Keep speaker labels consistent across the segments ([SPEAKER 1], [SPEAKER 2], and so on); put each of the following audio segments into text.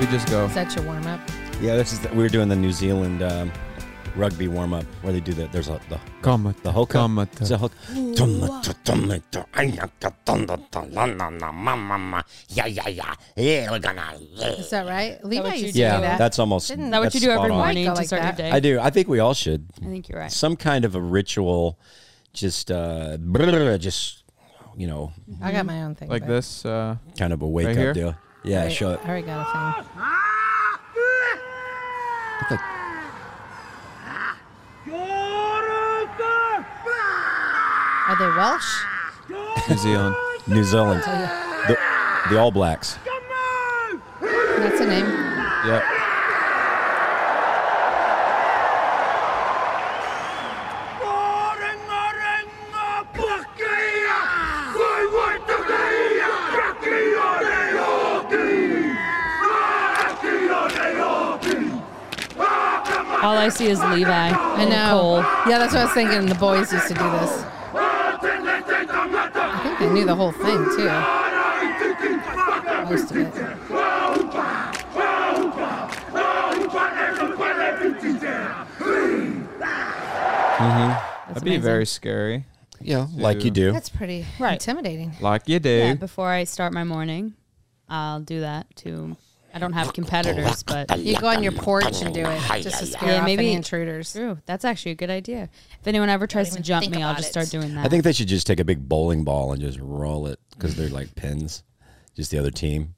[SPEAKER 1] We just go.
[SPEAKER 2] Such a warm up.
[SPEAKER 3] Yeah, this is the, we were doing the New Zealand um, rugby warm up where they do that. There's a the
[SPEAKER 1] Come,
[SPEAKER 3] the hoka.
[SPEAKER 1] Come,
[SPEAKER 3] It's a
[SPEAKER 2] Is
[SPEAKER 4] Is
[SPEAKER 2] that right? Levi
[SPEAKER 4] what you
[SPEAKER 2] used to
[SPEAKER 4] Yeah,
[SPEAKER 2] do that.
[SPEAKER 3] that's almost.
[SPEAKER 2] Isn't
[SPEAKER 4] that what
[SPEAKER 3] that's
[SPEAKER 4] you do every
[SPEAKER 3] spot on.
[SPEAKER 4] morning
[SPEAKER 2] Go
[SPEAKER 4] to
[SPEAKER 2] like
[SPEAKER 4] start
[SPEAKER 2] that.
[SPEAKER 4] your day?
[SPEAKER 3] I do. I think we all should.
[SPEAKER 4] I think you're right.
[SPEAKER 3] Some kind of a ritual, just uh, brrr, just you know,
[SPEAKER 2] I got my own thing.
[SPEAKER 1] like
[SPEAKER 2] but-
[SPEAKER 1] this. Uh,
[SPEAKER 3] kind of a wake
[SPEAKER 1] Right
[SPEAKER 3] up
[SPEAKER 1] here?
[SPEAKER 3] deal. Yeah,
[SPEAKER 2] Wait,
[SPEAKER 3] sure.
[SPEAKER 2] I already got a thing. Are they Welsh?
[SPEAKER 1] New Zealand.
[SPEAKER 3] New Zealand, the, the All Blacks.
[SPEAKER 2] That's a name.
[SPEAKER 1] Yep.
[SPEAKER 4] All I see is Levi. I
[SPEAKER 2] I know.
[SPEAKER 4] Oh, Cole.
[SPEAKER 2] Yeah, that's what I was thinking. The boys used to do this. I think they knew the whole thing too. Most of it.
[SPEAKER 4] That's
[SPEAKER 1] That'd be
[SPEAKER 4] amazing.
[SPEAKER 1] very scary.
[SPEAKER 3] Yeah, like you do.
[SPEAKER 2] That's pretty
[SPEAKER 4] Right.
[SPEAKER 2] intimidating.
[SPEAKER 1] Like you do.
[SPEAKER 4] Yeah, before I start my morning, I'll do that to. I don't have competitors, but
[SPEAKER 2] You go on your porch and do it just to scare
[SPEAKER 4] Yeah,
[SPEAKER 2] off
[SPEAKER 4] maybe-
[SPEAKER 2] any intruders.
[SPEAKER 4] true. That's actually a good idea. If anyone ever tries to
[SPEAKER 2] even
[SPEAKER 4] jump
[SPEAKER 2] think
[SPEAKER 4] me, I'll
[SPEAKER 2] about
[SPEAKER 4] just
[SPEAKER 2] it.
[SPEAKER 4] start doing that.
[SPEAKER 3] I think they should just take a big bowling ball and just roll it because they're like pins. Just the other team,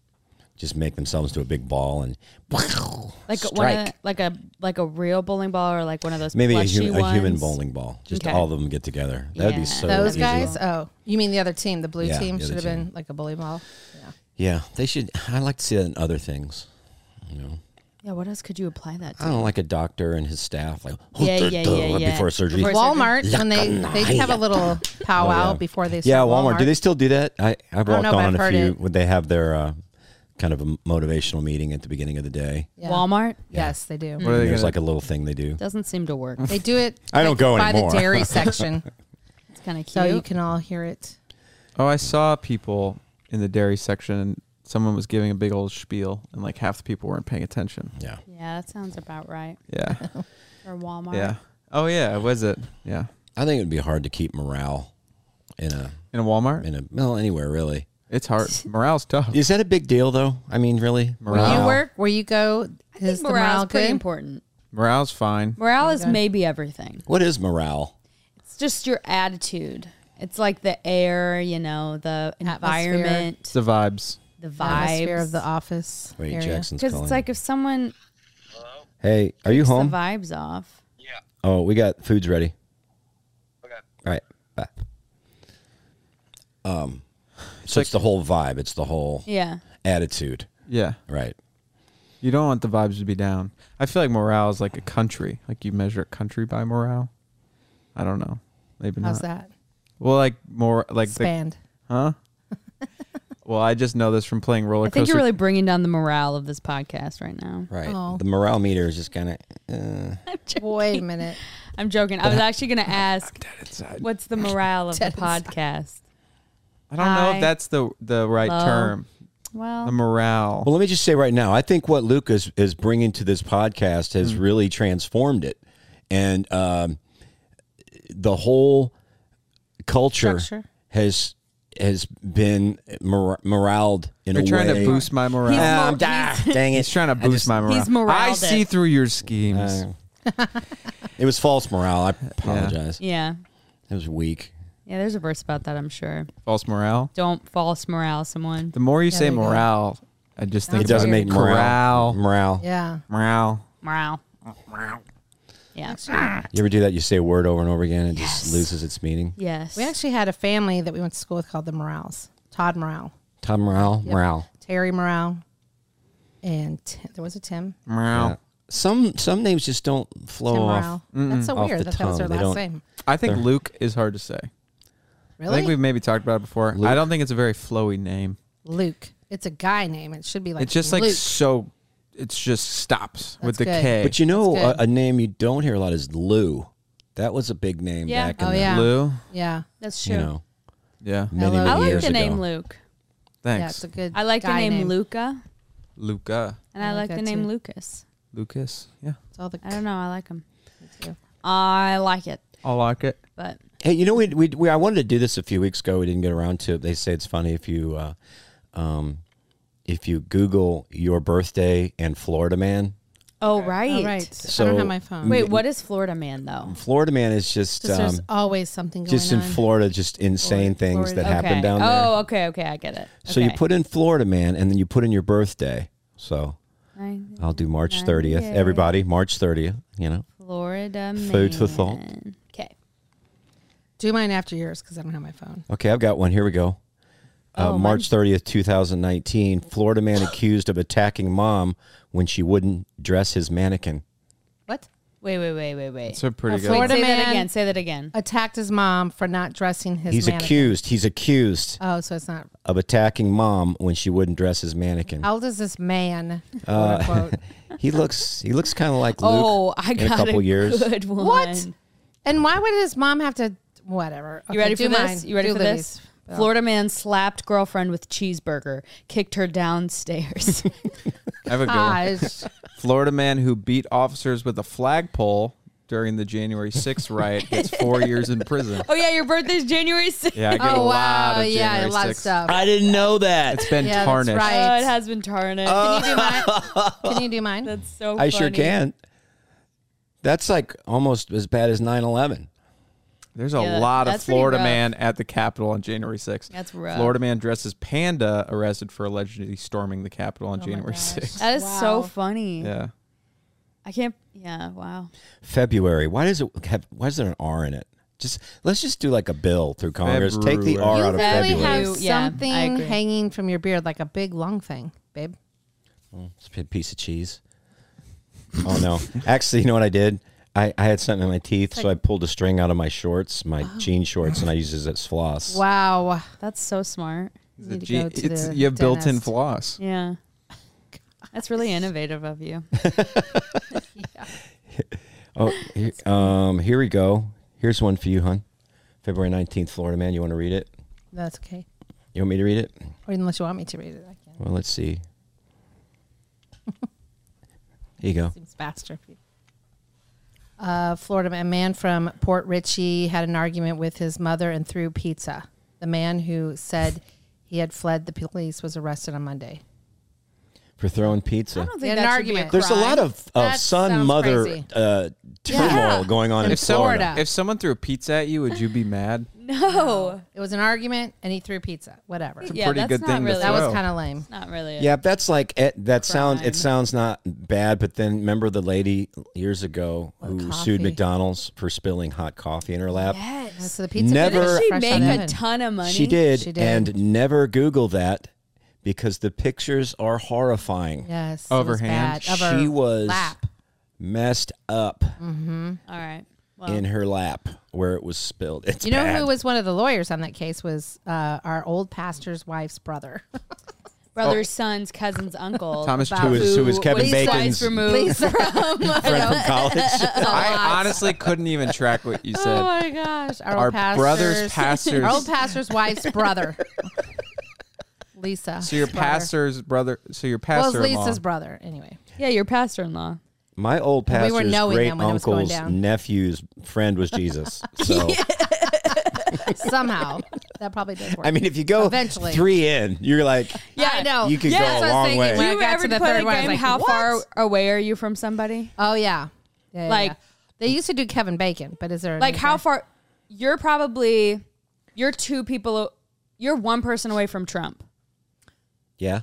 [SPEAKER 3] just make themselves to a big ball and
[SPEAKER 4] like a- one of,
[SPEAKER 3] strike.
[SPEAKER 4] like a like a real bowling ball or like one of those
[SPEAKER 3] Maybe a,
[SPEAKER 4] plushy
[SPEAKER 3] hu- a human
[SPEAKER 4] ones.
[SPEAKER 3] bowling ball. Just
[SPEAKER 4] Okay.
[SPEAKER 3] all of them get together. That would
[SPEAKER 4] Yeah.
[SPEAKER 3] be so.
[SPEAKER 2] Those
[SPEAKER 3] easy.
[SPEAKER 2] guys? Oh, you mean the other team? The blue
[SPEAKER 3] Yeah,
[SPEAKER 2] team
[SPEAKER 3] the other
[SPEAKER 2] should have been
[SPEAKER 3] team.
[SPEAKER 2] like a bully ball.
[SPEAKER 3] Yeah, they should. I like to see that in other things. You know,
[SPEAKER 4] Yeah, what else could you apply that
[SPEAKER 3] I
[SPEAKER 4] to?
[SPEAKER 3] don't know, like a doctor and his staff, like
[SPEAKER 4] Yeah, yeah, yeah, yeah.
[SPEAKER 3] before surgery.
[SPEAKER 4] Before-
[SPEAKER 2] Walmart when they
[SPEAKER 3] Yucca,
[SPEAKER 2] they have a little powwow before they
[SPEAKER 3] Oh, yeah,
[SPEAKER 2] start
[SPEAKER 3] Walmart. Do they still do that? I I've
[SPEAKER 2] I don't
[SPEAKER 3] walked
[SPEAKER 2] know, but
[SPEAKER 3] on
[SPEAKER 2] I've
[SPEAKER 3] a
[SPEAKER 2] heard
[SPEAKER 3] few.
[SPEAKER 2] it.
[SPEAKER 3] Would they have their uh, kind of a motivational meeting at the beginning of the day?
[SPEAKER 2] Yeah.
[SPEAKER 4] Walmart
[SPEAKER 2] Yes, they do.
[SPEAKER 1] What are they
[SPEAKER 3] There's
[SPEAKER 1] gonna,
[SPEAKER 3] like a little thing they do.
[SPEAKER 4] doesn't seem to work.
[SPEAKER 2] They do it.
[SPEAKER 3] I don't
[SPEAKER 2] like,
[SPEAKER 3] go
[SPEAKER 2] by
[SPEAKER 3] anymore.
[SPEAKER 2] the dairy section,
[SPEAKER 4] It's kind of cute.
[SPEAKER 2] so you can all hear it.
[SPEAKER 1] oh, I saw people in the dairy section. and Someone was giving a big old spiel, and like half the people weren't paying attention.
[SPEAKER 3] Yeah.
[SPEAKER 4] yeah, that sounds about right.
[SPEAKER 1] Yeah.
[SPEAKER 4] Or Walmart.
[SPEAKER 1] yeah. Oh yeah. Was it? Yeah.
[SPEAKER 3] I think it'd be hard to keep morale in a
[SPEAKER 1] In a Walmart.
[SPEAKER 3] in a well anywhere really.
[SPEAKER 1] It's hard. Morale's tough.
[SPEAKER 3] Is that a big deal though? I mean, really?
[SPEAKER 2] Where you
[SPEAKER 1] Morale.
[SPEAKER 2] work, where you go,
[SPEAKER 4] I think
[SPEAKER 2] is the
[SPEAKER 4] morale
[SPEAKER 2] morale
[SPEAKER 4] is pretty
[SPEAKER 2] good? Oh
[SPEAKER 4] important.
[SPEAKER 1] Morale's fine.
[SPEAKER 4] Morale is maybe everything.
[SPEAKER 3] What is morale?
[SPEAKER 4] It's just your attitude. It's like the air, you know, the
[SPEAKER 2] Atmosphere.
[SPEAKER 4] environment,
[SPEAKER 1] It's the vibes.
[SPEAKER 4] the
[SPEAKER 2] Atmosphere of
[SPEAKER 4] vibes.
[SPEAKER 2] the office.
[SPEAKER 3] Wait,
[SPEAKER 2] area.
[SPEAKER 3] Jackson's
[SPEAKER 4] Because
[SPEAKER 3] calling.
[SPEAKER 4] it's like if someone
[SPEAKER 3] hey, are you
[SPEAKER 4] takes the
[SPEAKER 3] home?
[SPEAKER 4] vibes off,
[SPEAKER 3] Oh, we got food's ready. Okay. All right. Bye. Um, so it's the whole vibe. It's the whole
[SPEAKER 4] yeah,
[SPEAKER 3] attitude.
[SPEAKER 1] Yeah.
[SPEAKER 3] Right.
[SPEAKER 1] You don't want the vibes to be down. I feel like morale is like a country. Like you measure a country by morale. I don't know. Maybe
[SPEAKER 2] How's
[SPEAKER 1] not.
[SPEAKER 2] that?
[SPEAKER 1] Well, like more like the,
[SPEAKER 2] Spanned.
[SPEAKER 1] huh? well, I just know this from playing roller
[SPEAKER 4] I think
[SPEAKER 1] coaster.
[SPEAKER 4] you're really bringing down the morale of this podcast right now.
[SPEAKER 3] Right.
[SPEAKER 2] Oh.
[SPEAKER 3] The morale meter is just kind of.
[SPEAKER 2] Wait a minute.
[SPEAKER 4] I'm joking. I was actually going to ask, what's the morale of the podcast?
[SPEAKER 1] I don't know
[SPEAKER 4] I
[SPEAKER 1] if that's the the right
[SPEAKER 4] love-
[SPEAKER 1] term. The
[SPEAKER 4] Well,
[SPEAKER 1] morale.
[SPEAKER 3] Well, let me just say right now, I think what Luke is, is bringing to this podcast has really transformed it. And um, the whole culture
[SPEAKER 2] Structure.
[SPEAKER 3] has has been mor- moraled in
[SPEAKER 1] you're
[SPEAKER 3] a
[SPEAKER 1] trying
[SPEAKER 3] way.
[SPEAKER 1] to boost my morale.
[SPEAKER 4] He's
[SPEAKER 3] Ah,
[SPEAKER 4] mor-
[SPEAKER 3] I'm- ah, dang it.
[SPEAKER 1] He's trying to
[SPEAKER 3] I
[SPEAKER 1] boost
[SPEAKER 3] just-
[SPEAKER 1] my morale.
[SPEAKER 4] he's morale
[SPEAKER 1] I see
[SPEAKER 4] it.
[SPEAKER 1] through your schemes.
[SPEAKER 3] it was false morale. I apologize.
[SPEAKER 4] yeah.
[SPEAKER 3] It was weak.
[SPEAKER 4] Yeah, there's a verse about that, I'm sure.
[SPEAKER 1] False morale.
[SPEAKER 4] Don't false morale someone.
[SPEAKER 1] The more you say
[SPEAKER 2] there you go.
[SPEAKER 1] morale, I just think
[SPEAKER 3] It doesn't
[SPEAKER 1] about
[SPEAKER 3] make morale.
[SPEAKER 1] corral,
[SPEAKER 3] Morale.
[SPEAKER 2] Yeah.
[SPEAKER 1] morale.
[SPEAKER 4] Morale. Yeah.
[SPEAKER 3] You ever do that? You say a word over and over again, and it just loses its meaning.
[SPEAKER 4] Yes.
[SPEAKER 2] We actually had a family that we went to school with called the Morales. Todd Morale,
[SPEAKER 3] Tom Morale, Morale.
[SPEAKER 2] Terry Morale, and Tim, there was a Tim.
[SPEAKER 1] Meow.
[SPEAKER 3] Yeah. Some some names just don't
[SPEAKER 2] Tim
[SPEAKER 3] flow Oh, off.
[SPEAKER 2] Morale. That's so
[SPEAKER 3] Off
[SPEAKER 2] weird
[SPEAKER 3] the
[SPEAKER 2] that that was
[SPEAKER 3] tongue.
[SPEAKER 2] their
[SPEAKER 3] They
[SPEAKER 2] last
[SPEAKER 3] don't-
[SPEAKER 2] name.
[SPEAKER 1] I think Luke is hard to say. I think
[SPEAKER 2] Really?
[SPEAKER 1] we've maybe talked about it before.
[SPEAKER 3] Luke.
[SPEAKER 1] I don't think it's a very flowy name.
[SPEAKER 2] Luke. It's a guy name. It should be like
[SPEAKER 1] it's just like
[SPEAKER 2] Luke.
[SPEAKER 1] so. It's just stops with the
[SPEAKER 2] That's good.
[SPEAKER 1] K.
[SPEAKER 3] But you know, a,
[SPEAKER 2] That's good.
[SPEAKER 3] a name you don't hear a lot is Lou. That was a big name
[SPEAKER 4] Yeah.
[SPEAKER 3] back in
[SPEAKER 2] Oh,
[SPEAKER 3] the
[SPEAKER 2] yeah.
[SPEAKER 1] Lou.
[SPEAKER 2] yeah.
[SPEAKER 4] That's
[SPEAKER 3] you
[SPEAKER 4] true.
[SPEAKER 3] know
[SPEAKER 1] Yeah.
[SPEAKER 3] many,
[SPEAKER 2] Hello.
[SPEAKER 3] many
[SPEAKER 4] I like
[SPEAKER 3] years
[SPEAKER 4] the
[SPEAKER 3] ago.
[SPEAKER 4] name Luke.
[SPEAKER 2] Yeah,
[SPEAKER 1] Thanks.
[SPEAKER 2] it's a good
[SPEAKER 4] I like the
[SPEAKER 2] guy
[SPEAKER 4] name, Luca,
[SPEAKER 1] Luca.
[SPEAKER 4] and I,
[SPEAKER 2] I like
[SPEAKER 4] like, the
[SPEAKER 2] that
[SPEAKER 4] name
[SPEAKER 2] too.
[SPEAKER 4] Lucas.
[SPEAKER 1] Lucas. Yeah.
[SPEAKER 2] It's all the
[SPEAKER 4] I don't know. I like him.
[SPEAKER 2] too.
[SPEAKER 4] I like it,
[SPEAKER 1] I like it.
[SPEAKER 4] but
[SPEAKER 3] Hey, you know, we, we, we I wanted to do this a few weeks ago. We didn't get around to it. They say it's funny if you, uh, um, if you Google your birthday and Florida man.
[SPEAKER 4] oh right,
[SPEAKER 2] All right. I
[SPEAKER 3] So-
[SPEAKER 2] don't have my phone.
[SPEAKER 4] Wait, what is Florida man though?
[SPEAKER 3] Florida man is just
[SPEAKER 2] Just there's
[SPEAKER 3] um,
[SPEAKER 2] always something going
[SPEAKER 3] just in
[SPEAKER 2] on.
[SPEAKER 3] Florida, just
[SPEAKER 2] Florida-
[SPEAKER 3] insane things that
[SPEAKER 2] Florida.
[SPEAKER 3] happen
[SPEAKER 4] okay.
[SPEAKER 3] down there.
[SPEAKER 4] Oh, okay, okay, I get it.
[SPEAKER 3] So you
[SPEAKER 4] Okay.
[SPEAKER 3] put in Florida man, and then you put in your birthday. So
[SPEAKER 4] I-
[SPEAKER 3] I'll do March
[SPEAKER 4] Okay.
[SPEAKER 3] thirtieth. Everybody, March thirtieth. You know,
[SPEAKER 4] Florida man.
[SPEAKER 3] Food for thought.
[SPEAKER 4] Okay.
[SPEAKER 2] Do mine after yours because I don't have my phone.
[SPEAKER 3] okay, I've got one. Here we go. Uh,
[SPEAKER 4] Oh,
[SPEAKER 3] March thirtieth, two thousand nineteen. Florida man accused of attacking mom when she wouldn't dress his mannequin.
[SPEAKER 2] What?
[SPEAKER 4] Wait, wait, wait, wait, wait.
[SPEAKER 1] It's a pretty
[SPEAKER 2] A
[SPEAKER 1] good.
[SPEAKER 2] Florida-
[SPEAKER 4] Wait, say that
[SPEAKER 2] man-
[SPEAKER 4] again. Say that again.
[SPEAKER 2] Attacked his mom for not dressing his.
[SPEAKER 3] He's
[SPEAKER 2] mannequin.
[SPEAKER 3] accused. He's accused
[SPEAKER 2] Oh, so it's not.
[SPEAKER 3] of attacking mom when she wouldn't dress his mannequin. Uh,
[SPEAKER 2] How old is this man? quote unquote?
[SPEAKER 3] He looks. He looks kind of like Luke.
[SPEAKER 4] oh, I
[SPEAKER 3] in
[SPEAKER 4] got
[SPEAKER 3] a couple years.
[SPEAKER 4] good one.
[SPEAKER 2] What? And why would his mom have to? Whatever.
[SPEAKER 4] You
[SPEAKER 2] Okay,
[SPEAKER 4] ready
[SPEAKER 2] do
[SPEAKER 4] for
[SPEAKER 2] mine.
[SPEAKER 4] this? You ready
[SPEAKER 2] Do
[SPEAKER 4] for
[SPEAKER 2] Louis.
[SPEAKER 4] this? Florida man slapped girlfriend with cheeseburger, kicked her downstairs.
[SPEAKER 1] I have a good one.
[SPEAKER 2] Gosh.
[SPEAKER 1] Florida man who beat officers with a flagpole during the January 6th riot gets four years in prison.
[SPEAKER 4] oh yeah, your birthday's January 6th.
[SPEAKER 1] Yeah, I get a
[SPEAKER 2] oh
[SPEAKER 1] lot
[SPEAKER 2] wow!
[SPEAKER 1] of January
[SPEAKER 2] Yeah, a lot
[SPEAKER 1] 6th.
[SPEAKER 2] of stuff.
[SPEAKER 3] I didn't know that.
[SPEAKER 1] It's been
[SPEAKER 2] yeah,
[SPEAKER 1] tarnished.
[SPEAKER 2] that's
[SPEAKER 4] Oh, it
[SPEAKER 2] right.
[SPEAKER 4] has been tarnished.
[SPEAKER 2] Can you do mine? Can you do mine?
[SPEAKER 4] That's so
[SPEAKER 3] Uh, I sure
[SPEAKER 4] funny.
[SPEAKER 3] can. That's like almost as bad as 9-11.
[SPEAKER 1] There's a
[SPEAKER 4] Yeah,
[SPEAKER 1] lot of
[SPEAKER 4] that's pretty
[SPEAKER 1] Florida
[SPEAKER 4] rough.
[SPEAKER 1] man at the Capitol on January 6th.
[SPEAKER 4] That's rough.
[SPEAKER 1] Florida man dresses panda arrested for allegedly storming the Capitol
[SPEAKER 2] Oh
[SPEAKER 1] on January 6th.
[SPEAKER 4] That is so
[SPEAKER 2] Wow.
[SPEAKER 4] funny.
[SPEAKER 1] Yeah.
[SPEAKER 4] I can't. Yeah. Wow.
[SPEAKER 3] February. Why does it have? Why is there an R in it? Just let's just do like a bill through Congress. Take the R
[SPEAKER 2] you
[SPEAKER 3] out of
[SPEAKER 2] really
[SPEAKER 3] February.
[SPEAKER 2] have
[SPEAKER 4] You-
[SPEAKER 2] something
[SPEAKER 4] yeah, I agree.
[SPEAKER 2] hanging from your beard, like a big long thing, babe.
[SPEAKER 3] It's a piece of cheese. oh no! Actually, you know what I did? I, I had something in my teeth, so I pulled a string out of my shorts, my jean shorts, and I used it as floss.
[SPEAKER 2] Oh. Wow.
[SPEAKER 4] That's so smart.
[SPEAKER 2] You need to
[SPEAKER 1] Gee,
[SPEAKER 2] go to
[SPEAKER 1] it's-
[SPEAKER 2] the
[SPEAKER 1] you have built in
[SPEAKER 2] dentist.
[SPEAKER 1] floss.
[SPEAKER 4] Yeah. That's really innovative of you.
[SPEAKER 3] Oh, here, um, here we go. Here's one for you, hon. February nineteenth, Florida man. You want to read it?
[SPEAKER 2] That's okay.
[SPEAKER 3] You want me to read it?
[SPEAKER 2] Or unless you want me to read it, I can.
[SPEAKER 3] Well, let's see. Here you go.
[SPEAKER 2] Seems faster. Uh, Florida, a man from Port Richey had an argument with his mother and threw pizza. The man who said he had fled the police was arrested on Monday.
[SPEAKER 3] For throwing pizza.
[SPEAKER 2] They had an argument.
[SPEAKER 3] There's a lot of, of
[SPEAKER 2] That
[SPEAKER 3] son
[SPEAKER 2] sounds
[SPEAKER 3] mother
[SPEAKER 2] crazy.
[SPEAKER 3] uh, turmoil
[SPEAKER 2] Yeah.
[SPEAKER 3] going on in,
[SPEAKER 2] In
[SPEAKER 1] If someone,
[SPEAKER 2] Florida.
[SPEAKER 1] if someone threw a pizza at you, would you be mad?
[SPEAKER 4] No.
[SPEAKER 2] It was an argument, and he threw pizza. Whatever.
[SPEAKER 1] It's a
[SPEAKER 4] Yeah,
[SPEAKER 1] pretty
[SPEAKER 4] that's
[SPEAKER 1] good
[SPEAKER 4] not
[SPEAKER 1] thing.
[SPEAKER 4] really-
[SPEAKER 1] to
[SPEAKER 2] That was
[SPEAKER 1] throw.
[SPEAKER 2] kind of lame.
[SPEAKER 4] Not really.
[SPEAKER 3] Yeah, that's like it, that sounds.
[SPEAKER 4] Crime.
[SPEAKER 3] It sounds not bad, but then remember the lady years ago who
[SPEAKER 2] coffee.
[SPEAKER 3] sued McDonald's for spilling hot coffee in her lap.
[SPEAKER 2] So the pizza
[SPEAKER 3] Never-
[SPEAKER 2] was
[SPEAKER 3] Didn't
[SPEAKER 4] She
[SPEAKER 2] fresh
[SPEAKER 4] make
[SPEAKER 2] out of
[SPEAKER 4] a
[SPEAKER 2] oven.
[SPEAKER 4] ton of money.
[SPEAKER 3] She did,
[SPEAKER 2] She did.
[SPEAKER 3] and never Google that because the pictures are horrifying.
[SPEAKER 2] Yes.
[SPEAKER 1] Of her hand.
[SPEAKER 2] Of her
[SPEAKER 3] She was
[SPEAKER 2] lap. Mm.
[SPEAKER 3] messed up
[SPEAKER 4] All right. Well,
[SPEAKER 3] in her lap where it was spilled. It's
[SPEAKER 2] You know
[SPEAKER 3] bad.
[SPEAKER 2] who was one of the lawyers on that case was uh, our old pastor's wife's brother.
[SPEAKER 4] brothers, sons, cousins, uncle.
[SPEAKER 1] Thomas
[SPEAKER 2] About
[SPEAKER 3] who
[SPEAKER 1] Chapman.
[SPEAKER 3] is, who is Kevin
[SPEAKER 4] was twice
[SPEAKER 3] Bacon's
[SPEAKER 4] removed
[SPEAKER 2] Lisa.
[SPEAKER 4] from.
[SPEAKER 3] friend from college.
[SPEAKER 1] I honestly couldn't even track what you
[SPEAKER 2] Oh
[SPEAKER 1] said.
[SPEAKER 2] my gosh, our,
[SPEAKER 1] Our
[SPEAKER 2] old pastor's,
[SPEAKER 1] brother's pastor's-
[SPEAKER 2] our old pastor's wife's brother, Lisa.
[SPEAKER 1] So your
[SPEAKER 2] brother.
[SPEAKER 1] pastor's brother, so your
[SPEAKER 2] well, it's
[SPEAKER 1] pastor
[SPEAKER 2] Lisa's brother. Anyway,
[SPEAKER 4] yeah, your pastor-in-law.
[SPEAKER 3] My old
[SPEAKER 2] And we were
[SPEAKER 3] pastor's
[SPEAKER 2] knowing
[SPEAKER 3] great
[SPEAKER 2] them when it was going
[SPEAKER 3] uncle's
[SPEAKER 2] down.
[SPEAKER 3] nephew's friend was Jesus. So
[SPEAKER 2] somehow that probably does work.
[SPEAKER 3] I mean, if you go
[SPEAKER 2] Eventually.
[SPEAKER 3] three in, you're like,
[SPEAKER 2] yeah, I know.
[SPEAKER 3] you could
[SPEAKER 4] Yeah,
[SPEAKER 3] go
[SPEAKER 4] that's
[SPEAKER 3] a
[SPEAKER 4] what I was
[SPEAKER 3] long
[SPEAKER 2] thinking.
[SPEAKER 3] way.
[SPEAKER 2] When I
[SPEAKER 4] you
[SPEAKER 2] got
[SPEAKER 4] ever
[SPEAKER 2] to the
[SPEAKER 4] play
[SPEAKER 2] third
[SPEAKER 4] a
[SPEAKER 2] one, I was
[SPEAKER 4] game,
[SPEAKER 2] like,
[SPEAKER 4] how
[SPEAKER 2] "What?"
[SPEAKER 4] far away are you from somebody?
[SPEAKER 2] Oh yeah, Yeah, yeah,
[SPEAKER 4] Like-
[SPEAKER 2] yeah. they used to do Kevin Bacon, but is there
[SPEAKER 4] Like how
[SPEAKER 2] another-
[SPEAKER 4] far? You're probably you're two people. You're one person away from Trump.
[SPEAKER 3] Yeah,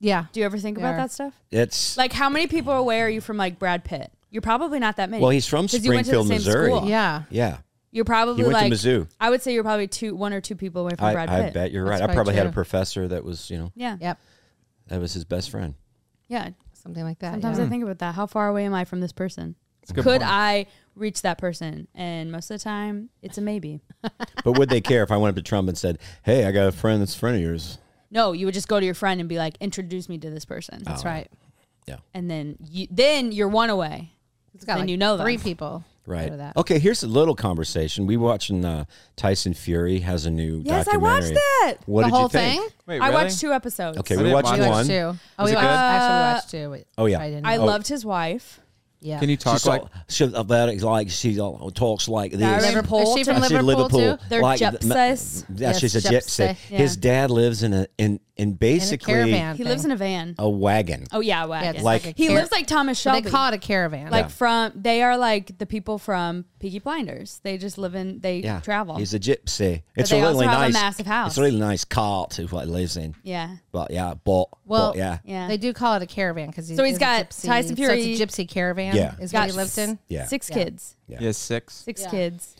[SPEAKER 2] Yeah,
[SPEAKER 4] Do you ever think
[SPEAKER 2] They
[SPEAKER 4] about
[SPEAKER 2] are.
[SPEAKER 4] that stuff?
[SPEAKER 3] it's
[SPEAKER 4] Like how many people away are you from like Brad Pitt? You're probably not that many.
[SPEAKER 3] Well, he's from
[SPEAKER 4] 'Cause you went to the
[SPEAKER 3] Springfield,
[SPEAKER 4] same
[SPEAKER 3] Missouri.
[SPEAKER 4] school.
[SPEAKER 2] Yeah.
[SPEAKER 3] Yeah.
[SPEAKER 4] You're probably
[SPEAKER 3] He went
[SPEAKER 4] like
[SPEAKER 3] to Mizzou.
[SPEAKER 4] I would say you're probably two, one or two people away from
[SPEAKER 3] I,
[SPEAKER 4] Brad
[SPEAKER 3] I
[SPEAKER 4] Pitt.
[SPEAKER 3] bet you're right.
[SPEAKER 2] That's
[SPEAKER 3] I
[SPEAKER 2] probably
[SPEAKER 3] probably had a
[SPEAKER 2] true.
[SPEAKER 3] professor that was, you know,
[SPEAKER 4] Yeah.
[SPEAKER 2] Yep.
[SPEAKER 3] that was his best friend.
[SPEAKER 4] Yeah.
[SPEAKER 2] Something like that.
[SPEAKER 4] Sometimes
[SPEAKER 2] yeah.
[SPEAKER 4] I think about that. How far away am I from this person?
[SPEAKER 1] good
[SPEAKER 4] Could
[SPEAKER 1] point.
[SPEAKER 4] I reach that person? And most of the time, it's a maybe.
[SPEAKER 3] But would they care if I went up to Trump and said, "Hey, I got a friend that's a friend of yours"?
[SPEAKER 4] No, you would just go to your friend and be like, "Introduce me to this person,"
[SPEAKER 3] Oh,
[SPEAKER 2] That's right.
[SPEAKER 4] and then you then you're one away.
[SPEAKER 2] It's got
[SPEAKER 4] Then
[SPEAKER 2] like
[SPEAKER 4] you know them.
[SPEAKER 2] three people.
[SPEAKER 3] Right.
[SPEAKER 2] Go to that.
[SPEAKER 3] Okay. Here's a little conversation. We watching uh, Tyson Fury has a new.
[SPEAKER 4] Yes, I watched
[SPEAKER 3] documentary.
[SPEAKER 4] that.
[SPEAKER 3] What
[SPEAKER 2] the
[SPEAKER 3] did
[SPEAKER 2] whole
[SPEAKER 3] you think?
[SPEAKER 2] thing.
[SPEAKER 1] Wait,
[SPEAKER 4] I
[SPEAKER 1] really?
[SPEAKER 4] watched two episodes.
[SPEAKER 3] Okay,
[SPEAKER 1] I
[SPEAKER 3] we
[SPEAKER 1] didn't
[SPEAKER 3] watched
[SPEAKER 1] watch
[SPEAKER 2] We
[SPEAKER 1] it.
[SPEAKER 3] one.
[SPEAKER 2] watched two. Oh,
[SPEAKER 1] Was
[SPEAKER 2] we
[SPEAKER 1] it
[SPEAKER 2] watched,
[SPEAKER 1] good?
[SPEAKER 2] actually watched two.
[SPEAKER 3] Oh, yeah.
[SPEAKER 2] I didn't.
[SPEAKER 4] I
[SPEAKER 2] know.
[SPEAKER 4] loved his wife.
[SPEAKER 2] Yeah.
[SPEAKER 1] Can you talk
[SPEAKER 3] She's all-
[SPEAKER 1] like
[SPEAKER 3] she about it like she all talks like this.
[SPEAKER 4] Darren- Liverpool?
[SPEAKER 2] Is she from
[SPEAKER 3] I said
[SPEAKER 2] Liverpool, too?
[SPEAKER 3] th-
[SPEAKER 4] They're
[SPEAKER 3] ma-
[SPEAKER 4] gypsies.
[SPEAKER 3] Yeah,
[SPEAKER 2] Yes,
[SPEAKER 3] she's a gypsy.
[SPEAKER 2] gypsy.
[SPEAKER 3] His
[SPEAKER 4] Yeah.
[SPEAKER 3] dad lives in a in in basically
[SPEAKER 2] caravan.
[SPEAKER 4] He
[SPEAKER 2] Thing.
[SPEAKER 4] lives in a van.
[SPEAKER 3] a wagon.
[SPEAKER 4] Oh yeah,
[SPEAKER 2] Yeah,
[SPEAKER 4] wagon.
[SPEAKER 2] it's
[SPEAKER 3] Like-
[SPEAKER 2] a
[SPEAKER 4] he
[SPEAKER 2] car-
[SPEAKER 4] lives like Thomas Shelby.
[SPEAKER 2] They call it a caravan.
[SPEAKER 4] like
[SPEAKER 3] Yeah.
[SPEAKER 4] from they are like the people from Peaky Blinders. They just live in they
[SPEAKER 3] Yeah,
[SPEAKER 4] travel.
[SPEAKER 3] He's a gypsy. It's
[SPEAKER 4] they
[SPEAKER 3] a
[SPEAKER 4] also
[SPEAKER 3] really
[SPEAKER 4] have a
[SPEAKER 3] nice
[SPEAKER 4] massive house.
[SPEAKER 3] It's a really nice cart is what he lives in.
[SPEAKER 4] yeah.
[SPEAKER 3] But yeah, but,
[SPEAKER 2] well,
[SPEAKER 3] but yeah,
[SPEAKER 4] yeah.
[SPEAKER 2] They do call it a caravan because
[SPEAKER 4] So he's got Tyson
[SPEAKER 2] So
[SPEAKER 4] Fury-
[SPEAKER 2] it's a gypsy caravan.
[SPEAKER 3] Yeah.
[SPEAKER 2] is
[SPEAKER 4] Got
[SPEAKER 2] what he lives in.
[SPEAKER 3] yeah.
[SPEAKER 4] Six
[SPEAKER 2] Yeah.
[SPEAKER 4] kids.
[SPEAKER 3] Yeah.
[SPEAKER 1] yeah six?
[SPEAKER 4] Six
[SPEAKER 2] Yeah.
[SPEAKER 4] kids.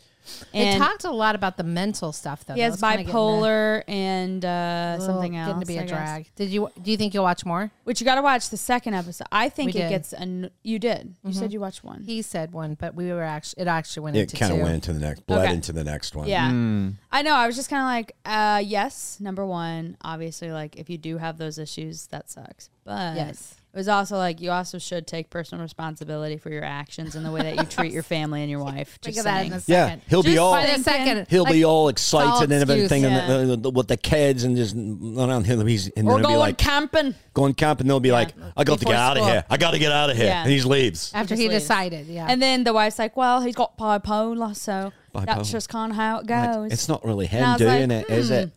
[SPEAKER 2] They
[SPEAKER 4] And
[SPEAKER 2] talked a lot about the mental stuff though.
[SPEAKER 4] he
[SPEAKER 2] That
[SPEAKER 4] has
[SPEAKER 2] was kinda getting
[SPEAKER 4] bipolar and uh,
[SPEAKER 2] a little-
[SPEAKER 4] something else.
[SPEAKER 2] Getting to be
[SPEAKER 4] a
[SPEAKER 2] a drag. Did you? Do you think you'll watch more?
[SPEAKER 4] Which you got to watch the second episode. I think
[SPEAKER 2] We did.
[SPEAKER 4] it
[SPEAKER 2] Mm-hmm.
[SPEAKER 4] gets an. You did. You said you watched one.
[SPEAKER 2] He said one, but we were actually it actually went
[SPEAKER 3] It
[SPEAKER 2] into
[SPEAKER 3] kind
[SPEAKER 2] two.
[SPEAKER 3] of went into the next, bled
[SPEAKER 4] Okay.
[SPEAKER 3] into the next one.
[SPEAKER 4] yeah.
[SPEAKER 3] hmm.
[SPEAKER 4] I know. I was just kind of like, uh, yes, number one, obviously, like if you do have those issues, that sucks. But
[SPEAKER 2] Yes.
[SPEAKER 4] it was also like you also should take personal responsibility for your actions and the way that you treat your family and your wife.
[SPEAKER 2] Think
[SPEAKER 4] Just
[SPEAKER 2] of that
[SPEAKER 4] saying.
[SPEAKER 2] in a
[SPEAKER 3] Yeah,
[SPEAKER 2] second.
[SPEAKER 3] he'll be
[SPEAKER 2] Just
[SPEAKER 3] all-
[SPEAKER 2] by the second.
[SPEAKER 3] He'll be
[SPEAKER 2] like,
[SPEAKER 3] all
[SPEAKER 2] solid
[SPEAKER 3] excited and everything,
[SPEAKER 2] excuse.
[SPEAKER 3] and the, the, the, with the kids, and just around him. He's and
[SPEAKER 4] We're
[SPEAKER 3] then he'll be
[SPEAKER 4] going
[SPEAKER 3] like
[SPEAKER 4] camping.
[SPEAKER 3] going camp, and they'll be like, "I got to
[SPEAKER 4] Before
[SPEAKER 3] get out of
[SPEAKER 4] school.
[SPEAKER 3] here. I got to get out of here,"
[SPEAKER 4] Yeah.
[SPEAKER 3] and he leaves.
[SPEAKER 2] after
[SPEAKER 4] Just
[SPEAKER 2] he
[SPEAKER 4] leaves.
[SPEAKER 2] decided. Yeah,
[SPEAKER 4] And then the wife's like, well, he's got bipolar, so that's
[SPEAKER 3] Bipolar.
[SPEAKER 4] just kind of how it
[SPEAKER 3] Like,
[SPEAKER 4] goes.
[SPEAKER 3] it's not really
[SPEAKER 4] I
[SPEAKER 3] him
[SPEAKER 4] was
[SPEAKER 3] doing
[SPEAKER 4] like, "Hmm."
[SPEAKER 3] it, is it?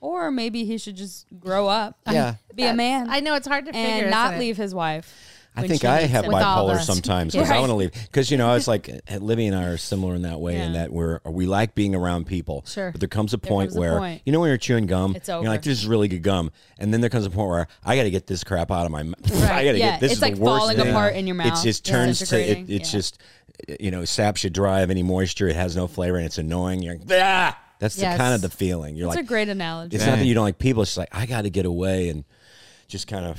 [SPEAKER 4] or maybe he should just grow up.
[SPEAKER 3] Yeah.
[SPEAKER 4] Be a man.
[SPEAKER 2] I know it's hard to figure
[SPEAKER 4] and
[SPEAKER 2] isn't
[SPEAKER 4] not
[SPEAKER 2] it?
[SPEAKER 4] leave his wife.
[SPEAKER 3] I
[SPEAKER 4] when
[SPEAKER 3] think
[SPEAKER 4] she
[SPEAKER 3] I
[SPEAKER 4] needs
[SPEAKER 3] have
[SPEAKER 4] him.
[SPEAKER 2] With all
[SPEAKER 3] bipolar
[SPEAKER 2] the-
[SPEAKER 3] sometimes because I
[SPEAKER 4] Right.
[SPEAKER 3] want to leave. Because you know, I was like uh, Libby and I are similar in that way, in that we're we like being around people.
[SPEAKER 2] Sure.
[SPEAKER 3] but there comes a point
[SPEAKER 4] comes a
[SPEAKER 3] where
[SPEAKER 4] point.
[SPEAKER 3] you know when you're chewing gum,
[SPEAKER 4] It's
[SPEAKER 3] you're
[SPEAKER 4] over.
[SPEAKER 3] like, "This is really good gum," and then there comes a point where I got to get this crap out of my. mouth. I got to
[SPEAKER 4] Yeah,
[SPEAKER 3] get this.
[SPEAKER 4] it's
[SPEAKER 3] is
[SPEAKER 4] like
[SPEAKER 3] the worst
[SPEAKER 4] falling
[SPEAKER 3] thing.
[SPEAKER 4] apart in your
[SPEAKER 3] It
[SPEAKER 4] mouth.
[SPEAKER 3] just
[SPEAKER 4] Yeah.
[SPEAKER 3] turns to it.
[SPEAKER 4] Disintegrating.
[SPEAKER 3] It's
[SPEAKER 4] Yeah.
[SPEAKER 3] just you know saps your dry of any moisture. It has no flavor and it's annoying. You're like, ah! That's the
[SPEAKER 2] Yes.
[SPEAKER 3] kind of the feeling. You're
[SPEAKER 4] That's
[SPEAKER 3] like,
[SPEAKER 4] a great analogy.
[SPEAKER 3] it's not that you don't like people. It's just like I got to get away and just kind of.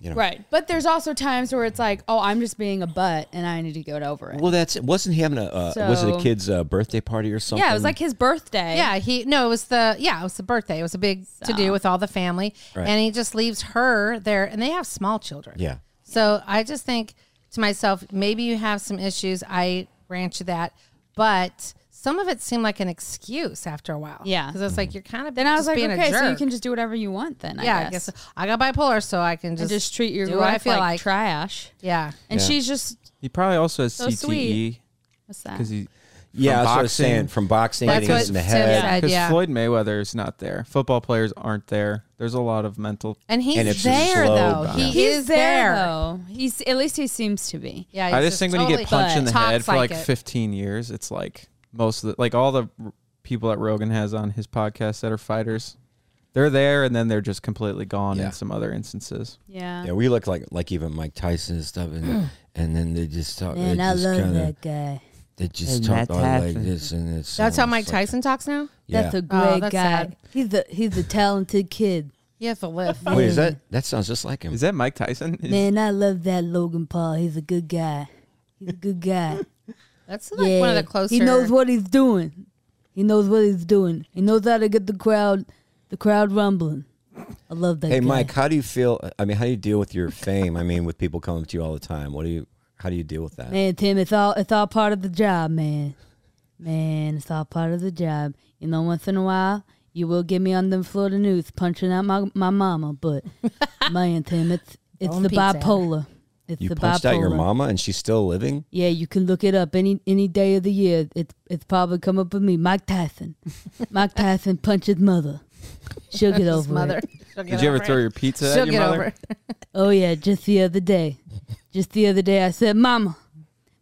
[SPEAKER 3] You know.
[SPEAKER 4] Right. But there's also times where it's like, oh, I'm just being a butt and I need to get over it.
[SPEAKER 3] Well, that's wasn't he having a uh, was it a
[SPEAKER 4] So-
[SPEAKER 3] kid's uh, birthday party or something?
[SPEAKER 4] yeah, it was like his birthday.
[SPEAKER 2] Yeah, he no, it was the yeah, it was the birthday. It was a big to do with all the family,
[SPEAKER 3] Right.
[SPEAKER 2] and he just leaves her there, and they have small children.
[SPEAKER 3] Yeah.
[SPEAKER 2] So I just think to myself, maybe you have some issues. I grant you that, but some of it seemed like an excuse after a while.
[SPEAKER 4] Yeah.
[SPEAKER 2] because it's like you're kind of
[SPEAKER 4] Then I was like,
[SPEAKER 2] being
[SPEAKER 4] okay,
[SPEAKER 2] a jerk.
[SPEAKER 4] so you can just do whatever you want then. I
[SPEAKER 2] yeah, I
[SPEAKER 4] guess.
[SPEAKER 2] guess I got bipolar, so I can
[SPEAKER 4] And
[SPEAKER 2] just
[SPEAKER 4] just treat your
[SPEAKER 2] do
[SPEAKER 4] wife
[SPEAKER 2] what I feel
[SPEAKER 4] like,
[SPEAKER 2] like.
[SPEAKER 4] trash.
[SPEAKER 2] yeah.
[SPEAKER 4] And
[SPEAKER 3] Yeah.
[SPEAKER 4] she's just
[SPEAKER 1] He probably also has
[SPEAKER 4] So
[SPEAKER 1] CTE
[SPEAKER 4] sweet. what's that?
[SPEAKER 1] because he
[SPEAKER 3] yeah,
[SPEAKER 1] from
[SPEAKER 3] that's what I was
[SPEAKER 1] boxing.
[SPEAKER 3] saying from boxing
[SPEAKER 2] That's
[SPEAKER 3] getting
[SPEAKER 2] what
[SPEAKER 3] hit in the
[SPEAKER 2] Tim
[SPEAKER 3] head.
[SPEAKER 2] said.
[SPEAKER 1] because
[SPEAKER 2] Uh, yeah.
[SPEAKER 1] Floyd Mayweather is not there. Football players aren't there. There's a lot of mental.
[SPEAKER 2] And he's
[SPEAKER 3] And it's a
[SPEAKER 2] there
[SPEAKER 3] slow
[SPEAKER 2] though.
[SPEAKER 3] burn.
[SPEAKER 2] He
[SPEAKER 4] He's
[SPEAKER 2] is there.
[SPEAKER 4] though. He's at least he seems to be.
[SPEAKER 2] Yeah,
[SPEAKER 1] I
[SPEAKER 2] he's
[SPEAKER 1] just think when you get
[SPEAKER 2] totally-
[SPEAKER 1] punched in the
[SPEAKER 2] Talks
[SPEAKER 1] head for like
[SPEAKER 2] it.
[SPEAKER 1] 15 years, it's like most of the like all the r- people that Rogan has on his podcast that are fighters, they're there and then they're just completely gone
[SPEAKER 3] Yeah.
[SPEAKER 1] in some other instances.
[SPEAKER 4] Yeah.
[SPEAKER 3] Yeah, we look like like even Mike Tyson and stuff, and and then they just talk. they just kinda,
[SPEAKER 4] guy.
[SPEAKER 3] They just talk all like this, and it's
[SPEAKER 2] That's how Mike
[SPEAKER 3] almost like-
[SPEAKER 2] Tyson talks now.
[SPEAKER 3] Yeah.
[SPEAKER 4] Oh,
[SPEAKER 2] great that's guy. sad.
[SPEAKER 4] He's a he's a talented kid.
[SPEAKER 2] You have to live.
[SPEAKER 3] Wait, is that that sounds just like him?
[SPEAKER 1] Is that Mike Tyson? Is-
[SPEAKER 4] I love that Logan Paul. He's a good guy. He's a good guy.
[SPEAKER 2] That's like one of the closer.
[SPEAKER 4] He knows what he's doing. He knows what he's doing. He knows how to get the crowd, the crowd rumbling. I love that.
[SPEAKER 3] hey, Mike, how do you feel? I mean, how do you deal with your fame? I mean, with people coming to you all the time, what do you? How do you deal with that?
[SPEAKER 4] man, Tim, it's all it's all part of the job, man. Man, it's all part of the job. You know, once in a while, you will get me on the Florida news punching out my my mama, but man, Tim, it's it's
[SPEAKER 2] Throwing
[SPEAKER 4] the
[SPEAKER 2] pizza at her.
[SPEAKER 4] bipolar. It's
[SPEAKER 3] you
[SPEAKER 4] the
[SPEAKER 3] punched
[SPEAKER 4] bipolar.
[SPEAKER 3] out your mama, and she's still living.
[SPEAKER 4] Yeah, you can look it up any any day of the year. It's it's probably come up with me. Mike Tyson. Mike Tyson punched his mother. She'll get over
[SPEAKER 2] mother.
[SPEAKER 4] it.
[SPEAKER 1] Did you ever throw your pizza
[SPEAKER 2] She'll
[SPEAKER 1] at your
[SPEAKER 2] get
[SPEAKER 1] mother?
[SPEAKER 2] over. it.
[SPEAKER 4] Oh yeah, just the other day. Just the other day I said, Mama,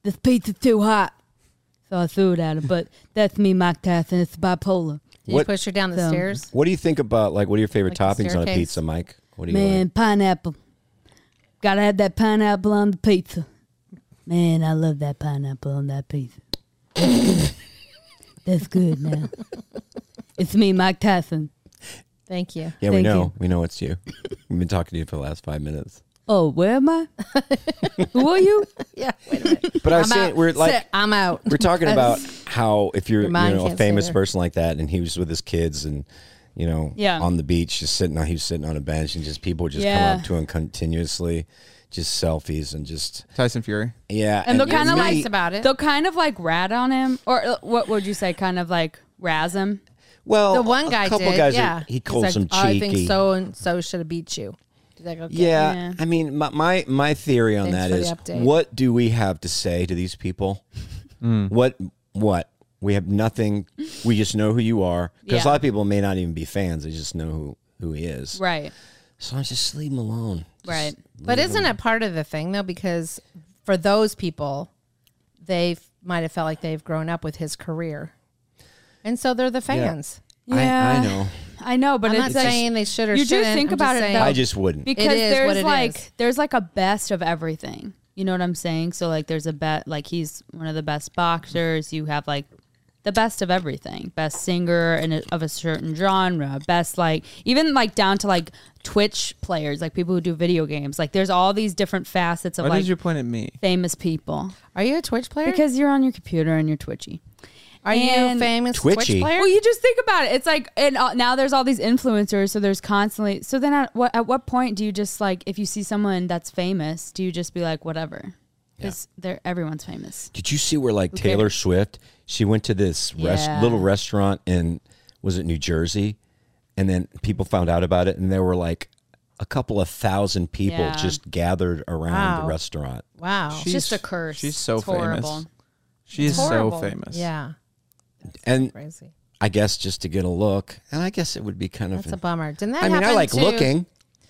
[SPEAKER 4] this pizza's too hot. So I threw it at her. But that's me, Mike Tyson. It's bipolar.
[SPEAKER 2] Did you
[SPEAKER 3] What-
[SPEAKER 2] push her down the
[SPEAKER 4] So-
[SPEAKER 2] stairs?
[SPEAKER 3] What do you think about like? What are your favorite
[SPEAKER 2] Like the
[SPEAKER 3] toppings on a
[SPEAKER 2] staircase?
[SPEAKER 3] pizza, Mike? What do you like?
[SPEAKER 4] Man, pineapple. Gotta have that pineapple on the pizza. Man, I love that pineapple on that pizza. That's good now. It's me, Mike Tyson.
[SPEAKER 2] Thank you.
[SPEAKER 3] Yeah, we
[SPEAKER 4] Thank
[SPEAKER 3] know.
[SPEAKER 4] you.
[SPEAKER 3] We know it's you. We've been talking to you for the last five minutes.
[SPEAKER 4] Oh, where am I? Who are you?
[SPEAKER 2] Yeah. Wait a minute.
[SPEAKER 3] But I was
[SPEAKER 2] I'm
[SPEAKER 3] saying
[SPEAKER 2] out.
[SPEAKER 3] we're like
[SPEAKER 2] Sit. I'm out.
[SPEAKER 3] we're talking about how if you're
[SPEAKER 2] Your
[SPEAKER 3] you
[SPEAKER 2] mind
[SPEAKER 3] know a
[SPEAKER 2] can't stay
[SPEAKER 3] famous
[SPEAKER 2] there.
[SPEAKER 3] person like that and he was with his kids and you know
[SPEAKER 4] Yeah.
[SPEAKER 3] on the beach just sitting on he was sitting on a bench and just people would just
[SPEAKER 4] Yeah.
[SPEAKER 3] come up to him continuously just selfies and just
[SPEAKER 1] Tyson Fury.
[SPEAKER 3] yeah
[SPEAKER 4] And they're
[SPEAKER 3] to
[SPEAKER 4] kind of
[SPEAKER 3] me-
[SPEAKER 4] like
[SPEAKER 2] nice about it.
[SPEAKER 4] They'll kind of like rat on him, or uh, what would you say? Kind of like razz him.
[SPEAKER 3] well
[SPEAKER 2] The one guy
[SPEAKER 3] a couple
[SPEAKER 2] did.
[SPEAKER 3] guys are-
[SPEAKER 2] yeah.
[SPEAKER 3] he
[SPEAKER 2] He's
[SPEAKER 3] called
[SPEAKER 2] like,
[SPEAKER 3] some
[SPEAKER 2] "Oh, I
[SPEAKER 3] cheeky
[SPEAKER 2] think so and so should have beat you. He's like, okay.
[SPEAKER 3] yeah,
[SPEAKER 4] Yeah.
[SPEAKER 3] I mean my my, my theory on
[SPEAKER 2] Thanks
[SPEAKER 3] that
[SPEAKER 2] for the
[SPEAKER 3] is
[SPEAKER 2] update.
[SPEAKER 3] what do we have to say to these people what what we have nothing we just know who you are because
[SPEAKER 4] Yeah.
[SPEAKER 3] a lot of people may not even be fans they just know who who he is
[SPEAKER 4] Right.
[SPEAKER 3] So I just leave him alone. Just-
[SPEAKER 4] Right.
[SPEAKER 2] But isn't it part of the thing though? Because for those people, they f- might have felt like they've grown up with his career, and so they're the fans.
[SPEAKER 3] I- I,
[SPEAKER 4] Yeah.
[SPEAKER 3] know.
[SPEAKER 4] I know, but
[SPEAKER 2] I'm not
[SPEAKER 4] it's like
[SPEAKER 2] saying they should or
[SPEAKER 4] you do
[SPEAKER 2] shouldn't.
[SPEAKER 4] think
[SPEAKER 2] I'm
[SPEAKER 4] about
[SPEAKER 2] just
[SPEAKER 4] it,
[SPEAKER 2] saying-
[SPEAKER 4] though.
[SPEAKER 3] I just wouldn't.
[SPEAKER 4] because
[SPEAKER 2] is
[SPEAKER 4] there's
[SPEAKER 2] what it
[SPEAKER 4] like
[SPEAKER 2] is.
[SPEAKER 4] there's like a best of everything. You know what I'm saying? So like there's a bet like he's one of the best boxers. You have like the best of everything, best singer and a, of a certain genre, best like even like down to like Twitch players, like people who do video games. Like there's all these different facets of
[SPEAKER 1] Why
[SPEAKER 4] like
[SPEAKER 1] did you point at me?
[SPEAKER 4] famous people
[SPEAKER 2] Are you a Twitch player?
[SPEAKER 4] because you're on your computer and you're twitchy.
[SPEAKER 2] are you a
[SPEAKER 4] and-
[SPEAKER 2] famous
[SPEAKER 3] Twitchy.
[SPEAKER 2] Twitch player?
[SPEAKER 4] Well, you just think about it. It's like, and uh, now there's all these influencers, so there's constantly. So then, at what at what point do you just like, if you see someone that's famous, do you just be like, whatever? Because they're everyone's famous.
[SPEAKER 3] Did you see where like Taylor Swift? She went to this rest,
[SPEAKER 4] Yeah.
[SPEAKER 3] little restaurant in was it New Jersey, and then people found out about it, and there were like a couple of thousand people
[SPEAKER 4] Yeah.
[SPEAKER 3] just gathered around
[SPEAKER 2] Wow.
[SPEAKER 3] the restaurant.
[SPEAKER 2] wow,
[SPEAKER 1] She's-
[SPEAKER 4] just a curse.
[SPEAKER 1] She's so
[SPEAKER 4] It's horrible.
[SPEAKER 1] famous. She is so
[SPEAKER 2] Horrible.
[SPEAKER 1] famous.
[SPEAKER 2] Yeah,
[SPEAKER 3] And
[SPEAKER 2] crazy.
[SPEAKER 3] I guess just to get a look, and I guess it would be kind of.
[SPEAKER 2] That's a bummer. Didn't that?
[SPEAKER 3] I mean, I
[SPEAKER 2] happen
[SPEAKER 3] like
[SPEAKER 2] to-
[SPEAKER 3] looking.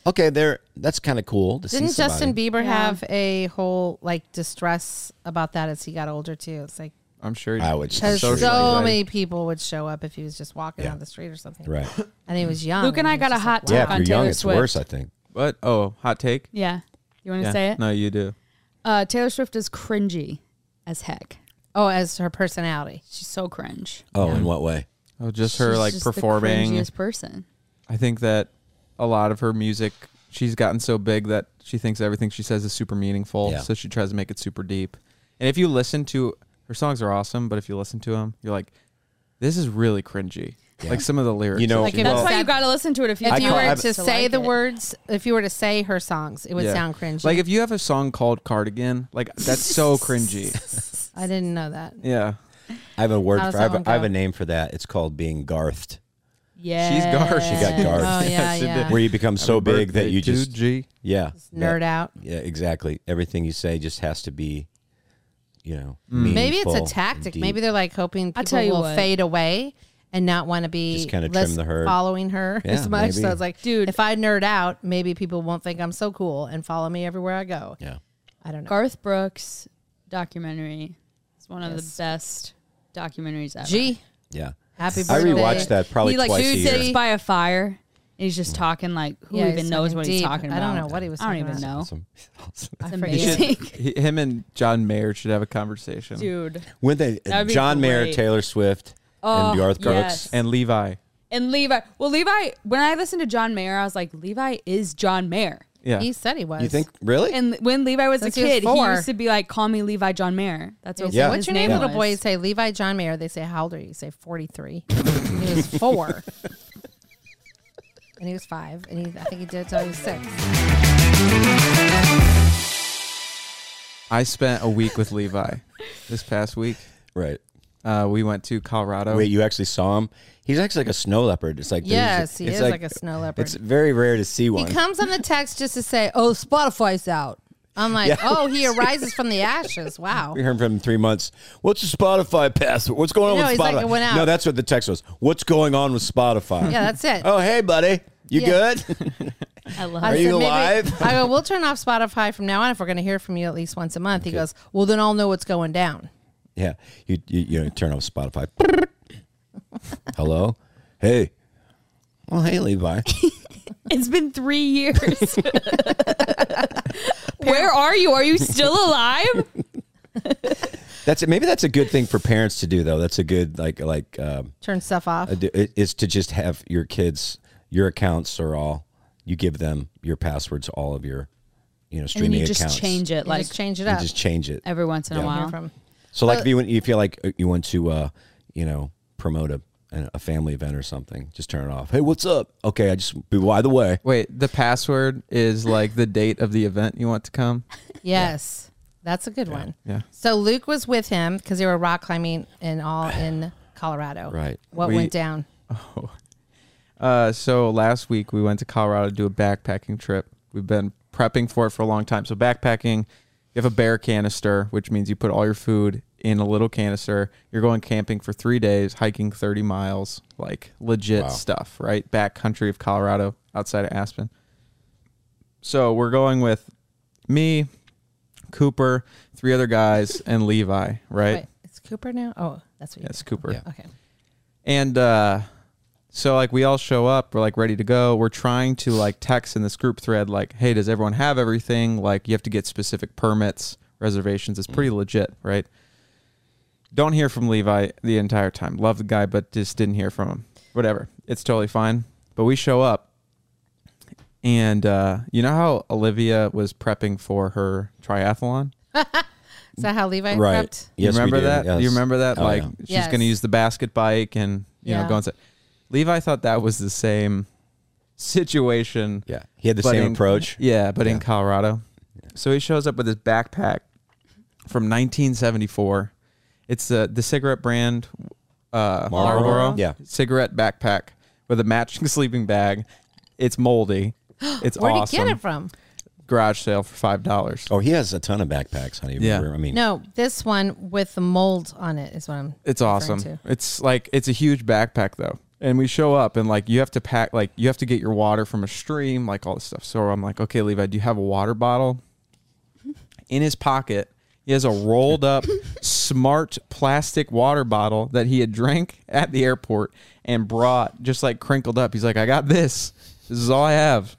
[SPEAKER 3] Okay, there. That's kind of cool. To
[SPEAKER 2] Didn't
[SPEAKER 3] see somebody.
[SPEAKER 2] Justin Bieber
[SPEAKER 4] Yeah.
[SPEAKER 2] have a whole like distress about that as he got older too? It's like
[SPEAKER 1] I'm sure.
[SPEAKER 3] I would-
[SPEAKER 2] because so
[SPEAKER 3] Social anxiety.
[SPEAKER 2] many people would show up if he was just walking
[SPEAKER 3] Yeah.
[SPEAKER 2] down the street or something,
[SPEAKER 3] Right.
[SPEAKER 2] And he was young.
[SPEAKER 4] Luke and I
[SPEAKER 2] he
[SPEAKER 4] got
[SPEAKER 2] was just
[SPEAKER 4] a hot
[SPEAKER 2] like,
[SPEAKER 4] tip
[SPEAKER 3] Yeah,
[SPEAKER 4] on
[SPEAKER 3] if you're
[SPEAKER 4] Taylor
[SPEAKER 3] young, it's
[SPEAKER 4] Swift.
[SPEAKER 3] worse. I think.
[SPEAKER 1] What? Oh, hot take.
[SPEAKER 4] Yeah, you want to
[SPEAKER 1] Yeah.
[SPEAKER 4] say it?
[SPEAKER 1] No, you do.
[SPEAKER 4] Uh, Taylor Swift is cringy as heck.
[SPEAKER 2] Oh, as her personality.
[SPEAKER 4] She's so cringe.
[SPEAKER 3] Oh, in what way?
[SPEAKER 1] Oh, just her
[SPEAKER 4] She's
[SPEAKER 1] like
[SPEAKER 4] just the
[SPEAKER 1] performing.
[SPEAKER 4] cringiest person.
[SPEAKER 1] I think that a lot of her music, she's gotten so big that she thinks everything she says is super meaningful.
[SPEAKER 3] Yeah.
[SPEAKER 1] So she tries to make it super deep. And if you listen to her songs are awesome, but if you listen to them, you're like, this is really cringy. Like some of the lyrics.
[SPEAKER 3] You know-
[SPEAKER 1] that she
[SPEAKER 2] Like if
[SPEAKER 4] That's
[SPEAKER 2] Well-
[SPEAKER 4] why you got to listen to it if you.
[SPEAKER 2] If
[SPEAKER 3] I
[SPEAKER 2] you
[SPEAKER 3] call-
[SPEAKER 2] were
[SPEAKER 3] I've-
[SPEAKER 2] to
[SPEAKER 4] to
[SPEAKER 2] say
[SPEAKER 4] like
[SPEAKER 2] the
[SPEAKER 4] it.
[SPEAKER 2] words, if you were to say her songs, it would
[SPEAKER 1] Yeah.
[SPEAKER 2] sound cringy.
[SPEAKER 1] Like if you have a song called Cardigan, like that's so cringy.
[SPEAKER 2] I didn't know that.
[SPEAKER 1] Yeah.
[SPEAKER 3] I have a word
[SPEAKER 2] How's
[SPEAKER 3] for.
[SPEAKER 2] that
[SPEAKER 3] I have
[SPEAKER 2] one
[SPEAKER 3] a, I have
[SPEAKER 2] go?
[SPEAKER 3] a name for that. It's called being garthed.
[SPEAKER 4] Yeah,
[SPEAKER 1] She's gar. She
[SPEAKER 3] got gar-
[SPEAKER 2] Oh
[SPEAKER 3] Garth.
[SPEAKER 2] yeah,
[SPEAKER 1] She did.
[SPEAKER 2] yeah.
[SPEAKER 3] where you become so big that you just
[SPEAKER 1] G.
[SPEAKER 3] yeah
[SPEAKER 2] Nerd out.
[SPEAKER 3] yeah exactly everything you say just has to be you know
[SPEAKER 2] Maybe it's a
[SPEAKER 3] meaningful and
[SPEAKER 2] tactic.
[SPEAKER 3] deep.
[SPEAKER 2] Maybe they're like hoping people
[SPEAKER 4] I'll tell you
[SPEAKER 2] will
[SPEAKER 4] what.
[SPEAKER 2] fade away and not want to be
[SPEAKER 3] Just kinda
[SPEAKER 2] less
[SPEAKER 3] trim the herd.
[SPEAKER 2] following her
[SPEAKER 3] Yeah,
[SPEAKER 2] as much. So
[SPEAKER 3] maybe.
[SPEAKER 2] it's like,
[SPEAKER 4] Dude.
[SPEAKER 2] if I nerd out, maybe people won't think I'm so cool and follow me everywhere I go.
[SPEAKER 3] yeah
[SPEAKER 2] I don't know.
[SPEAKER 4] Garth Brooks documentary is one of the best documentaries ever.
[SPEAKER 2] G,
[SPEAKER 3] yeah
[SPEAKER 2] happy
[SPEAKER 3] I
[SPEAKER 2] birthday.
[SPEAKER 3] rewatched that probably
[SPEAKER 4] he like
[SPEAKER 3] twice a
[SPEAKER 4] dude
[SPEAKER 3] year
[SPEAKER 4] sits by a fire and he's just talking like who
[SPEAKER 2] Yeah,
[SPEAKER 4] even
[SPEAKER 2] he's
[SPEAKER 4] knows
[SPEAKER 2] talking
[SPEAKER 4] what he's
[SPEAKER 2] deep.
[SPEAKER 4] talking
[SPEAKER 2] I
[SPEAKER 4] about.
[SPEAKER 2] don't know what he was
[SPEAKER 4] I don't
[SPEAKER 2] talking
[SPEAKER 4] even know.
[SPEAKER 3] Awesome. Awesome.
[SPEAKER 4] It's
[SPEAKER 2] forget. You
[SPEAKER 4] amazing,
[SPEAKER 1] He, him and John Mayer should have a conversation.
[SPEAKER 4] dude.
[SPEAKER 3] when they
[SPEAKER 4] That'd be
[SPEAKER 3] John Mayer
[SPEAKER 4] great.
[SPEAKER 3] Taylor Swift
[SPEAKER 2] Oh,
[SPEAKER 3] and Garth
[SPEAKER 4] yes.
[SPEAKER 3] Brooks
[SPEAKER 1] And Levi.
[SPEAKER 4] And Levi, well, Levi. When I listened to John Mayer, I was like, Levi is John Mayer.
[SPEAKER 1] Yeah.
[SPEAKER 2] He said he was.
[SPEAKER 3] you think really
[SPEAKER 4] And when Levi was
[SPEAKER 2] Since
[SPEAKER 4] a
[SPEAKER 2] he was
[SPEAKER 4] kid, he,
[SPEAKER 2] four.
[SPEAKER 4] used to be like, "Call me Levi John Mayer." That's what
[SPEAKER 3] Yeah.
[SPEAKER 4] his
[SPEAKER 2] What's your name, little
[SPEAKER 4] was.
[SPEAKER 2] boy? You say Levi John Mayer. They say, How old are you? You say 43. and he was four. and he was five. And he, I think he did it till he was six.
[SPEAKER 1] I spent a week with Levi this past week.
[SPEAKER 3] right
[SPEAKER 1] Uh, we went to Colorado.
[SPEAKER 3] wait you actually saw him he's actually like a snow leopard it's like there's-
[SPEAKER 2] Yes, he
[SPEAKER 3] it's
[SPEAKER 2] is like a snow leopard.
[SPEAKER 3] it's very rare to see
[SPEAKER 2] He
[SPEAKER 3] one
[SPEAKER 2] comes on the text just to say, Oh, Spotify's out. I'm like,
[SPEAKER 3] Yeah.
[SPEAKER 2] Oh, he arises from the ashes. Wow.
[SPEAKER 3] we heard from him in three months. What's the Spotify password? What's going on
[SPEAKER 2] No,
[SPEAKER 3] with
[SPEAKER 2] he's like,
[SPEAKER 3] Spotify?
[SPEAKER 2] it went out.
[SPEAKER 3] No, that's what the text was. What's going on with Spotify?
[SPEAKER 2] Yeah, that's it.
[SPEAKER 3] Oh, hey, buddy. You
[SPEAKER 2] Yeah.
[SPEAKER 3] good?
[SPEAKER 4] I love.
[SPEAKER 2] I
[SPEAKER 3] Are
[SPEAKER 2] said,
[SPEAKER 3] you
[SPEAKER 2] "Maybe-"
[SPEAKER 3] alive?
[SPEAKER 2] I go, We'll turn off Spotify from now on if we're going to hear from you at least once a month. He goes, Well, then I'll know what's going down.
[SPEAKER 3] Yeah, you you, you know, turn off Spotify. Hello, hey. Well, hey, Levi.
[SPEAKER 4] It's been three years. Where are you? Are you still alive?
[SPEAKER 3] That's maybe that's a good thing for parents to do though. That's a good like like um,
[SPEAKER 2] Turn stuff off.
[SPEAKER 3] I do- it- is to just have your kids your accounts are all you give them your passwords to all of your you know
[SPEAKER 4] and then
[SPEAKER 3] streaming
[SPEAKER 4] you just
[SPEAKER 3] accounts
[SPEAKER 4] change it
[SPEAKER 2] You
[SPEAKER 4] like
[SPEAKER 2] just change it
[SPEAKER 3] You
[SPEAKER 2] up.
[SPEAKER 3] just change it
[SPEAKER 4] every once in a
[SPEAKER 3] Yeah.
[SPEAKER 2] Hear
[SPEAKER 4] while.
[SPEAKER 2] from-
[SPEAKER 3] so like if you want- you feel like you want to uh you know promote a a family event or something just turn it off hey what's up okay i just be by the way
[SPEAKER 1] Wait, the password is like the date of the event you want to come.
[SPEAKER 2] Yes. That's a good one.
[SPEAKER 1] Yeah.
[SPEAKER 2] So Luke was with him because they were rock climbing and all in Colorado.
[SPEAKER 3] Right.
[SPEAKER 2] What
[SPEAKER 1] We-
[SPEAKER 2] went down?
[SPEAKER 1] Uh, so last week we went to Colorado to do a backpacking trip. We've been prepping for it for a long time. So backpacking, you have a bear canister, which means you put all your food in a little canister. You're going camping for three days, hiking 30 miles, like legit stuff, right? Backcountry of Colorado, outside of Aspen. So we're going with me, Cooper, three other guys, and Levi, right?
[SPEAKER 2] Wait, it's Cooper now? Oh, that's what you
[SPEAKER 1] Yes, Cooper.
[SPEAKER 3] Yeah.
[SPEAKER 2] Okay.
[SPEAKER 1] And uh, so like we all show up, we're like ready to go. We're trying to like text in this group thread like, "Hey, does everyone have everything? Like you have to get specific permits, reservations. It's pretty legit, right?" Don't hear from Levi the entire time. Love the guy, but just didn't hear from him. Whatever. It's totally fine. But we show up and uh, you know how Olivia was prepping for her triathlon?
[SPEAKER 2] Is that how Levi
[SPEAKER 3] right
[SPEAKER 2] prepped?
[SPEAKER 3] yes
[SPEAKER 1] you
[SPEAKER 3] we
[SPEAKER 1] remember
[SPEAKER 3] did.
[SPEAKER 1] that? Do you
[SPEAKER 3] Yes.
[SPEAKER 1] remember that?
[SPEAKER 3] Oh,
[SPEAKER 1] like
[SPEAKER 3] yeah.
[SPEAKER 1] she's
[SPEAKER 2] Yes.
[SPEAKER 1] gonna use the basket bike and you
[SPEAKER 2] Yeah.
[SPEAKER 1] know go inside. Levi thought that was the same situation.
[SPEAKER 3] yeah he had the
[SPEAKER 1] but
[SPEAKER 3] same
[SPEAKER 1] in-
[SPEAKER 3] approach
[SPEAKER 1] Yeah, but in
[SPEAKER 3] Yeah.
[SPEAKER 1] Colorado. So he shows up with his backpack from 1974. It's uh, the cigarette brand uh,
[SPEAKER 3] Marlboro?
[SPEAKER 1] Marlboro.
[SPEAKER 3] Yeah.
[SPEAKER 1] cigarette backpack with a matching sleeping bag. It's moldy. It's
[SPEAKER 2] Where'd
[SPEAKER 1] awesome.
[SPEAKER 2] he get it from?
[SPEAKER 1] Garage sale for five dollars.
[SPEAKER 3] oh he has a ton of backpacks honey
[SPEAKER 1] Yeah.
[SPEAKER 3] i mean
[SPEAKER 2] No, this one with the mold on it is what I'm.
[SPEAKER 1] It's
[SPEAKER 2] referring
[SPEAKER 1] awesome.
[SPEAKER 2] to.
[SPEAKER 1] It's like it's a huge backpack though. And we show up and like you have to pack like you have to get your water from a stream, like all this stuff. So I'm like, okay, Levi, do you have a water bottle? In his pocket, he has a rolled up smart plastic water bottle that he had drank at the airport and brought just like crinkled up. He's like, I got this. This is all I have.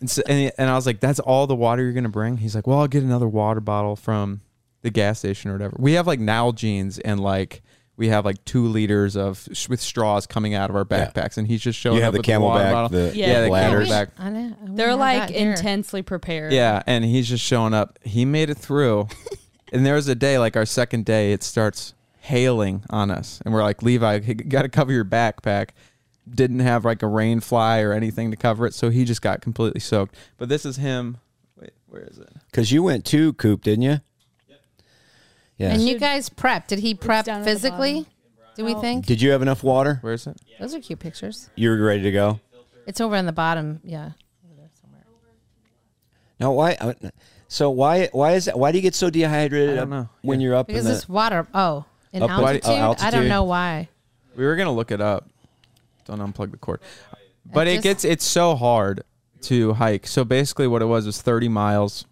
[SPEAKER 1] And, so, and, and I was like, that's all the water you're going to bring? He's like, well, I'll get another water bottle from the gas station or whatever. We have like Nalgene's and like we have like two liters of with straws coming out of our
[SPEAKER 3] Yeah.
[SPEAKER 1] backpacks. And he's just showing
[SPEAKER 3] You
[SPEAKER 1] up
[SPEAKER 3] have the
[SPEAKER 1] with the water
[SPEAKER 3] Camelback,
[SPEAKER 1] bottle.
[SPEAKER 3] the-
[SPEAKER 1] yeah,
[SPEAKER 4] the
[SPEAKER 1] the
[SPEAKER 3] bladders.
[SPEAKER 1] Camelback.
[SPEAKER 2] I don't- I wouldn't
[SPEAKER 4] They're
[SPEAKER 2] have
[SPEAKER 4] like
[SPEAKER 2] that here.
[SPEAKER 4] intensely prepared.
[SPEAKER 1] Yeah, and he's just showing up. He made it through. and there was a day, like our second day, it starts hailing on us. And we're like, Levi, you got to cover your backpack. Didn't have like a rain fly or anything to cover it. So he just got completely soaked. But this is him. Wait, where is it?
[SPEAKER 3] because you went to coop didn't you yeah
[SPEAKER 2] And you guys prepped. Did he prep
[SPEAKER 4] down at the Oh.
[SPEAKER 2] physically? Do we think?
[SPEAKER 3] did you have enough water
[SPEAKER 1] Where is it?
[SPEAKER 2] Those are cute pictures.
[SPEAKER 3] you were ready to go
[SPEAKER 2] It's over on the bottom. Yeah.
[SPEAKER 3] No, why? I- So why why is that? Why do you get so dehydrated?
[SPEAKER 1] I don't
[SPEAKER 3] up
[SPEAKER 1] know.
[SPEAKER 3] When you're up in
[SPEAKER 2] Because
[SPEAKER 3] the,
[SPEAKER 2] it's water. Oh, in
[SPEAKER 3] Up at- oh,
[SPEAKER 2] altitude? I
[SPEAKER 3] altitude.
[SPEAKER 2] don't know why.
[SPEAKER 1] We were gonna look it up. Don't unplug the cord. But
[SPEAKER 2] I
[SPEAKER 1] it
[SPEAKER 2] just-
[SPEAKER 1] gets it's so hard to hike. So basically, what it was was 30 miles.